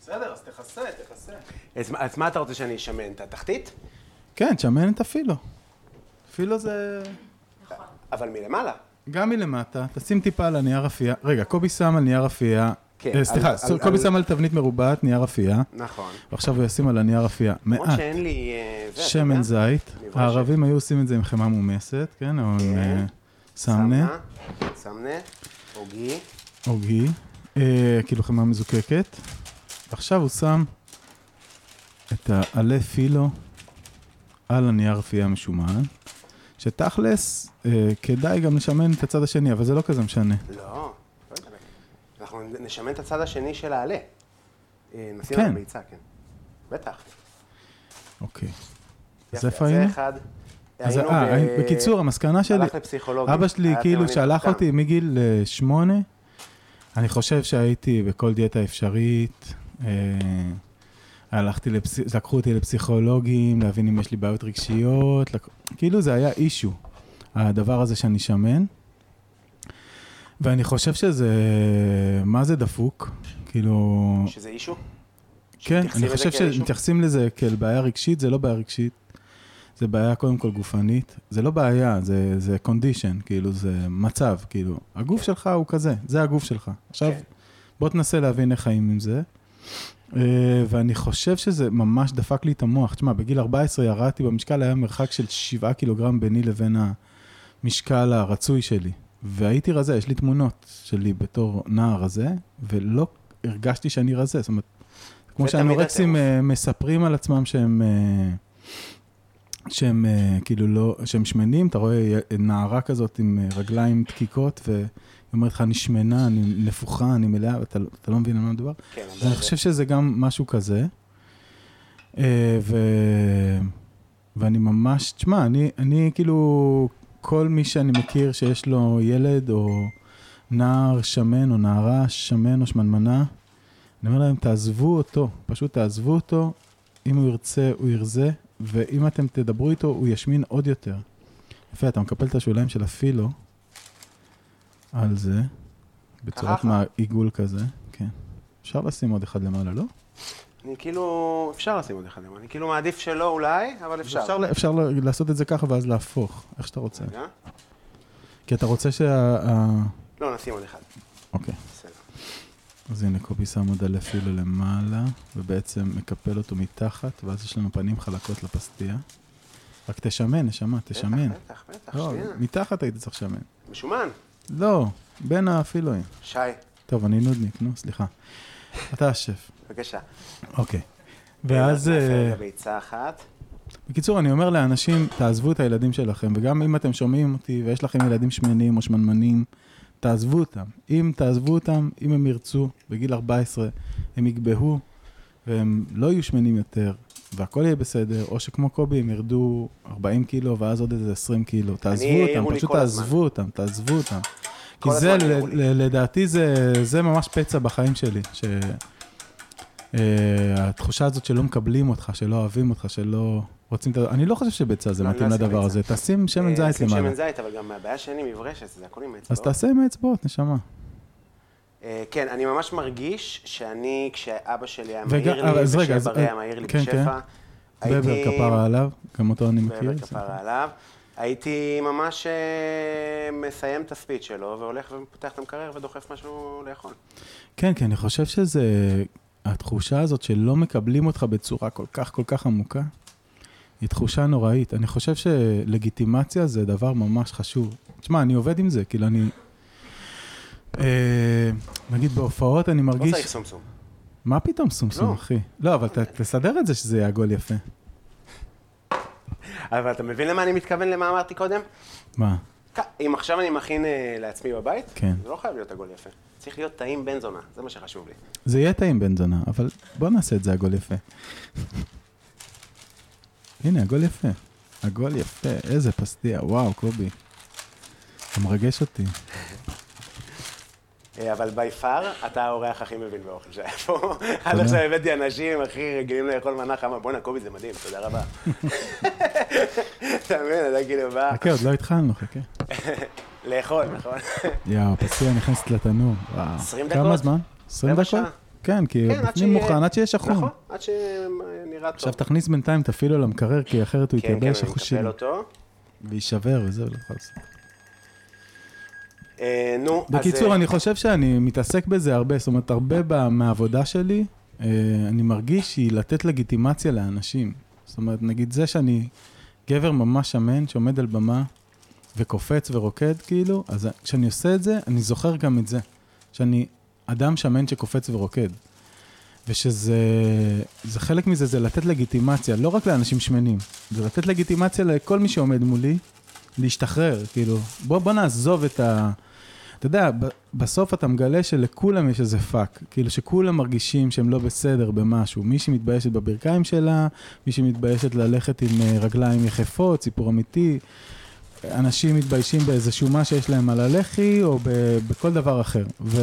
C: בסדר, אז תכסה, תכסה.
A: אז, מה- אז מה אתה רוצה שאני אשמן? את התחתית?
C: כן, תשמן את הפילו. פילו זה...
A: אבל מלמעלה.
C: גם מלמטה, תשים טיפה על הנייר אפייה. רגע, קובי שם על נייר אפייה.
A: כן,
C: אה, סליחה,
A: על- על-
C: קובי
A: על-
C: שם על תבנית מרובעת נייר אפייה,
A: נכון.
C: ועכשיו הוא ישים על הנייר אפייה.
A: למרות
C: מעט
A: שאין לי... אה, זה, אתה יודע?
C: שמן זית.
A: נברשת.
C: הערבים היו עושים את זה עם חמאה מומסת, כן? או עם אה, סמנה,
A: סמנה. עוגי.
C: או גי, אה, כאילו חמאה מזוקקת. עכשיו הוא שם את העלה פילו על הנייר אפייה המשומן, שתכלס, אה, כדאי גם לשמן את הצד השני, אבל זה לא כזה משנה.
A: לא. לא יודע. אנחנו נשמן את הצד השני של העלה. אה, נשים
C: כן.
A: על הביצה, כן. בטח.
C: אוקיי. אז
A: יפה,
C: איפה היינו?
A: זה אחד.
C: אז
A: היינו
C: אה,
A: ב-
C: בקיצור, המסקנה שלי,
A: הלך לפסיכולוג.
C: אבא שלי
A: היה
C: כאילו
A: טירונית
C: שלח
A: קטן.
C: אותי מגיל אה, שמונה, אני חושב שהייתי בכל דיאטה אפשרית, אה, הלכתי, לפס- לקחו אותי לפסיכולוגים, להבין אם יש לי בעיות רגשיות, לק... כאילו זה היה אישו, הדבר הזה שאני שמן. ואני חושב שזה, מה זה דפוק? כאילו,
A: שזה אישו?
C: כן,
A: שמתייחסים
C: אני
A: לזה
C: חושב
A: כאל אישו?
C: שמתייחסים לזה כאל בעיה רגשית, זה לא בעיה רגשית. זה בעיה קודם כל גופנית. זה לא בעיה, זה, זה condition, כאילו, זה מצב, כאילו. הגוף שלך הוא כזה, זה הגוף שלך. עכשיו,
A: כן.
C: בוא תנסה להבין איך חיים עם זה. אה, ואני חושב שזה ממש דפק לי את המוח. תשמע, בגיל 14 ירדתי במשקל, היה מרחק של 7 קילוגרם ביני לבין המשקל הרצוי שלי. והייתי רזה, יש לי תמונות שלי בתור נער רזה, ולא הרגשתי שאני רזה. זאת אומרת, כמו
A: זה תמיד
C: שהאנורקסים
A: הטירוף.
C: אה, מספרים על עצמם שהם... אה, שהם אה, כאילו לא, שהם שמנים, אתה רואה אה, נערה כזאת עם אה, רגליים דקיקות, והיא אומרת לך, אני שמנה, אני נפוחה, אני מלאה, ואתה לא- אתה לא מבין על מה מדובר.
A: כן,
C: אז אני
A: אבל-
C: חושב שזה גם משהו כזה. אה, ו... ואני ממש, תשמע, אני, אני כאילו, כל מי שאני מכיר שיש לו ילד או נער שמן או נערה שמן או שמנמנה, אני אומר להם, תעזבו אותו, פשוט תעזבו אותו, אם הוא ירצה, הוא ירזה, ואם אתם תדברו איתו, הוא ישמין עוד יותר. יפה, אתה מקפל את השוליים של הפילו על זה, בצורת
A: ככה?
C: מה- עיגול כזה, כן. אפשר לשים עוד אחד למעלה, לא?
A: אני כאילו, אפשר לשים עוד אחד למעלה. אני כאילו מעדיף שלא אולי, אבל אפשר. אוקיי.
C: אפשר, ל- אפשר ל- לעשות את זה ככה ואז להפוך, איך שאתה רוצה.
A: רגע.
C: כי אתה רוצה שה... ה-
A: לא, נשים עוד אחד.
C: אוקיי.
A: בסדר.
C: אז הנה קובי שם עוד אלף אפילו למעלה, ובעצם מקפל אותו מתחת, ואז יש לנו פנים חלקות לפסטיה. רק תשמן, נשמה,
A: כן,
C: תשמן.
A: בטח, בטח,
C: לא,
A: שנייה.
C: מתחת היית צריך לשמן.
A: משומן.
C: לא, בין האפילואים.
A: שי,
C: טוב, אני נודניק, נו, סליחה. אתה השף.
A: בבקשה.
C: אוקיע. ואז... אה,
A: נעשה ביצה אחת.
C: בקיצור, אני אומר לאנשים, תעזבו את הילדים שלכם, וגם אם אתם שומעים אותי ויש לכם ילדים שמנים או שמנמנים, תעזבו אותם. אם תעזבו אותם, אם הם ירצו, בגיל 14, הם יגבהו, והם לא יהיו שמנים יותר, והכל יהיה בסדר, או שכמו קובי, הם ירדו 40 קילו ואז עוד איזה 20 קילו. תעזבו
A: העירו
C: אותם,
A: לי
C: פשוט
A: כל
C: תעזבו אותם, תעזבו אותם. כי
A: כל
C: זה,
A: הזמן
C: ל-
A: העירו לי.
C: ל- לדעתי, זה, זה ממש פצע בחיים שלי, ש... Uh, התחושה הזאת שלא מקבלים אותך, שלא אוהבים אותך, שלא רוצים את ה... אני לא חושב שביצה זה
A: לא, אני
C: מתאים
A: לא אשים
C: לדבר
A: ביצה.
C: הזה. תשים שמן
A: אה,
C: זית
A: נשים
C: למעלה.
A: שמן זית, לא? אבל גם הבעיה שאין לי מברשת, זה הכל עם
C: אז
A: האצבעות.
C: תעשה עם האצבעות, נשמה.
A: אה, כן, אני ממש מרגיש שאני, כשאבא שלי היה
C: וגם-
A: מעיר לי,
C: אבל אז רגע, אז-
A: כשברי היה מעיר לי
C: כן, כן.
A: בשפע,
C: בבר
A: הייתי-
C: כפרה עליו, גם אותו אני מכיר.
A: בבר כפרה עליו. הייתי ממש אה, מסיים את הספיץ' שלו, והולך ופותח את המקרר ודוחף משהו לאכול. לא
C: כן, כי אני חושב שזה... התחושה הזאת שלא מקבלים אותך בצורה כל כך כל כך עמוקה, היא תחושה נוראית. אני חושב שלגיטימציה זה דבר ממש חשוב. תשמע, אני עובד עם זה, כאילו אני... אה, נגיד בהופעות אני
A: לא
C: מרגיש...
A: צריך סומסום.
C: מה פתאום סומסום,
A: לא.
C: אחי? לא, אבל ת- תסדר את זה שזה יהיה עגול יפה.
A: אבל אתה מבין למה אני מתכוון, למה אמרתי קודם?
C: מה?
A: כ- אם עכשיו אני מכין אה, לעצמי בבית,
C: כן.
A: זה לא חייב להיות עגול יפה. צריך להיות טעים בן זונה, זה מה שחשוב לי.
C: זה יהיה טעים בן זונה, אבל בוא נעשה את זה עגול יפה. הנה, עגול יפה. עגול יפה, איזה פסטיה, וואו, קובי. אתה מרגש אותי.
A: אה, אבל בי פאר, אתה האורח הכי מבין באוכל שהיה פה. עד עכשיו הבאתי אנשים הכי רגילים לאכול מנה חמה. בואנה, קובי, זה מדהים, תודה רבה. אתה מבין, אתה כאילו בא
C: חכה, עוד לא התחלנו, חכה.
A: לאכול, נכון?
C: יואו, פציע נכנסת לתנור. וואו.
A: 20
C: כמה
A: דקות?
C: זמן? 20
A: רבע
C: דקות?
A: שעה.
C: כן, כי
A: כן, עד
C: בפנים
A: שיהיה-
C: מוכן, עד שיהיה שחום.
A: נכון, עד שנראה טוב.
C: עכשיו תכניס בינתיים, תפעיל לו למקרר, כי אחרת הוא
A: כן, כן,
C: יתייבש
A: אני
C: החושים.
A: מקפל אותו.
C: ויישבר וזהו, לא יכול לעשות.
A: אה, נו, אז...
C: בקיצור,
A: אה,
C: אני חושב שאני מתעסק בזה הרבה, זאת אומרת, הרבה ב- מהעבודה שלי, אה, אני מרגיש שהיא לתת לגיטימציה לאנשים. זאת אומרת, נגיד זה שאני גבר ממש שמן שעומד על במה וקופץ ורוקד, כאילו, אז כשאני עושה את זה, אני זוכר גם את זה. שאני אדם שמן שקופץ ורוקד. ושזה זה חלק מזה, זה לתת לגיטימציה, לא רק לאנשים שמנים, זה לתת לגיטימציה לכל מי שעומד מולי, להשתחרר, כאילו, בוא, בוא נעזוב את ה... אתה יודע, ב- בסוף אתה מגלה שלכולם יש איזה פאק, כאילו שכולם מרגישים שהם לא בסדר במשהו. מי שמתביישת בברכיים שלה, מי שמתביישת ללכת עם אה, רגליים יחפות, סיפור אמיתי. אנשים מתביישים באיזשהו מה שיש להם על הלחי, או ב- בכל דבר אחר. ו...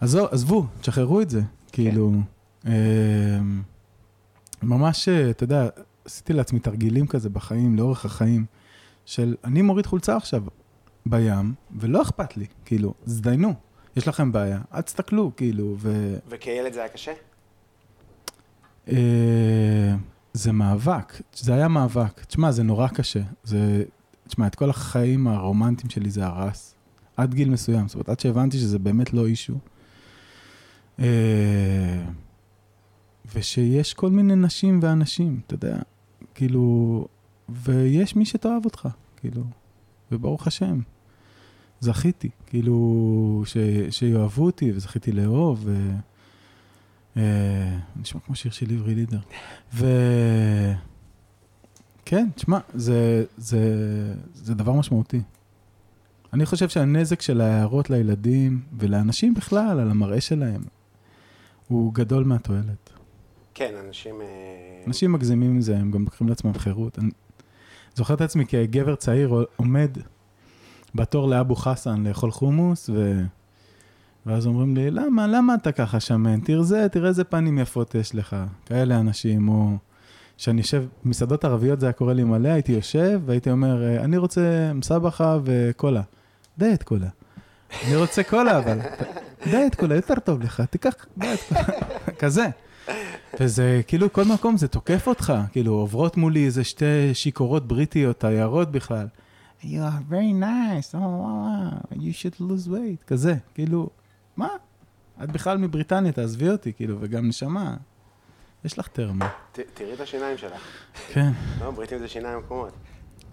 C: עזוב, עזבו, תשחררו את זה. כאילו, אה, ממש, אה, אתה יודע, עשיתי לעצמי תרגילים כזה בחיים, לאורך החיים, של אני מוריד חולצה עכשיו בים, ולא אכפת לי, כאילו, זדיינו, יש לכם בעיה, אל תסתכלו, כאילו, ו...
A: וכילד זה היה קשה?
C: אה, זה מאבק, זה היה מאבק. תשמע, זה נורא קשה. זה, תשמע, את כל החיים הרומנטיים שלי זה הרס. עד גיל מסוים, זאת אומרת, עד שהבנתי שזה באמת לא אישו. אה, ושיש כל מיני נשים ואנשים, אתה יודע, כאילו, ויש מי שתאהב אותך, כאילו, וברוך השם, זכיתי, כאילו, ש, שיאהבו אותי, וזכיתי לאהוב, ו... אה, נשמע כמו שיר של עברי לידר. ו... כן, תשמע, זה, זה, זה דבר משמעותי. אני חושב שהנזק של ההערות לילדים ולאנשים בכלל על המראה שלהם הוא גדול מהתועלת.
A: כן, אנשים... אה,
C: אנשים מגזימים עם זה, הם גם לוקחים לעצמם חירות. אני זוכר את עצמי כגבר צעיר עומד בתור לאבו חסן לאכול חומוס, ו... ואז אומרים לי, למה, למה אתה ככה שמן? תראה זה, תראה איזה פנים יפות יש לך. כאלה אנשים, או שאני יושב, מסעדות ערביות זה היה קורה לי מלא, הייתי יושב והייתי אומר, "אה, אני רוצה מסבכה וקולה. דיאט קולה. אני רוצה קולה, אבל... דיאט קולה, יותר טוב לך, תיקח דיאט קולה. כזה. וזה כאילו, כל מקום זה תוקף אותך, כאילו, עוברות מולי איזה שתי שיכורות בריטיות, תיירות בכלל. You are very nice, oh, wow, wow, you should lose weight, כזה, כאילו, מה? את בכלל מבריטניה, תעזבי אותי, כאילו, וגם נשמה, יש לך תרמה.
A: ת- תראי את השיניים שלך.
C: כן,
A: לא, בריטים זה שיניים קומות.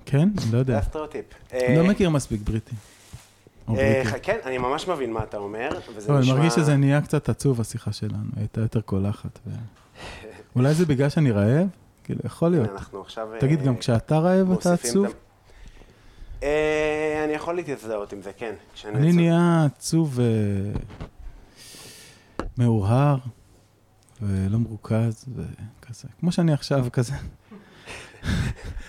C: כן, לא
A: זה
C: יודע.
A: הסטריאוטיפ.
C: לא
A: אה,
C: מכיר מספיק בריטי. או
A: אה,
C: בריטי.
A: ח- כן, אני ממש מבין מה אתה אומר, וזה
C: אבל אני
A: נשמע...
C: מרגיש שזה נהיה קצת עצוב, השיחה שלנו, הייתה יותר קולחת. ו- אולי זה בגלל שאני רעב? כאילו, יכול להיות.
A: הנה, אנחנו עכשיו... אה,
C: תגיד, גם כשאתה רעב אתה
A: מוסיפים את
C: עצוב?
A: ה- אה, אני יכול להתזדהות עם זה, כן. כשאני
C: אני
A: עצוב.
C: נהיה עצוב אה, ומאוהר ולא מרוכז וכזה. כמו שאני עכשיו כזה.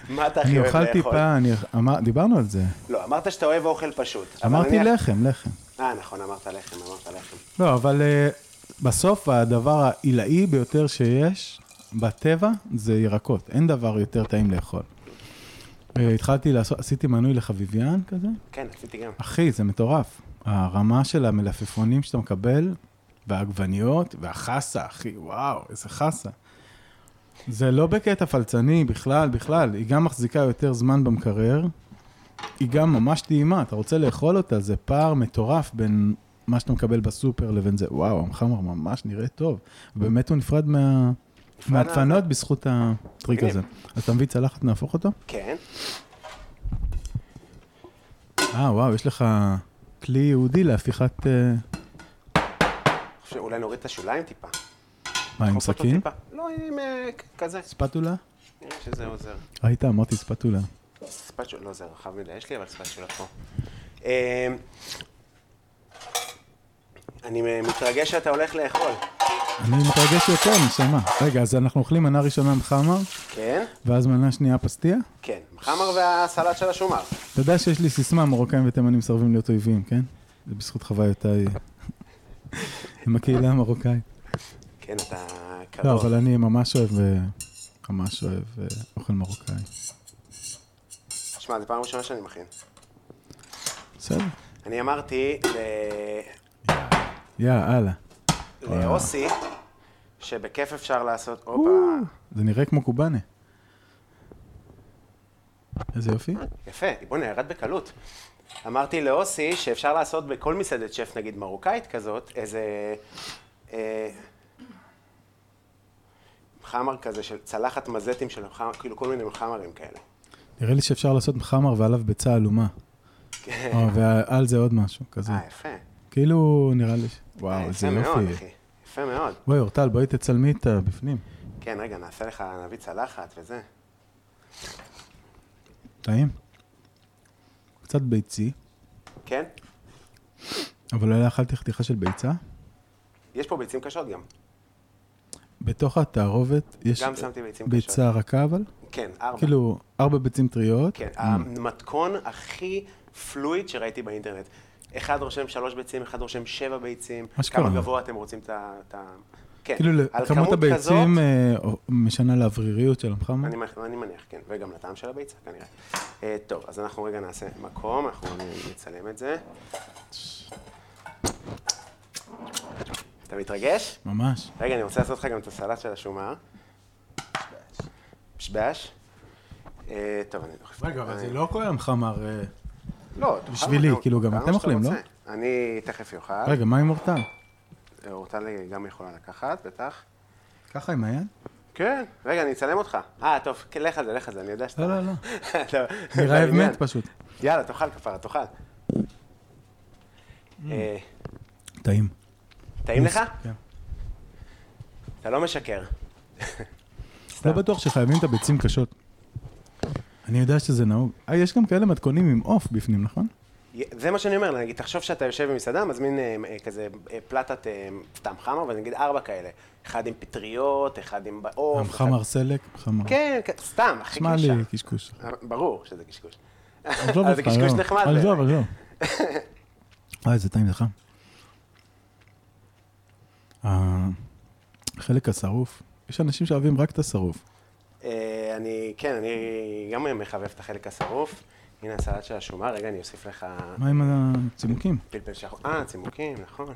A: מה אתה הכי
C: אני
A: אוהב
C: אוכל
A: לאכול?
C: טיפה, אני אמר- דיברנו על זה.
A: לא, אמרת שאתה אוהב אוכל פשוט. אבל
C: אמרתי
A: נניח-
C: לחם, לחם.
A: אה, נכון, אמרת לחם, אמרת לחם.
C: לא, אבל אה, בסוף הדבר העילאי ביותר שיש בטבע זה ירקות. אין דבר יותר טעים לאכול. אה, התחלתי לעשות, עשיתי מנוי לחביביין כזה.
A: כן, עשיתי גם.
C: אחי, זה מטורף. הרמה של המלפפונים שאתה מקבל, והעגבניות, והחסה, אחי, וואו, איזה חסה. זה לא בקטע פלצני בכלל, בכלל. היא גם מחזיקה יותר זמן במקרר, היא גם ממש טעימה, אתה רוצה לאכול אותה, זה פער מטורף בין מה שאתה מקבל בסופר לבין זה. וואו, המחמר ממש נראה טוב. באמת הוא נפרד מה... מהדפנות בזכות הטריק הזה. אז אתה מביא צלחת, נהפוך אותו?
A: כן.
C: אה, וואו, יש לך כלי יהודי להפיכת... אה,
A: חושב- אולי נוריד את השוליים טיפה.
C: מה, עם
A: נדחוף אותו
C: סכין?
A: טיפה. לא, עם אה, כ- כזה.
C: ספטולה?
A: נראה שזה עוזר.
C: ראית, אמרתי ספטולה.
A: ספצ'ולה, לא, זה רחב מדי, יש לי אבל ספצ'ולה פה. אה, אני מ- מתרגש שאתה הולך לאכול.
C: אני מתרגש יותר, נשמה. רגע, אז אנחנו אוכלים מנה ראשונה מחמר,
A: כן?
C: ואז מנה שנייה פסטיה?
A: כן. חמר והסלט של השומר.
C: אתה יודע שיש לי סיסמה, מרוקאים ותימנים מסרבים להיות אויבים, כן? זה בזכות חוויותיי עם הקהילה המרוקאית.
A: כן, אתה
C: לא,
A: קרוב.
C: אבל אני ממש אוהב, אה, ממש אוהב אה, אוכל מרוקאי.
A: שמע, זו פעם ראשונה שאני מכין.
C: בסדר.
A: אני אמרתי
C: אה.
A: ל-
C: יא, הלאה.
A: לאוסי, שבכיף אפשר לעשות... הופה.
C: זה נראה כמו קובאנה. איזה יופי.
A: יפה, בוא'נה, ירד בקלות. אמרתי לאוסי שאפשר לעשות בכל מסעדת שף, נגיד מרוקאית כזאת, איזה... אה, חמר כזה של צלחת מזטים של חמר, כאילו כל מיני חמרים כאלה.
C: נראה לי שאפשר לעשות חמר ועליו ביצה עלומה.
A: כן.
C: או, ועל זה עוד משהו כזה.
A: אה, יפה.
C: כאילו, נראה לי... ש-
A: אה,
C: וואו, איזה
A: יפה מאוד,
C: יופי.
A: אחי. יפה מאוד.
C: וואי, אורטל, בואי תצלמי את הבפנים.
A: כן, רגע, נעשה לך, נביא צלחת וזה.
C: טעים. קצת ביצי,
A: כן?
C: אבל אולי אכלתי חתיכה של ביצה.
A: יש פה ביצים קשות גם.
C: בתוך התערובת יש
A: גם שמתי ביצים קשות.
C: ביצה רכה, אבל?
A: כן, ארבע.
C: כאילו, Mm. ארבע ביצים טריות. אה,
A: כן, המתכון הכי פלואיד שראיתי באינטרנט. אחד רושם שלוש ביצים, אחד רושם שבע ביצים.
C: אשכרה.
A: כמה גבוה אתם רוצים את ה... את ה- כן,
C: כאילו,
A: על
C: כמות
A: כמות כזאת,
C: הביצים אה, משנה לאווריריות של המחמר.
A: אני מח- אני מניח, כן, וגם לטעם של הביצה כנראה. אה, טוב, אז אנחנו רגע נעשה מקום, אנחנו נ- נצלם את זה. אתה מתרגש?
C: ממש.
A: רגע, אני רוצה לעשות לך גם את הסלט של השומה. בשבש. אה, טוב, אני דוחף.
C: רגע, אבל זה לא כל המחמר. אה.
A: לא, תאכל
C: בשבילי,
A: כמה-
C: כאילו, גם
A: כמה
C: אתם
A: שאתה
C: אוכלים, לא?
A: רוצה. אני תכף אוכל.
C: רגע, מה עם אורטל?
A: אורטל גם יכולה לקחת, בטח.
C: ככה עם היד?
A: כן. רגע, אני אצלם אותך. אה, טוב, כן, לך על זה, לך על זה, אני יודע שאתה...
C: לא, לא, לא.
A: אתה-
C: אני רעב
A: בעניין.
C: מת פשוט.
A: יאללה, תאכל כפרה, תאכל.
C: Mm.
A: אה,
C: טעים.
A: טעים לך?
C: כן.
A: אתה לא משקר.
C: לא בטוח שחייבים את הביצים קשות. אני יודע שזה נהוג. אה, יש גם כאלה מתכונים עם עוף בפנים, נכון?
A: זה מה שאני אומר, נגיד, תחשוב שאתה יושב במסעדה, מזמין אה, אה, כזה אה, פלטת אה, סתם חמר, ונגיד ארבע כאלה. אחד עם פטריות, אחד עם בעוף. אחד-
C: חמר סלק, חמר.
A: כן, כן, סתם, הכי
C: שמע
A: קלישה.
C: לי קשקוש.
A: ברור שזה קשקוש.
C: עזוב
A: אז זה
C: אותך,
A: קשקוש
C: לא.
A: נחמד.
C: עזוב,
A: בעיניי.
C: עזוב. וואי, איזה טעים זה חם. אה, החלק השרוף, יש אנשים שאוהבים רק את השרוף.
A: אה, אני, כן, אני גם מחבב את החלק השרוף. הנה הסלט של השומה, רגע, אני אוסיף לך
C: מה עם הצימוקים?
A: פלפל שחור. אה, צימוקים, נכון.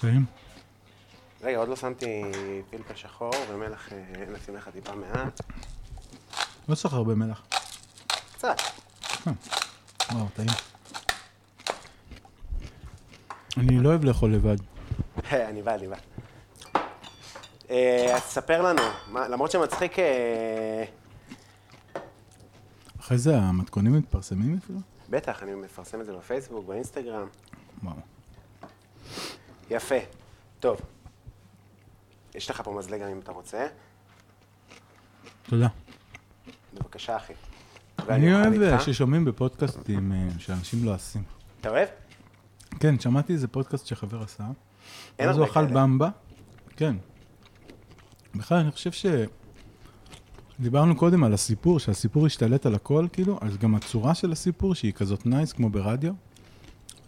C: טעים.
A: רגע, עוד לא שמתי פלפל שחור ומלח, אה, נשים לך טיפה מעט.
C: לא צריך הרבה מלח.
A: קצת.
C: וואו, טעים. אני לא אוהב לאכול לבד.
A: אה, אני בא, אני בא. אה, אז ספר לנו, מה- למרות שמצחיק, אה,
C: אחרי זה המתכונים מתפרסמים אפילו?
A: בטח, אני מפרסם את זה בפייסבוק, באינסטגרם.
C: וואו.
A: יפה. טוב. יש לך פה מזלג גם אם אתה רוצה.
C: תודה.
A: בבקשה, אחי.
C: אני
A: אוכל
C: אוהב אה,
A: איתך.
C: ששומעים בפודקאסטים אה, שאנשים לא עשים.
A: אתה אוהב?
C: כן, שמעתי איזה פודקאסט שחבר עשה.
A: אין
C: אז הוא
A: הרבה
C: אכל
A: כאלה.
C: במבה. כן. בכלל, אני חושב ש... דיברנו קודם על הסיפור, שהסיפור השתלט על הכל, כאילו, אז גם הצורה של הסיפור, שהיא כזאת נייס כמו ברדיו,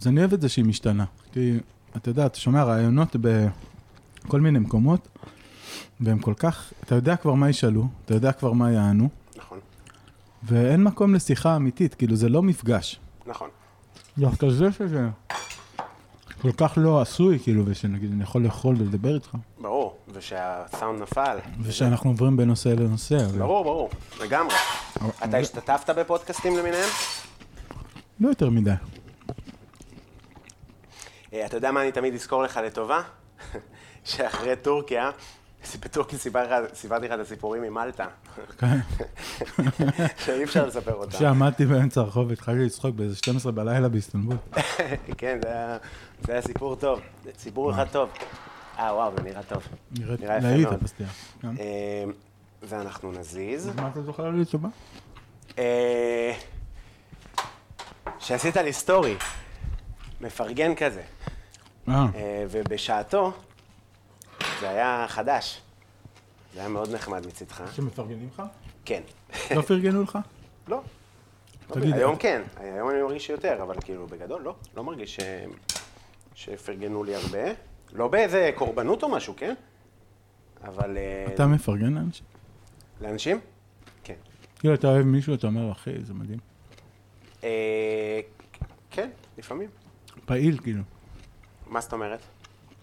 C: אז אני אוהב את זה שהיא משתנה. כי, אתה יודע, אתה שומע רעיונות בכל מיני מקומות, והם כל כך... אתה יודע כבר מה ישאלו, אתה יודע כבר מה יענו,
A: נכון,
C: ואין מקום לשיחה אמיתית, כאילו, זה לא מפגש.
A: נכון.
C: דווקא זה שזה כל כך לא עשוי, כאילו, ושנגיד, אני יכול לאכול ולדבר איתך.
A: ברור, ושהסאונד נפל.
C: ושאנחנו עוברים בין נושא לנושא. אבל-
A: ברור, ברור, לגמרי. אתה השתתפת בפודקאסטים למיניהם?
C: לא יותר מדי.
A: אה, אתה יודע מה אני תמיד אזכור לך לטובה? שאחרי טורקיה, בטורקיה סיפר- סיפרתי לך את הסיפורים ממלטה,
C: כן.
A: שאי אפשר לספר אותם.
C: כשעמדתי באמצע הרחוב והתחלתי לצחוק באיזה 12 בלילה באיסטנבול.
A: כן, זה היה- זה היה סיפור טוב. סיפור אחד טוב. אה, וואו, זה נראה טוב.
C: נראית
A: נראה יפה
C: להיט
A: מאוד.
C: הפסטייה. כן.
A: אה, ואנחנו נזיז.
C: אז מה אתה זוכר לי טובה?
A: אה, שעשית לי סטורי, מפרגן כזה.
C: אה,
A: אה, ובשעתו זה היה חדש. זה היה מאוד נחמד מצדך.
C: שמפרגנים לך?
A: כן.
C: לא פרגנו לך?
A: לא.
C: תגיד,
A: היום כן, היום אני מרגיש שיותר, אבל כאילו בגדול לא, לא מרגיש ש... שפרגנו לי הרבה. לא באיזה קורבנות או משהו, כן? אבל... אה,
C: אתה מפרגן לאנשים?
A: לאנשים? כן.
C: כאילו, אתה אוהב מישהו, אתה אומר לו, אחי, זה מדהים.
A: אה, כן, לפעמים.
C: פעיל, כאילו.
A: מה זאת אומרת?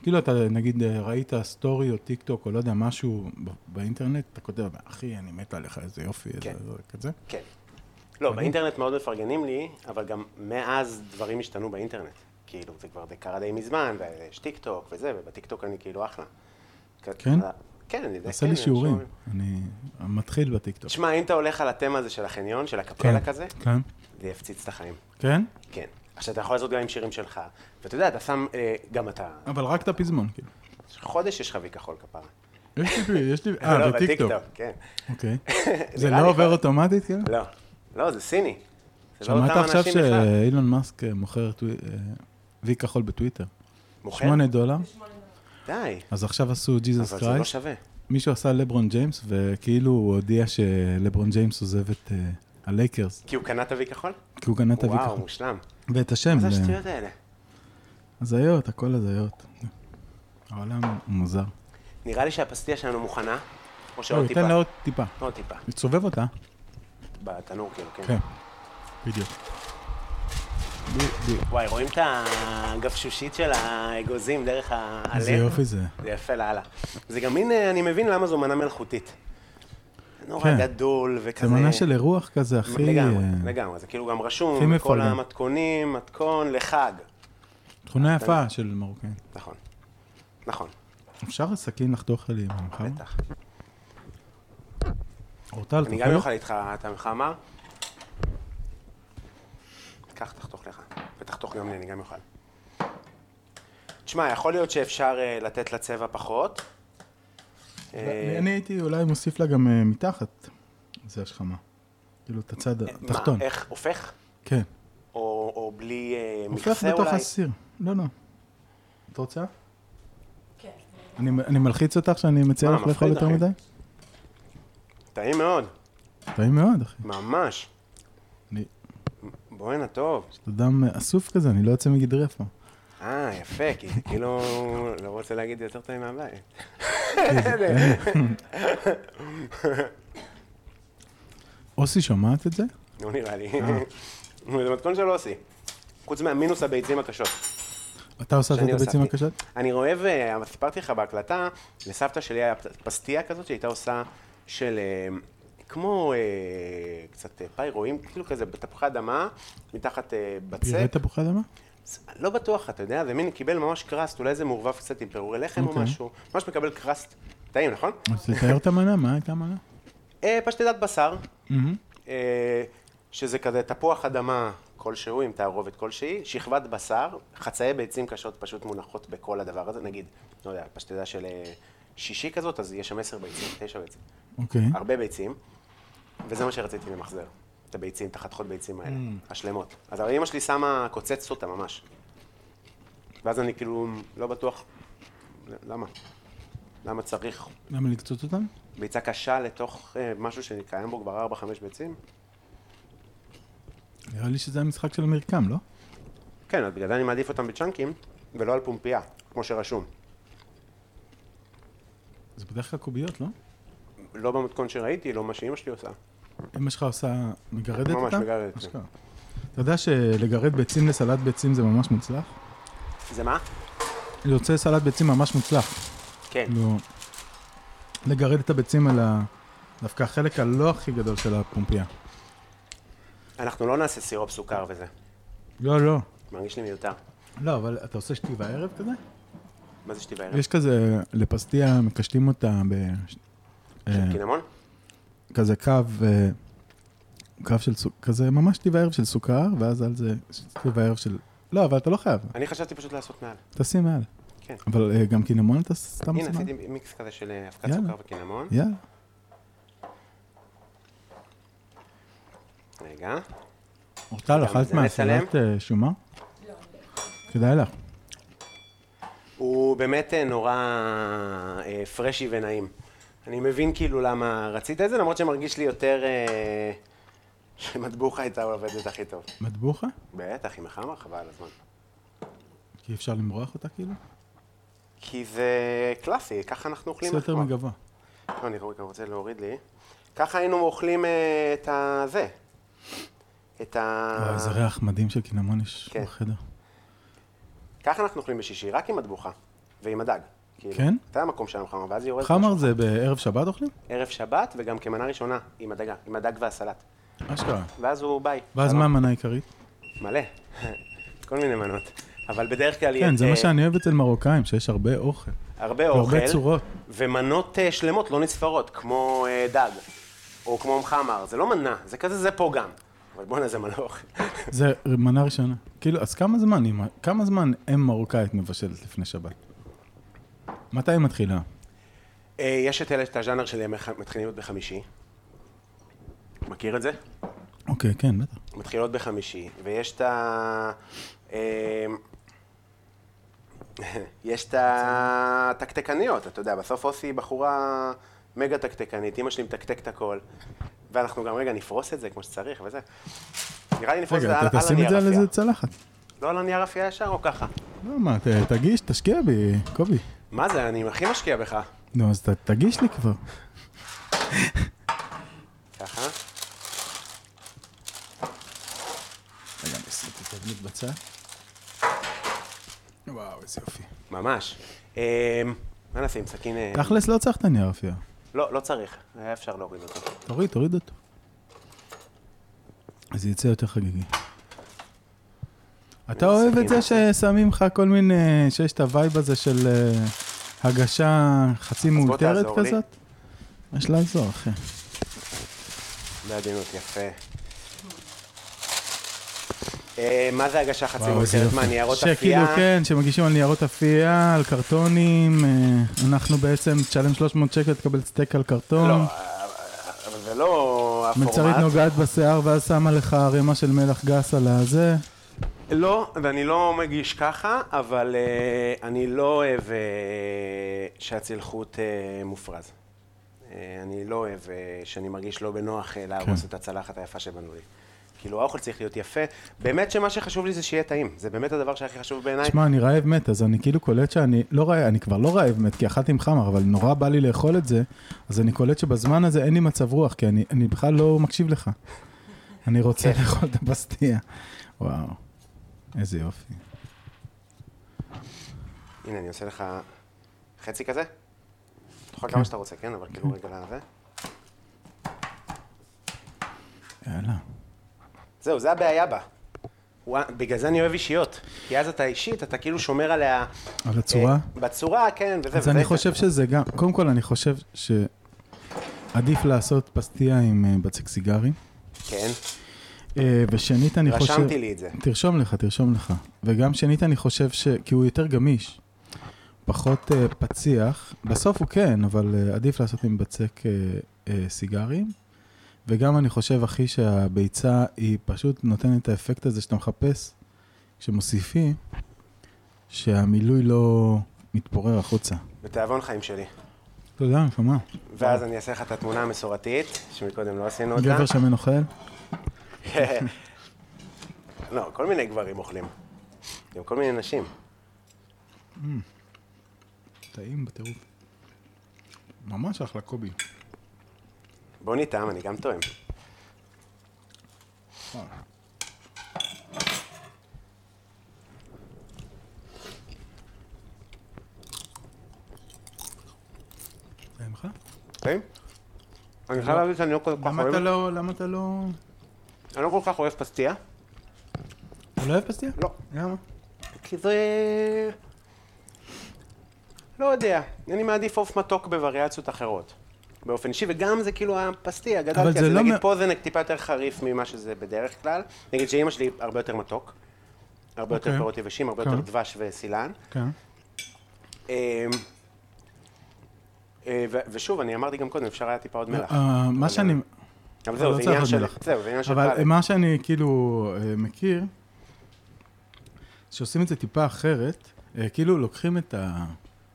C: כאילו, אתה, נגיד, אה, ראית סטורי או טיק טוק, או לא יודע, משהו ב- באינטרנט, אתה כותב, אחי, אני מת עליך, איזה יופי,
A: כן.
C: איזה זה, כזה.
A: כן. לא, באינטרנט מאוד מפרגנים לי, אבל גם מאז דברים השתנו באינטרנט. כאילו, זה כבר זה קרה די מזמן, ויש טיקטוק וזה, ובטיקטוק אני כאילו אחלה.
C: כן?
A: כן, אני יודע.
C: עשה
A: כן,
C: לי
A: אני
C: שיעורים.
A: שומע.
C: אני מתחיל בטיקטוק.
A: תשמע, אם אתה הולך על התמה הזה של החניון, של הקפלה כזה,
C: כן.
A: זה יפציץ את החיים.
C: כן?
A: כן. עכשיו, אתה יכול לעשות גם עם שירים שלך, ואתה יודע, אתה שם, אה, גם אתה,
C: אבל רק את הפזמון, כאילו.
A: חודש יש לך וי כחול כפרה.
C: יש לי, יש לי, אה,
A: לא,
C: בטיקטוק.
A: כן.
C: אוקיי. זה
A: נראה לי
C: לא עובר
A: כבר-
C: אוטומטית, כאילו?
A: לא, לא, זה סיני. זה לא
C: שמעת
A: אותם
C: עכשיו
A: אנשים בכלל.
C: שאילון מאסק אה, מוכר טווי- אה, וי כחול בטוויטר?
A: מוכר?
C: 8 דולר,
A: די,
C: אז עכשיו עשו ג'יזוס
A: אבל זה לא
C: קרייסט,
A: שווה.
C: מישהו עשה לברון ג'יימס, וכאילו הוא הודיע שלברון גיימס עוזב את אה, הלייקרס,
A: כי הוא קנה את הוי כחול?
C: כי הוא גנב את הוי
A: וואו,
C: כחול.
A: מושלם.
C: ואת השם,
A: מה זה
C: אה,
A: השטויות האלה?
C: הזיות, הכל הזיות. העולם הוא מוזר.
A: נראה לי שהפסטיה שלנו מוכנה, או
C: לא,
A: שעוד טיפה.
C: ניתן לה עוד טיפה.
A: עוד טיפה,
C: תסובב אותה.
A: בתנור כאילו, כן.
C: כן, בדיוק.
A: וואי, רואים את הגפשושית של האגוזים דרך העלה?
C: איזה יופי זה.
A: זה יפה לאללה. זה גם מין, אה, אני מבין למה זו מנה מלאכותית. נורא
C: כן.
A: גדול וכזה...
C: זה מנה של אירוח כזה, הכי...
A: לגמרי,
C: אה,
A: לגמרי. זה כאילו גם
C: הכי
A: רשום, כל
C: מפרגן.
A: המתכונים, מתכון לחג.
C: תכונה יפה של מרוקאים.
A: נכון. נכון,
C: אפשר סכין לחתוך לי ממך?
A: בטח.
C: אורטל,
A: אני גם
C: תאכל?
A: אוכל איתך, אתה ממך אמר? קח, תחתוך לך, ותחתוך גם לי, אני גם אוכל. תשמע, יכול להיות שאפשר אה, לתת לצבע פחות. אה,
C: אני הייתי אולי מוסיף לה גם אה, מתחת. זה השכמה. כאילו, את הצד התחתון.
A: מה, איך, הופך?
C: כן.
A: או, או בלי אה,
C: הופך
A: מכסה
C: בתוך
A: אולי?
C: הסיר. לא, לא. את רוצה?
E: כן.
C: אני אני מלחיץ אותך שאני מציע
A: מה,
C: לך לאכול
A: מפחיד,
C: יותר
A: אחי.
C: מדי?
A: טעים מאוד,
C: טעים מאוד, אחי.
A: ממש.
C: אני-
A: בואנה, טוב.
C: אתה אדם אה, אסוף כזה, אני לא יוצא מגדרי אף פעם.
A: אה, יפה, כי זה כאילו, לא רוצה להגיד יותר טעים מהבית.
C: אוסי שומעת את זה?
A: לא נראה לי.
C: אה.
A: זה מתכון של אוסי. חוץ מהמינוס הביצים הקשות.
C: אתה עושה את
A: שאני
C: הביצים
A: הוספתי.
C: הקשות?
A: אני אוהב, אה, סיפרתי לך בהקלטה, לסבתא שלי היה פ- פסטיה כזאת שהייתה עושה של אה, כמו אה, קצת אה, פאי רואים, כאילו כזה בתפוחי אדמה, מתחת אה,
C: פירה
A: בצק.
C: תפוחי אדמה?
A: לא בטוח, אתה יודע, זה מין קיבל ממש קראסט, אולי זה מעורבב קצת עם פירורי לחם או
C: אוקיי.
A: משהו. ממש מקבל קראסט טעים, נכון?
C: אז תתאר את המנה, מה הייתה המנה?
A: אה, פשטדת בשר,
C: מהמם.
A: אה, שזה כזה תפוח אדמה כלשהו, עם תערובת כלשהי, שכבת בשר, חצאי ביצים קשות פשוט מונחות בכל הדבר הזה, נגיד, לא יודע, פשטדה של אה, שישי כזאת, אז יש שם עשר ביצים, תשע ביצים,
C: אוקיי.
A: הרבה ביצים, וזה מה שרציתי למחזר, את הביצים, את החתכות ביצים האלה, השלמות. אז אבל אמא שלי שמה, קוצצת אותה ממש. ואז אני כאילו לא בטוח, למה? למה צריך
C: למה לקצוץ אותם?
A: ביצה קשה לתוך אה, משהו שקיים בו כבר 4-5 ביצים?
C: נראה לי שזה המשחק של המרקם, לא?
A: כן, אז בגלל זה אני מעדיף אותם בצ'אנקים, ולא על פומפייה, כמו שרשום.
C: זה בדרך כלל קוביות, לא?
A: לא במתכון שראיתי, לא מה שאימא שלי עושה.
C: אמא שלך עושה, מגרדת אותה?
A: ממש מגרדת, כן.
C: אשכרה. אתה יודע שלגרד ביצים לסלט ביצים זה ממש מוצלח?
A: זה מה?
C: יוצא סלט ביצים ממש מוצלח.
A: כן.
C: כאילו, לגרד את הביצים על ה... דווקא החלק הלא הכי גדול של הפומפייה.
A: אנחנו לא נעשה סירופ סוכר וזה.
C: לא, לא.
A: מרגיש לי מיותר.
C: לא, אבל אתה עושה שתי וערב כזה?
A: מה זה שתי בערב?
C: יש כזה, לפסטיה מקשטים אותה ב... אה,
A: של קינמון?
C: כזה קו, אה, קו של סוכר, כזה ממש שתי וערב של סוכר, ואז על זה שתי וערב של... לא, אבל אתה לא חייב,
A: אני חשבתי פשוט לעשות מעל.
C: תשים מעל.
A: אה. כן.
C: אבל אה, גם קינמון אתה סתם
A: הנה,
C: שם מעל?
A: עשיתי מיקס כזה של אה, אבקת
C: יאללה.
A: סוכר וקינמון.
C: יאללה.
A: רגע.
C: אורטל,
A: גם
C: אכלת
A: זה נצלם?
C: מהסלט אה, שומה? כדאי לך.
A: הוא באמת אה, נורא אה, פרשי ונעים. אני מבין כאילו למה רצית את זה, למרות שמרגיש לי יותר אה, שמטבוחה הייתה העובדת הכי טוב.
C: מטבוחה?
A: בטח, עם החמה, חבל על הזמן.
C: כי אפשר למרוח אותה כאילו?
A: כי זה קלאסי, ככה אנחנו אוכלים
C: זה יותר
A: מחמאה.
C: מגבוה.
A: לא, אני רגע רוצה להוריד לי. ככה היינו אוכלים אה, את הזה. את ה...
C: וואי, איזה ריח מדהים של קינמון יש
A: אה. כן.
C: בחדר.
A: ככה אנחנו אוכלים בשישי, רק עם מטבוחה ועם הדג. כאילו,
C: כן?
A: זה המקום של המחמר, ואז היא יורדת.
C: חמר זה בערב שבת אוכלים?
A: ערב שבת, וגם כמנה ראשונה, עם הדגה, עם הדג והסלט.
C: אשכרה.
A: ואז הוא ביי.
C: ואז מה
A: שלום.
C: המנה העיקרית?
A: מלא. כל מיני מנות. אבל בדרך כלל יהיה...
C: כן, זה
A: אה,
C: מה שאני אוהב אצל מרוקאים, שיש הרבה אוכל.
A: הרבה אוכל.
C: והרבה צורות.
A: ומנות אה, שלמות לא נספרות, כמו אה, דג, או כמו מחמר. זה לא מנה, זה כזה, זה פה גם. אבל בואנה, זה מלא אוכל.
C: זה מנה ראשונה. כאילו, אז כמה זמן, היא- כמה זמן אם מרוקאית מבשלת לפני שבת? מתי היא מתחילה?
A: אה, יש את אלה, את הז'אנר של ימי ח- מתחילות בחמישי. מכיר את זה?
C: אוקיי, כן, בטח.
A: מתחילות בחמישי, ויש את ה... אמ, יש את התקתקניות, אתה יודע, בסוף אוסי היא בחורה מגה תקתקנית, אימא שלי מתקתקת הכל, ואנחנו גם, רגע, נפרוס את זה כמו שצריך וזה. נראה לי נפרוס את זה
C: רגע,
A: על
C: אתה
A: על
C: תשים את זה
A: הנייר
C: על
A: אפייה.
C: איזה צלחת.
A: לא על הנייר אפייה ישר או ככה?
C: לא, מה, ת- תגיש, תשקיע בי, קובי.
A: מה זה, אני הכי משקיע בך.
C: נו, אז ת- תגיש לי כבר.
A: ככה,
C: רגע, אני אשים את התבנית בצד. וואו, איזה יופי.
A: ממש. אמ, מה נשים, סכין... אה,
C: תכלס, לא צריך את הנייר אפייה.
A: לא, לא צריך, היה אפשר להוריד אותו.
C: תוריד, תוריד אותו. אז יצא יותר חגיגי. אתה אוהב את זה ששמים לך כל מיני, שיש את הווייב הזה של אה, הגשה חצי מאולתרת
A: תעזור לי.
C: כזאת? יש לעזור, אחי.
A: בעדינות, לא יפה. אה, מה זה הגשה חצי
C: וואו, איזה
A: מוכרת?
C: יופי.
A: מה, ניירות
C: שכאילו,
A: אפייה?
C: כן, שמגישים על ניירות אפייה, על קרטונים, אה, אנחנו בעצם, תשלם 300 שקל, תקבל סטייק על קרטון.
A: לא, אה, אבל זה לא
C: מלצרית
A: הפורמט.
C: נוגעת בשיער ואז שמה לך ערימה של מלח גס על הזה.
A: לא, ואני לא מגיש ככה, אבל אה, אני לא אוהב אה, שהצלחות אה, מופרז. אה, אני לא אוהב אה, שאני מרגיש לא בנוח
C: כן.
A: אה, להרוס את הצלחת היפה שבנו לי. כאילו, האוכל צריך להיות יפה. באמת שמה שחשוב לי זה שיהיה טעים. זה באמת הדבר שהכי חשוב בעיניי.
C: תשמע, אני רעב מת, אז אני כאילו קולט שאני לא רעב, אני כבר לא רעב מת, כי אכלתי עם חמר, אבל נורא בא לי לאכול את זה, אז אני קולט שבזמן הזה אין לי מצב רוח, כי אני, אני בכלל לא מקשיב לך. אני רוצה
A: כן.
C: לאכול את הבסטיה. וואו, איזה יופי.
A: הנה, אני עושה לך חצי כזה. תאכל כמה שאתה רוצה, כן? אבל כאילו רגע לזה.
C: יאללה.
A: זהו, זה הבעיה בה. וואה, בגלל זה אני אוהב אישיות. כי אז אתה אישית, אתה כאילו שומר עליה...
C: על הצורה?
A: אה, בצורה, כן, וזה
C: אז
A: וזה.
C: אני חושב שזה גם, קודם כל אני חושב שעדיף לעשות פסטיה עם אה, בצק סיגרים.
A: כן.
C: אה, ושנית, אני חושב...
A: רשמתי לי את זה.
C: תרשום לך, תרשום לך. וגם שנית, אני חושב ש... כי הוא יותר גמיש. פחות אה, פציח. בסוף הוא כן, אבל אה, עדיף לעשות עם בצק אה, אה, סיגרים. וגם אני חושב, אחי, שהביצה היא פשוט נותנת את האפקט הזה שאתה מחפש, כשמוסיפים, שהמילוי לא מתפורר החוצה.
A: בתיאבון חיים שלי.
C: תודה, נשמה.
A: ואז אני אעשה לך את התמונה המסורתית, שמקודם לא עשינו אותה.
C: גבר שמן אוכל?
A: לא, כל מיני גברים אוכלים. גם כל מיני נשים.
C: טעים בטירוף. ממש אחלה קובי.
A: בוא נטעם, אני גם טועם.
C: טעים לך?
A: טעים? אני חייב להגיד שאני לא כל כך
C: למה
A: אוהב...
C: אוקיי. אתה לא... למה אתה לא...
A: אני לא כל כך אוהב פסטיה.
C: אתה לא אוהב פסטיה?
A: לא.
C: למה?
A: כי זה... לא יודע, אני מעדיף עוף מתוק בווריאציות אחרות. באופן אישי, וגם זה כאילו הפסטיה, גדלתי על
C: זה
A: זה,
C: לא
A: נגיד
C: מא-
A: פה זה טיפה יותר חריף ממה שזה בדרך כלל. נגיד שאימא שלי הרבה יותר מתוק, הרבה יותר
C: אוקיי.
A: פירות יבשים, הרבה יותר
C: אוקיי.
A: דבש וסילן.
C: כן.
A: אמ, אה, ו- ושוב, אני אמרתי גם קודם, אפשר היה טיפה עוד מלח.
C: אה,
A: אבל-
C: מה שאני...
A: אבל זהו,
C: לא
A: זה
C: צריך
A: עניין
C: עוד
A: של...
C: מלח.
A: זהו, זה עניין של...
C: אבל
A: פלט.
C: מה שאני כאילו אה, מכיר, שעושים את זה טיפה אחרת, אה, כאילו לוקחים את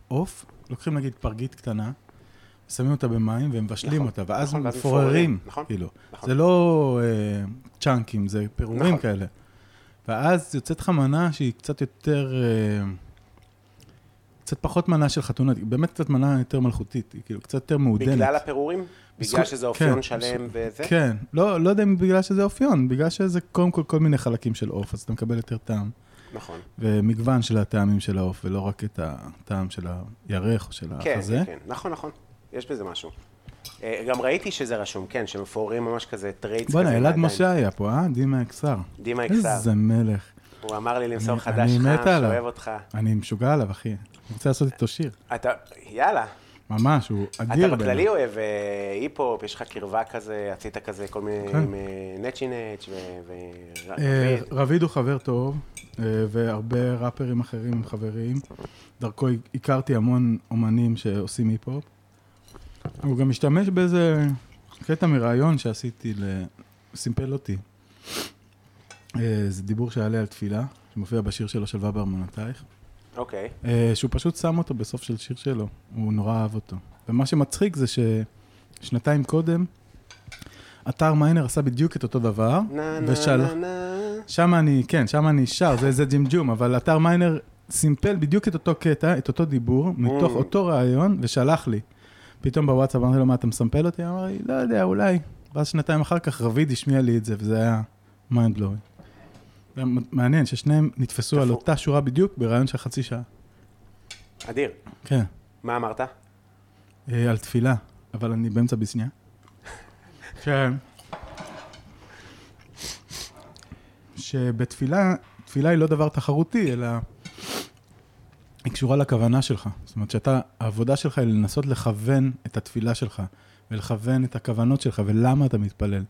C: העוף, לוקחים נגיד פרגית קטנה, שמים אותה במים ומבשלים
A: נכון,
C: אותה, ואז
A: נכון, ואז
C: מפוררים,
A: מפוררים, נכון,
C: כאילו.
A: נכון.
C: זה לא אה, צ'אנקים, זה פירורים
A: נכון.
C: כאלה. ואז יוצאת לך מנה שהיא קצת יותר... אה, קצת פחות מנה של חתונה, היא באמת קצת מנה יותר מלכותית, היא כאילו קצת יותר מעודנת.
A: בגלל הפירורים? בגלל
C: בזכות-
A: שזה אופיון
C: כן,
A: שלם וזה?
C: כן, לא, לא יודע אם בגלל שזה אופיון, בגלל שזה קודם כל כל מיני חלקים של עוף, אז אתה מקבל יותר טעם,
A: נכון.
C: ומגוון של הטעמים של העוף, ולא רק את הטעם של הירך או של
A: כן,
C: החזה.
A: כן, כן. נכון, נכון. יש בזה משהו. אה, גם ראיתי שזה רשום, כן, שמפוררים ממש כזה טרייטס.
C: בוא'נה,
A: כזה
C: אלעד
A: בידיים.
C: משה היה פה, אה? דימה אקסר.
A: דימה אקסר.
C: איזה מלך.
A: הוא אמר לי למסור
C: אני-
A: חדש
C: אני מת
A: חם,
C: עליו.
A: שאוהב אותך.
C: אני משוגע עליו, אחי. אני רוצה לעשות איתו שיר.
A: אתה, יאללה.
C: ממש, הוא אדיר.
A: אתה בכללי
C: בעיניי.
A: אוהב אה, היפ-הופ, יש לך קרבה כזה, עשית כזה כל מיני,
C: כן.
A: עם אה, נצ'י נץ' ו- ו-
C: אה,
A: רביד.
C: רביד הוא חבר טוב, אה, והרבה ראפרים אחרים הם חברים. דרכו הכרתי המון אומנים שעושים היפ-הופ. הוא גם השתמש באיזה קטע מראיון שעשיתי, ל- סימפל אותי. אה, זה דיבור שהיה לי על תפילה, שמופיע בשיר שלו שלווה בארמונותייך.
A: אוקיי.
C: אה, שהוא פשוט שם אותו בסוף של שיר שלו, הוא נורא אהב אותו. ומה שמצחיק זה ששנתיים קודם, אתר מיינר עשה בדיוק את אותו דבר,
A: נה נה
C: ושלח...
A: נה נה.
C: שם אני, כן, שם אני שר, זה, זה ג'ימג'ום, אבל אתר מיינר סימפל בדיוק את אותו קטע, את אותו דיבור, מתוך
A: Mm.
C: אותו רעיון, ושלח לי. פתאום בוואטסאפ אמרתי לו, מה, אתה מסמפל אותי? אמר לי, לא יודע, אולי. ואז שנתיים אחר כך רביד השמיע לי את זה, וזה היה מיינד בלואוי. מעניין ששניהם נתפסו על
A: תפור.
C: אותה שורה בדיוק ברעיון של חצי שעה.
A: אדיר,
C: כן.
A: מה אמרת?
C: אה, על תפילה, אבל אני באמצע בסניה. כן. שבתפילה, תפילה היא לא דבר תחרותי, אלא היא קשורה לכוונה שלך. זאת אומרת שאתה, העבודה שלך היא לנסות לכוון את התפילה שלך, ולכוון את הכוונות שלך, ולמה אתה מתפלל.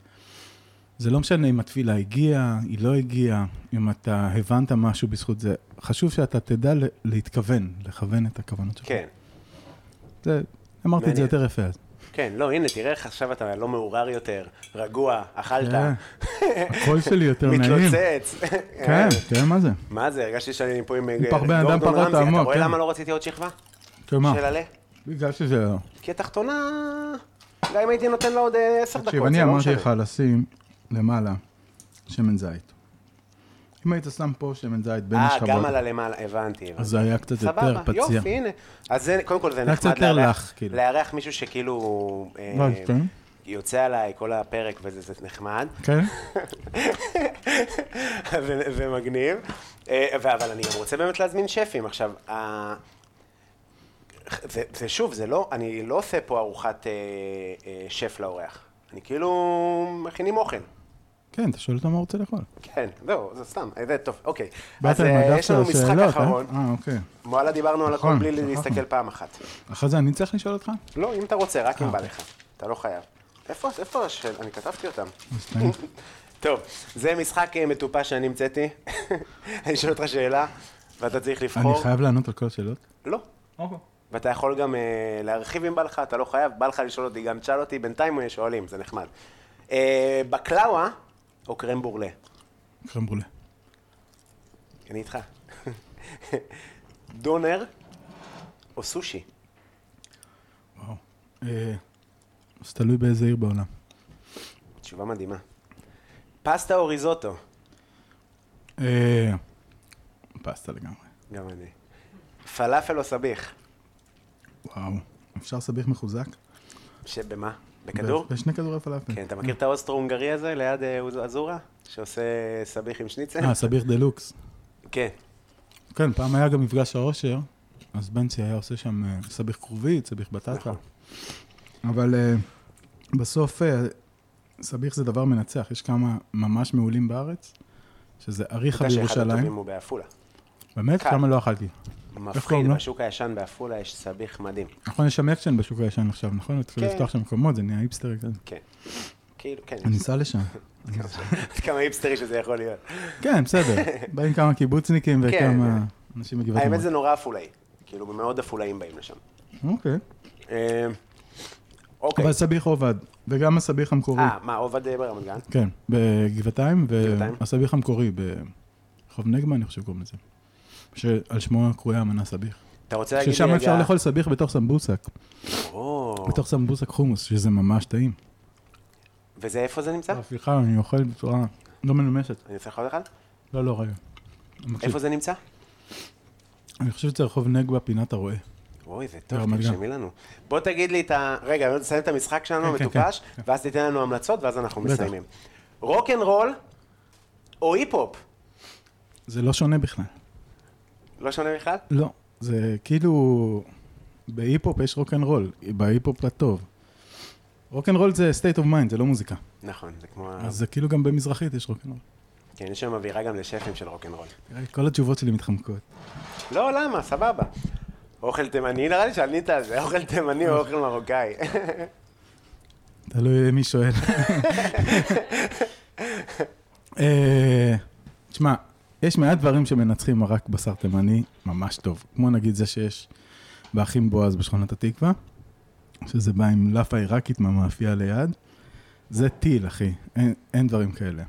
C: זה לא משנה אם התפילה הגיעה, היא לא הגיעה, אם אתה הבנת משהו בזכות זה. חשוב שאתה תדע ל- להתכוון, לכוון את הכוונות שלך.
A: כן,
C: זה, אמרתי את זה
A: מעניין.
C: יותר יפה אז.
A: כן, לא, הנה, תראה איך עכשיו אתה לא מעורר יותר, רגוע, אכלת,
C: אה, הקול שלי יותר נעים.
A: מתלוצץ.
C: כן, תראה מה זה.
A: מה זה, הרגשתי שאני פה עם אה,
C: פח בן אדם פרע את
A: אתה
C: עמו,
A: רואה
C: כן.
A: למה לא רציתי עוד שכבה?
C: תשמע,
A: של עלה?
C: בגלל שזה...
A: כי התחתונה, גם אם הייתי נותן לה עוד אה, עשר דקות, זה
C: תקשיב,
A: לא
C: אני
A: משנה.
C: אמרתי לך לשים למעלה שמן זית. אם היית שם פה שמן זית בין
A: אה,
C: השכבות,
A: גם על הלמעלה, הבנתי. הבנתי.
C: אז זה היה קצת יותר
A: סבבה,
C: פציע.
A: יופי, הנה. אז זה, קודם כל זה
C: היה
A: נחמד
C: קצת יותר
A: לארח-
C: לך, כאילו.
A: לארח מישהו שכאילו... אה,
C: מה, אז כן?
A: יוצא עליי כל הפרק וזה זה נחמד,
C: כן?
A: ו- ומגניב. אה, ו- אבל אני גם רוצה באמת להזמין שפים. עכשיו, ה- זה, זה שוב, זה לא, אני לא עושה פה ארוחת אה, אה, שף לאורח. אני כאילו מכינים אוכל.
C: כן, אתה שואל אותו מה הוא רוצה לאכול.
A: כן, זהו, זה סתם, אה, זה טוב, אוקיי.
C: באת
A: אז
C: עם
A: אה,
C: הדף
A: יש
C: של
A: לנו משחק
C: השאלות, אה?
A: אחרון.
C: אה, אוקיי.
A: וואלה, דיברנו על הכל
C: נכון,
A: בלי
C: שכחנו.
A: להסתכל פעם אחת.
C: אחרי זה אני צריך לשאול אותך?
A: לא, אם אתה רוצה, רק
C: נכון.
A: אם בא לך. אתה לא חייב. איפה, איפה השאלה? אני כתבתי אותם.
C: אז תן.
A: טוב, זה משחק אה, מטופש שאני המצאתי. אני אשאל אותך שאלה, ואתה צריך
C: אני
A: לבחור.
C: חייב לענות על כל השאלות?
A: לא.
C: אוקיי.
A: ואתה יכול גם אה, להרחיב אם בא לך, אתה לא חייב, בא לך לשאול אותי, גם תשאל אותי, בינתיים אה, שואלים, זה נחמד. אה, בקלאווה או קרם בורלה?
C: קרם ברולה.
A: אני איתך. דונר או סושי?
C: וואו. אה, אז תלוי באיזה עיר בעולם.
A: תשובה מדהימה. פסטה או ריזוטו?
C: אה, פסטה לגמרי.
A: גם אני. פלאפל או סביח?
C: וואו. אפשר סביח מחוזק?
A: שבמה? בכדור?
C: ב- בשני כדורי פלאפל.
A: כן, אתה מכיר את האוסטרו הונגרי הזה ליד אה, אוז- אזורה? שעושה סביח עם שניצל?
C: אה, סביח דה לוקס.
A: כן.
C: כן, פעם היה גם מפגש העושר, אז בנצי היה עושה שם אה, סביח כרובית, סביח בטטה.
A: נכון.
C: אבל אה, בסוף אה, סביח זה דבר מנצח, יש כמה ממש מעולים בארץ, שזה אריחה
A: אתה שאחד הטובים
C: בירושלים.
A: הוא בעפולה.
C: באמת?
A: קל.
C: כמה לא אכלתי.
A: מפחיד,
C: קוראים לו?
A: בשוק הישן בעפולה יש סביח מדהים.
C: נכון, יש שם אקשן בשוק הישן עכשיו, נכון? התחילו
A: כן.
C: לפתוח שם מקומות, זה נהיה היפסטרי כזה.
A: כן. כאילו, כן.
C: אני אסע לשם.
A: כמה היפסטרי שזה יכול להיות.
C: כן, בסדר. באים כמה קיבוצניקים וכמה אנשים מגבעת
A: כן. האמת זה נורא עפולאי. כאילו, מאוד עפולאים באים לשם.
C: אוקיי.
A: אה, אוקיי.
C: אבל סביח עובד, וגם הסביח המקורי.
A: אה, מה, עובד אה, ברמת גן?
C: כן, בגבעתיים,
A: גבעתיים?
C: והסביח המקורי, ברחוב נגבה, אני חושב שקוראים לזה. שעל שמו קרויה המנה סביח.
A: אתה רוצה להגיד לי רגע...
C: ששם אפשר לאכול סביח בתוך סמבוסק.
A: או, או...
C: בתוך סמבוסק חומוס, שזה ממש טעים.
A: וזה איפה זה נמצא?
C: סליחה, אני אוכל בצורה לא מנומסת.
A: אני רוצה לאכול אחד?
C: לא, לא, רגע. מקשיב.
A: איפה זה נמצא?
C: אני חושב שזה רחוב נגבה, פינת הרועה.
A: אוי,
C: לא,
A: זה טוב,
C: ברמת גן.
A: תרשמי לנו. בוא תגיד לי את ה... רגע, אני נסיים את המשחק שלנו
C: כן, כן,
A: המטופש, ואז תיתן לנו המלצות, ואז אנחנו
C: בטח.
A: מסיימים. רוק אנד רול או היפ-הופ?
C: זה לא שונה בכלל.
A: לא שונה בכלל?
C: לא, זה כאילו... בהיפ-הופ יש רוק אנד רול, בהיפ-הופ הטוב. רוק אנד רול זה state of mind, זה לא מוזיקה.
A: נכון, זה כמו... ה-
C: אז זה כאילו גם במזרחית יש רוק אנד רול.
A: כן, יש שם אווירה גם לשפים של רוק אנד רול.
C: תראה, כל התשובות שלי מתחמקות.
A: לא, למה? סבבה. אוכל תימני, נראה לי שענית על זה, אוכל תימני או אוכל מרוקאי.
C: תלוי מי שואל. אה, תשמע, יש מעט דברים שמנצחים מרק בשר תימני ממש טוב. כמו נגיד זה שיש באחים בועז בשכונת התקווה, שזה בא עם לאפה עיראקית מהמאפייה ליד. זה טיל, אחי, אין, אין דברים כאלה.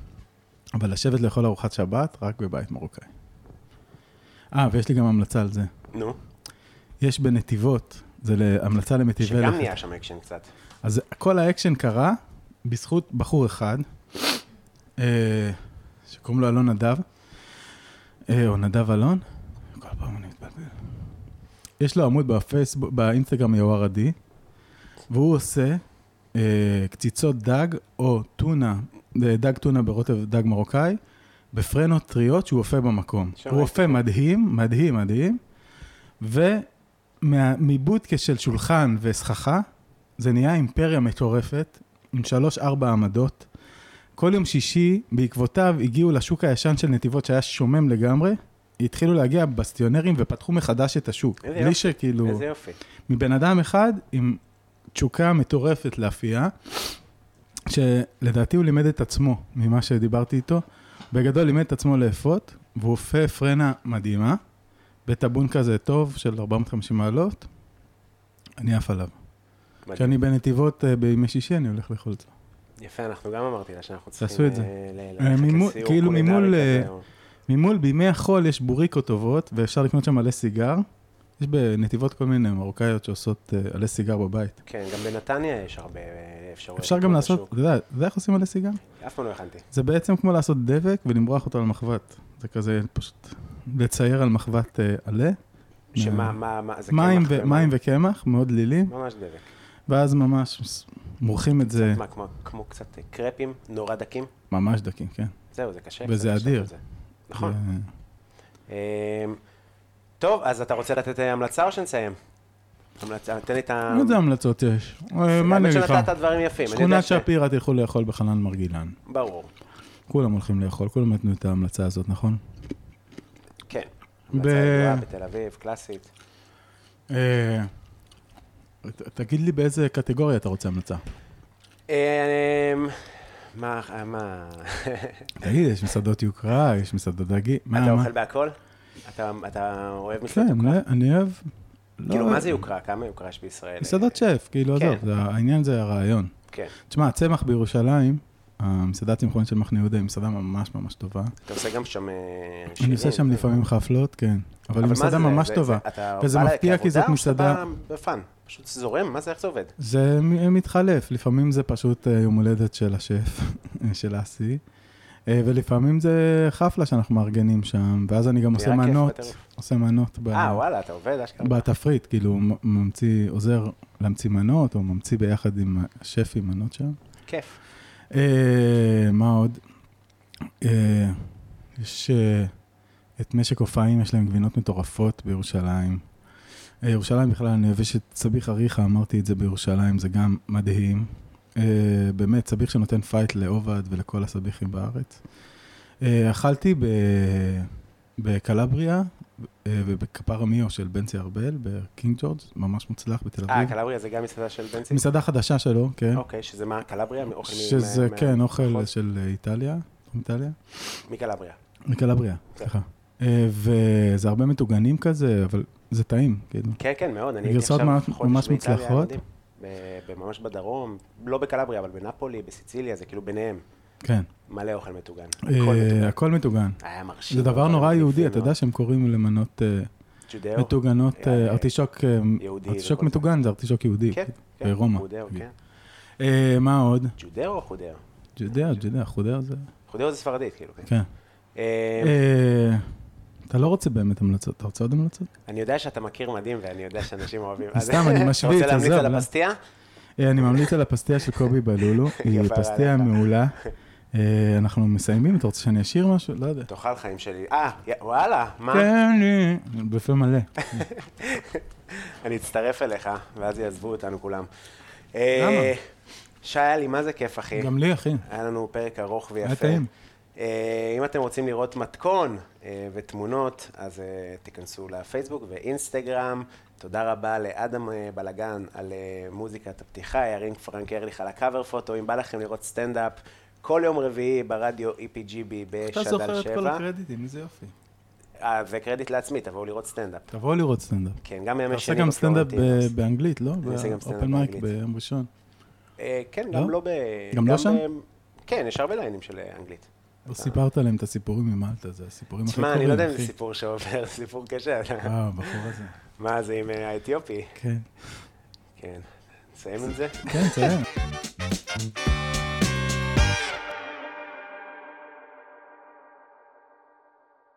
C: אבל לשבת לאכול ארוחת שבת, רק בבית מרוקאי. אה, ויש לי גם המלצה על זה.
A: נו,
C: יש בנתיבות, זה ל- המלצה למטיבי
A: שגם נהיה שם אקשן קצת.
C: אז כל האקשן קרה בזכות בחור אחד, אה, שקוראים לו אלון נדב, אה, או נדב אלון, כל פעם אני מתבלבל. יש לו עמוד בפייסבוק, באינסטגרם יוהר עדי, והוא עושה אה, קציצות דג או טונה, אה, דג טונה ברוטב דג מרוקאי, בפרנות טריות שהוא אופה במקום.
A: שמעתי.
C: הוא אופה מדהים, מדהים, מדהים, ומבוטקה של שולחן וסככה, זה נהיה אימפריה מטורפת, עם שלוש-ארבע עמדות. כל יום שישי, בעקבותיו הגיעו לשוק הישן של נתיבות, שהיה שומם לגמרי, התחילו להגיע בסטיונרים ופתחו מחדש את השוק.
A: איזה
C: בלי
A: יופי.
C: שכאילו...
A: איזה יופי.
C: מבן אדם אחד עם תשוקה מטורפת לאפייה, שלדעתי הוא לימד את עצמו ממה שדיברתי איתו. בגדול לימד את עצמו לאפות, והוא אופה פרנה מדהימה, בטאבון כזה טוב של 450 מעלות, אני עף עליו.
A: מדהים.
C: כשאני בנתיבות אה, בימי שישי אני הולך לאכול את זה.
A: יפה, אנחנו גם אמרתי לה שאנחנו
C: תעשו
A: צריכים...
C: את זה.
A: אה, ל- ללכת
C: מימול-
A: לסיור
C: כאילו
A: קולינרי
C: מימול,
A: כזה,
C: אה,
A: או-
C: ממול בימי החול יש בוריקות טובות, ואפשר לקנות שם עלי סיגר. יש בנתיבות כל מיני מרוקאיות שעושות אה, עלי סיגר בבית.
A: כן, גם בנתניה יש הרבה אה, אפשרויות.
C: אפשר גם
A: לקנות
C: לעשות,
A: בשוק.
C: אתה יודע, אתה יודע איך עושים עלי סיגר?
A: אף פעם לא הכנתי.
C: זה בעצם כמו לעשות דבק ולמרוח אותו על מחבת. זה כזה פשוט לצייר על מחבת אה, עלה.
A: שמה, מה, מה, זה
C: מים,
A: קמח
C: ו- מים וקמח, מאוד דלילים,
A: ממש דבק.
C: ואז ממש מס- מורחים את זה
A: מה, כמו, כמו קצת אה, קרפים, נורא דקים?
C: ממש דקים, כן. אה,
A: זהו, זה קשה.
C: וזה
A: קצת לשלוף
C: אדיר.
A: את זה. נכון.
C: זה-
A: אמ, טוב, אז אתה רוצה לתת אה, המלצה או שנסיים? המלצה, תן לי את ה...
C: איזה המלצות יש? לא אה, מה אני
A: האמת
C: אגיד לך?
A: שנתת דברים יפים. אני יודע
C: שכונת
A: ש-
C: שפירא תלכו לאכול בחנן מרגילן.
A: ברור,
C: כולם הולכים לאכול, כולם נתנו את ההמלצה הזאת, נכון?
A: כן.
C: ב-
A: המלצה ידועה בתל אביב, קלאסית.
C: אה, ת- תגיד לי באיזה קטגוריה אתה רוצה המלצה.
A: אמ, מה, אה, מה...
C: תגיד, יש מסעדות יוקרה, יש מסעדות דגי, מה,
A: אתה
C: מה?
A: אוכל בהכל? אתה- אתה אוהב מסעדות?
C: כן, אני- אני אוהב... לא-
A: כאילו, מה זה יוקרה? כמה יוקרה יש בישראל?
C: מסעדות שף, כאילו,
A: כן.
C: עזוב, זה- העניין זה הרעיון.
A: כן.
C: תשמע, הצמח בירושלים, המסעדה הצמחונית של מחנה יהודה היא מסעדה ממש ממש טובה.
A: אתה עושה גם שם... אה,
C: אני
A: שירים,
C: עושה שם
A: זה-
C: לפעמים חפלות, כן. אבל היא
A: מה
C: מסעדה
A: זה,
C: ממש
A: זה-
C: טובה.
A: זה- אתה
C: וזה
A: בא
C: מפתיע כי
A: כעבודה
C: זאת
A: או
C: מסעדה...
A: שאתה בא בפאן, פשוט זורם, מה זה, איך זה עובד?
C: זה מ- מתחלף, לפעמים זה פשוט אה, יום הולדת של השף, של אסי, אה, ולפעמים זה חפלה שאנחנו מארגנים שם, ואז אני גם עושה
A: נראה כיף
C: מנות,
A: בטירוף.
C: עושה מנות ב-
A: אה, וואלה, אתה עובד, אשכרה.
C: בתפריט, כאילו מ- ממציא, עוזר להמציא מנות, או ממציא ביחד עם השפים מנות שם.
A: כיף.
C: אה, מה עוד? אה, יש אה, את משק אופיים, יש להם גבינות מטורפות בירושלים. אה, ירושלים בכלל, אני אוהב את סביח אריכה, אמרתי את זה בירושלים, זה גם מדהים. אה, באמת, סביח שנותן פייט לעובד ולכל הסביחים בארץ. אה, אכלתי ב... בקלבריה אה, ובכפר המיו של בנצי ארבל, בקינג ג'ורג', ממש מוצלח בתל
A: אה,
C: אביב.
A: קלבריה זה גם מסעדה של בנצי?
C: מסעדה חדשה שלו, כן.
A: אוקיי, שזה מה, קלבריה? מאוכל מ-
C: שזה,
A: מה- מה-
C: כן, אוכל
A: נכון?
C: של איטליה, תחום איטליה,
A: מקלבריה.
C: מקלבריה, סליחה. אה, וזה הרבה מטוגנים כזה, אבל זה טעים, כאילו.
A: כן, כן, מאוד. אני הייתי
C: גרסות
A: עכשיו
C: ממש-
A: חודש
C: ממש
A: באיטליה,
C: מוצלחות.
A: מדהים. ב- ב- ממש בדרום, לא בקלבריה, אבל בנפולי, בסיציליה, זה כאילו ביניהם.
C: כן.
A: מלא אוכל מטוגן.
C: אה,
A: הכל מטוגן.
C: הכל מטוגן.
A: היה מרשים.
C: זה דבר נורא
A: יפים
C: יהודי, אתה
A: מאוד.
C: יודע שהם קוראים למנות אה,
A: ג'ודאו.
C: מטוגנות,
A: אה,
C: אה, ארטישוק, אה,
A: יהודי
C: ארטישוק
A: וכל זה.
C: מטוגן זה ארטישוק יהודי,
A: כן, כן.
C: ברומא.
A: חודאו, כן.
C: אה, מה עוד?
A: ג'ודאו או חודאו?
C: ג'ודע, ג'ודע, חודר זה,
A: חודאו זה ספרדית, כאילו. כן.
C: כן.
A: אה,
C: אה, אתה לא רוצה באמת המלצות, אתה רוצה עוד המלצות?
A: אני יודע שאתה מכיר מדהים, ואני יודע שאנשים אוהבים.
C: סתם, אני משוויץ,
A: אתה רוצה להמליץ
C: עזוב,
A: על
C: לא.
A: הפסטיה?
C: אה, אני ממליץ על הפסטיה של קובי בלולו, היא
A: יפה
C: פסטיה
A: עליך.
C: מעולה. אה, אנחנו מסיימים, אתה רוצה שאני אשיר משהו? לא יודע.
A: תאכל חיים שלי. אה, יא- וואלה, מה?
C: כן, אה, בפה מלא.
A: אני אצטרף אליך, ואז יעזבו אותנו כולם. אה,
C: למה?
A: שי, היה לי מה זה כיף, אחי.
C: גם לי, אחי.
A: היה לנו פרק ארוך ויפה.
C: היה טעים.
A: אה, אם אתם רוצים לראות מתכון אה, ותמונות, אז אה, תיכנסו לפייסבוק ואינסטגרם. תודה רבה לאדם אה, בלגן על אה, מוזיקת הפתיחה, ירין פרנק ארליך על הקאבר פוטו. אם בא לכם לראות סטנדאפ, כל יום רביעי ברדיו E EPGB
C: אתה
A: בשדל
C: זוכר את כל
A: 7.
C: הקרדיטים, איזה יופי.
A: אה, וקרדיט לעצמי, תבואו לראות סטנדאפ.
C: תבואו לראות סטנדאפ.
A: כן, גם
C: אתה
A: ימי
C: עושה
A: שני
C: גם סטנדאפ
A: בפלורנטינוס.
C: ב- באנגלית, לא?
A: אני עושה גם סטנדאפ
C: אופן מייק
A: באנגלית.
C: ביום ראשון.
A: אה, כן,
C: לא?
A: גם לא ב...
C: גם לא
A: ב-
C: שם?
A: כן, יש הרבה ליינים של אה, אנגלית.
C: לא סיפרת להם את הסיפורים ממלטה, זה הסיפורים הכי
A: תשמע,
C: קרובים,
A: אני לא יודע אם
C: אחי.
A: זה סיפור שעובר, סיפור קשה.
C: אה, הבחור הזה.
A: מה זה עם אה, האתיופי?
C: כן,
A: כן. נסיים עם זה?
C: כן, תראה.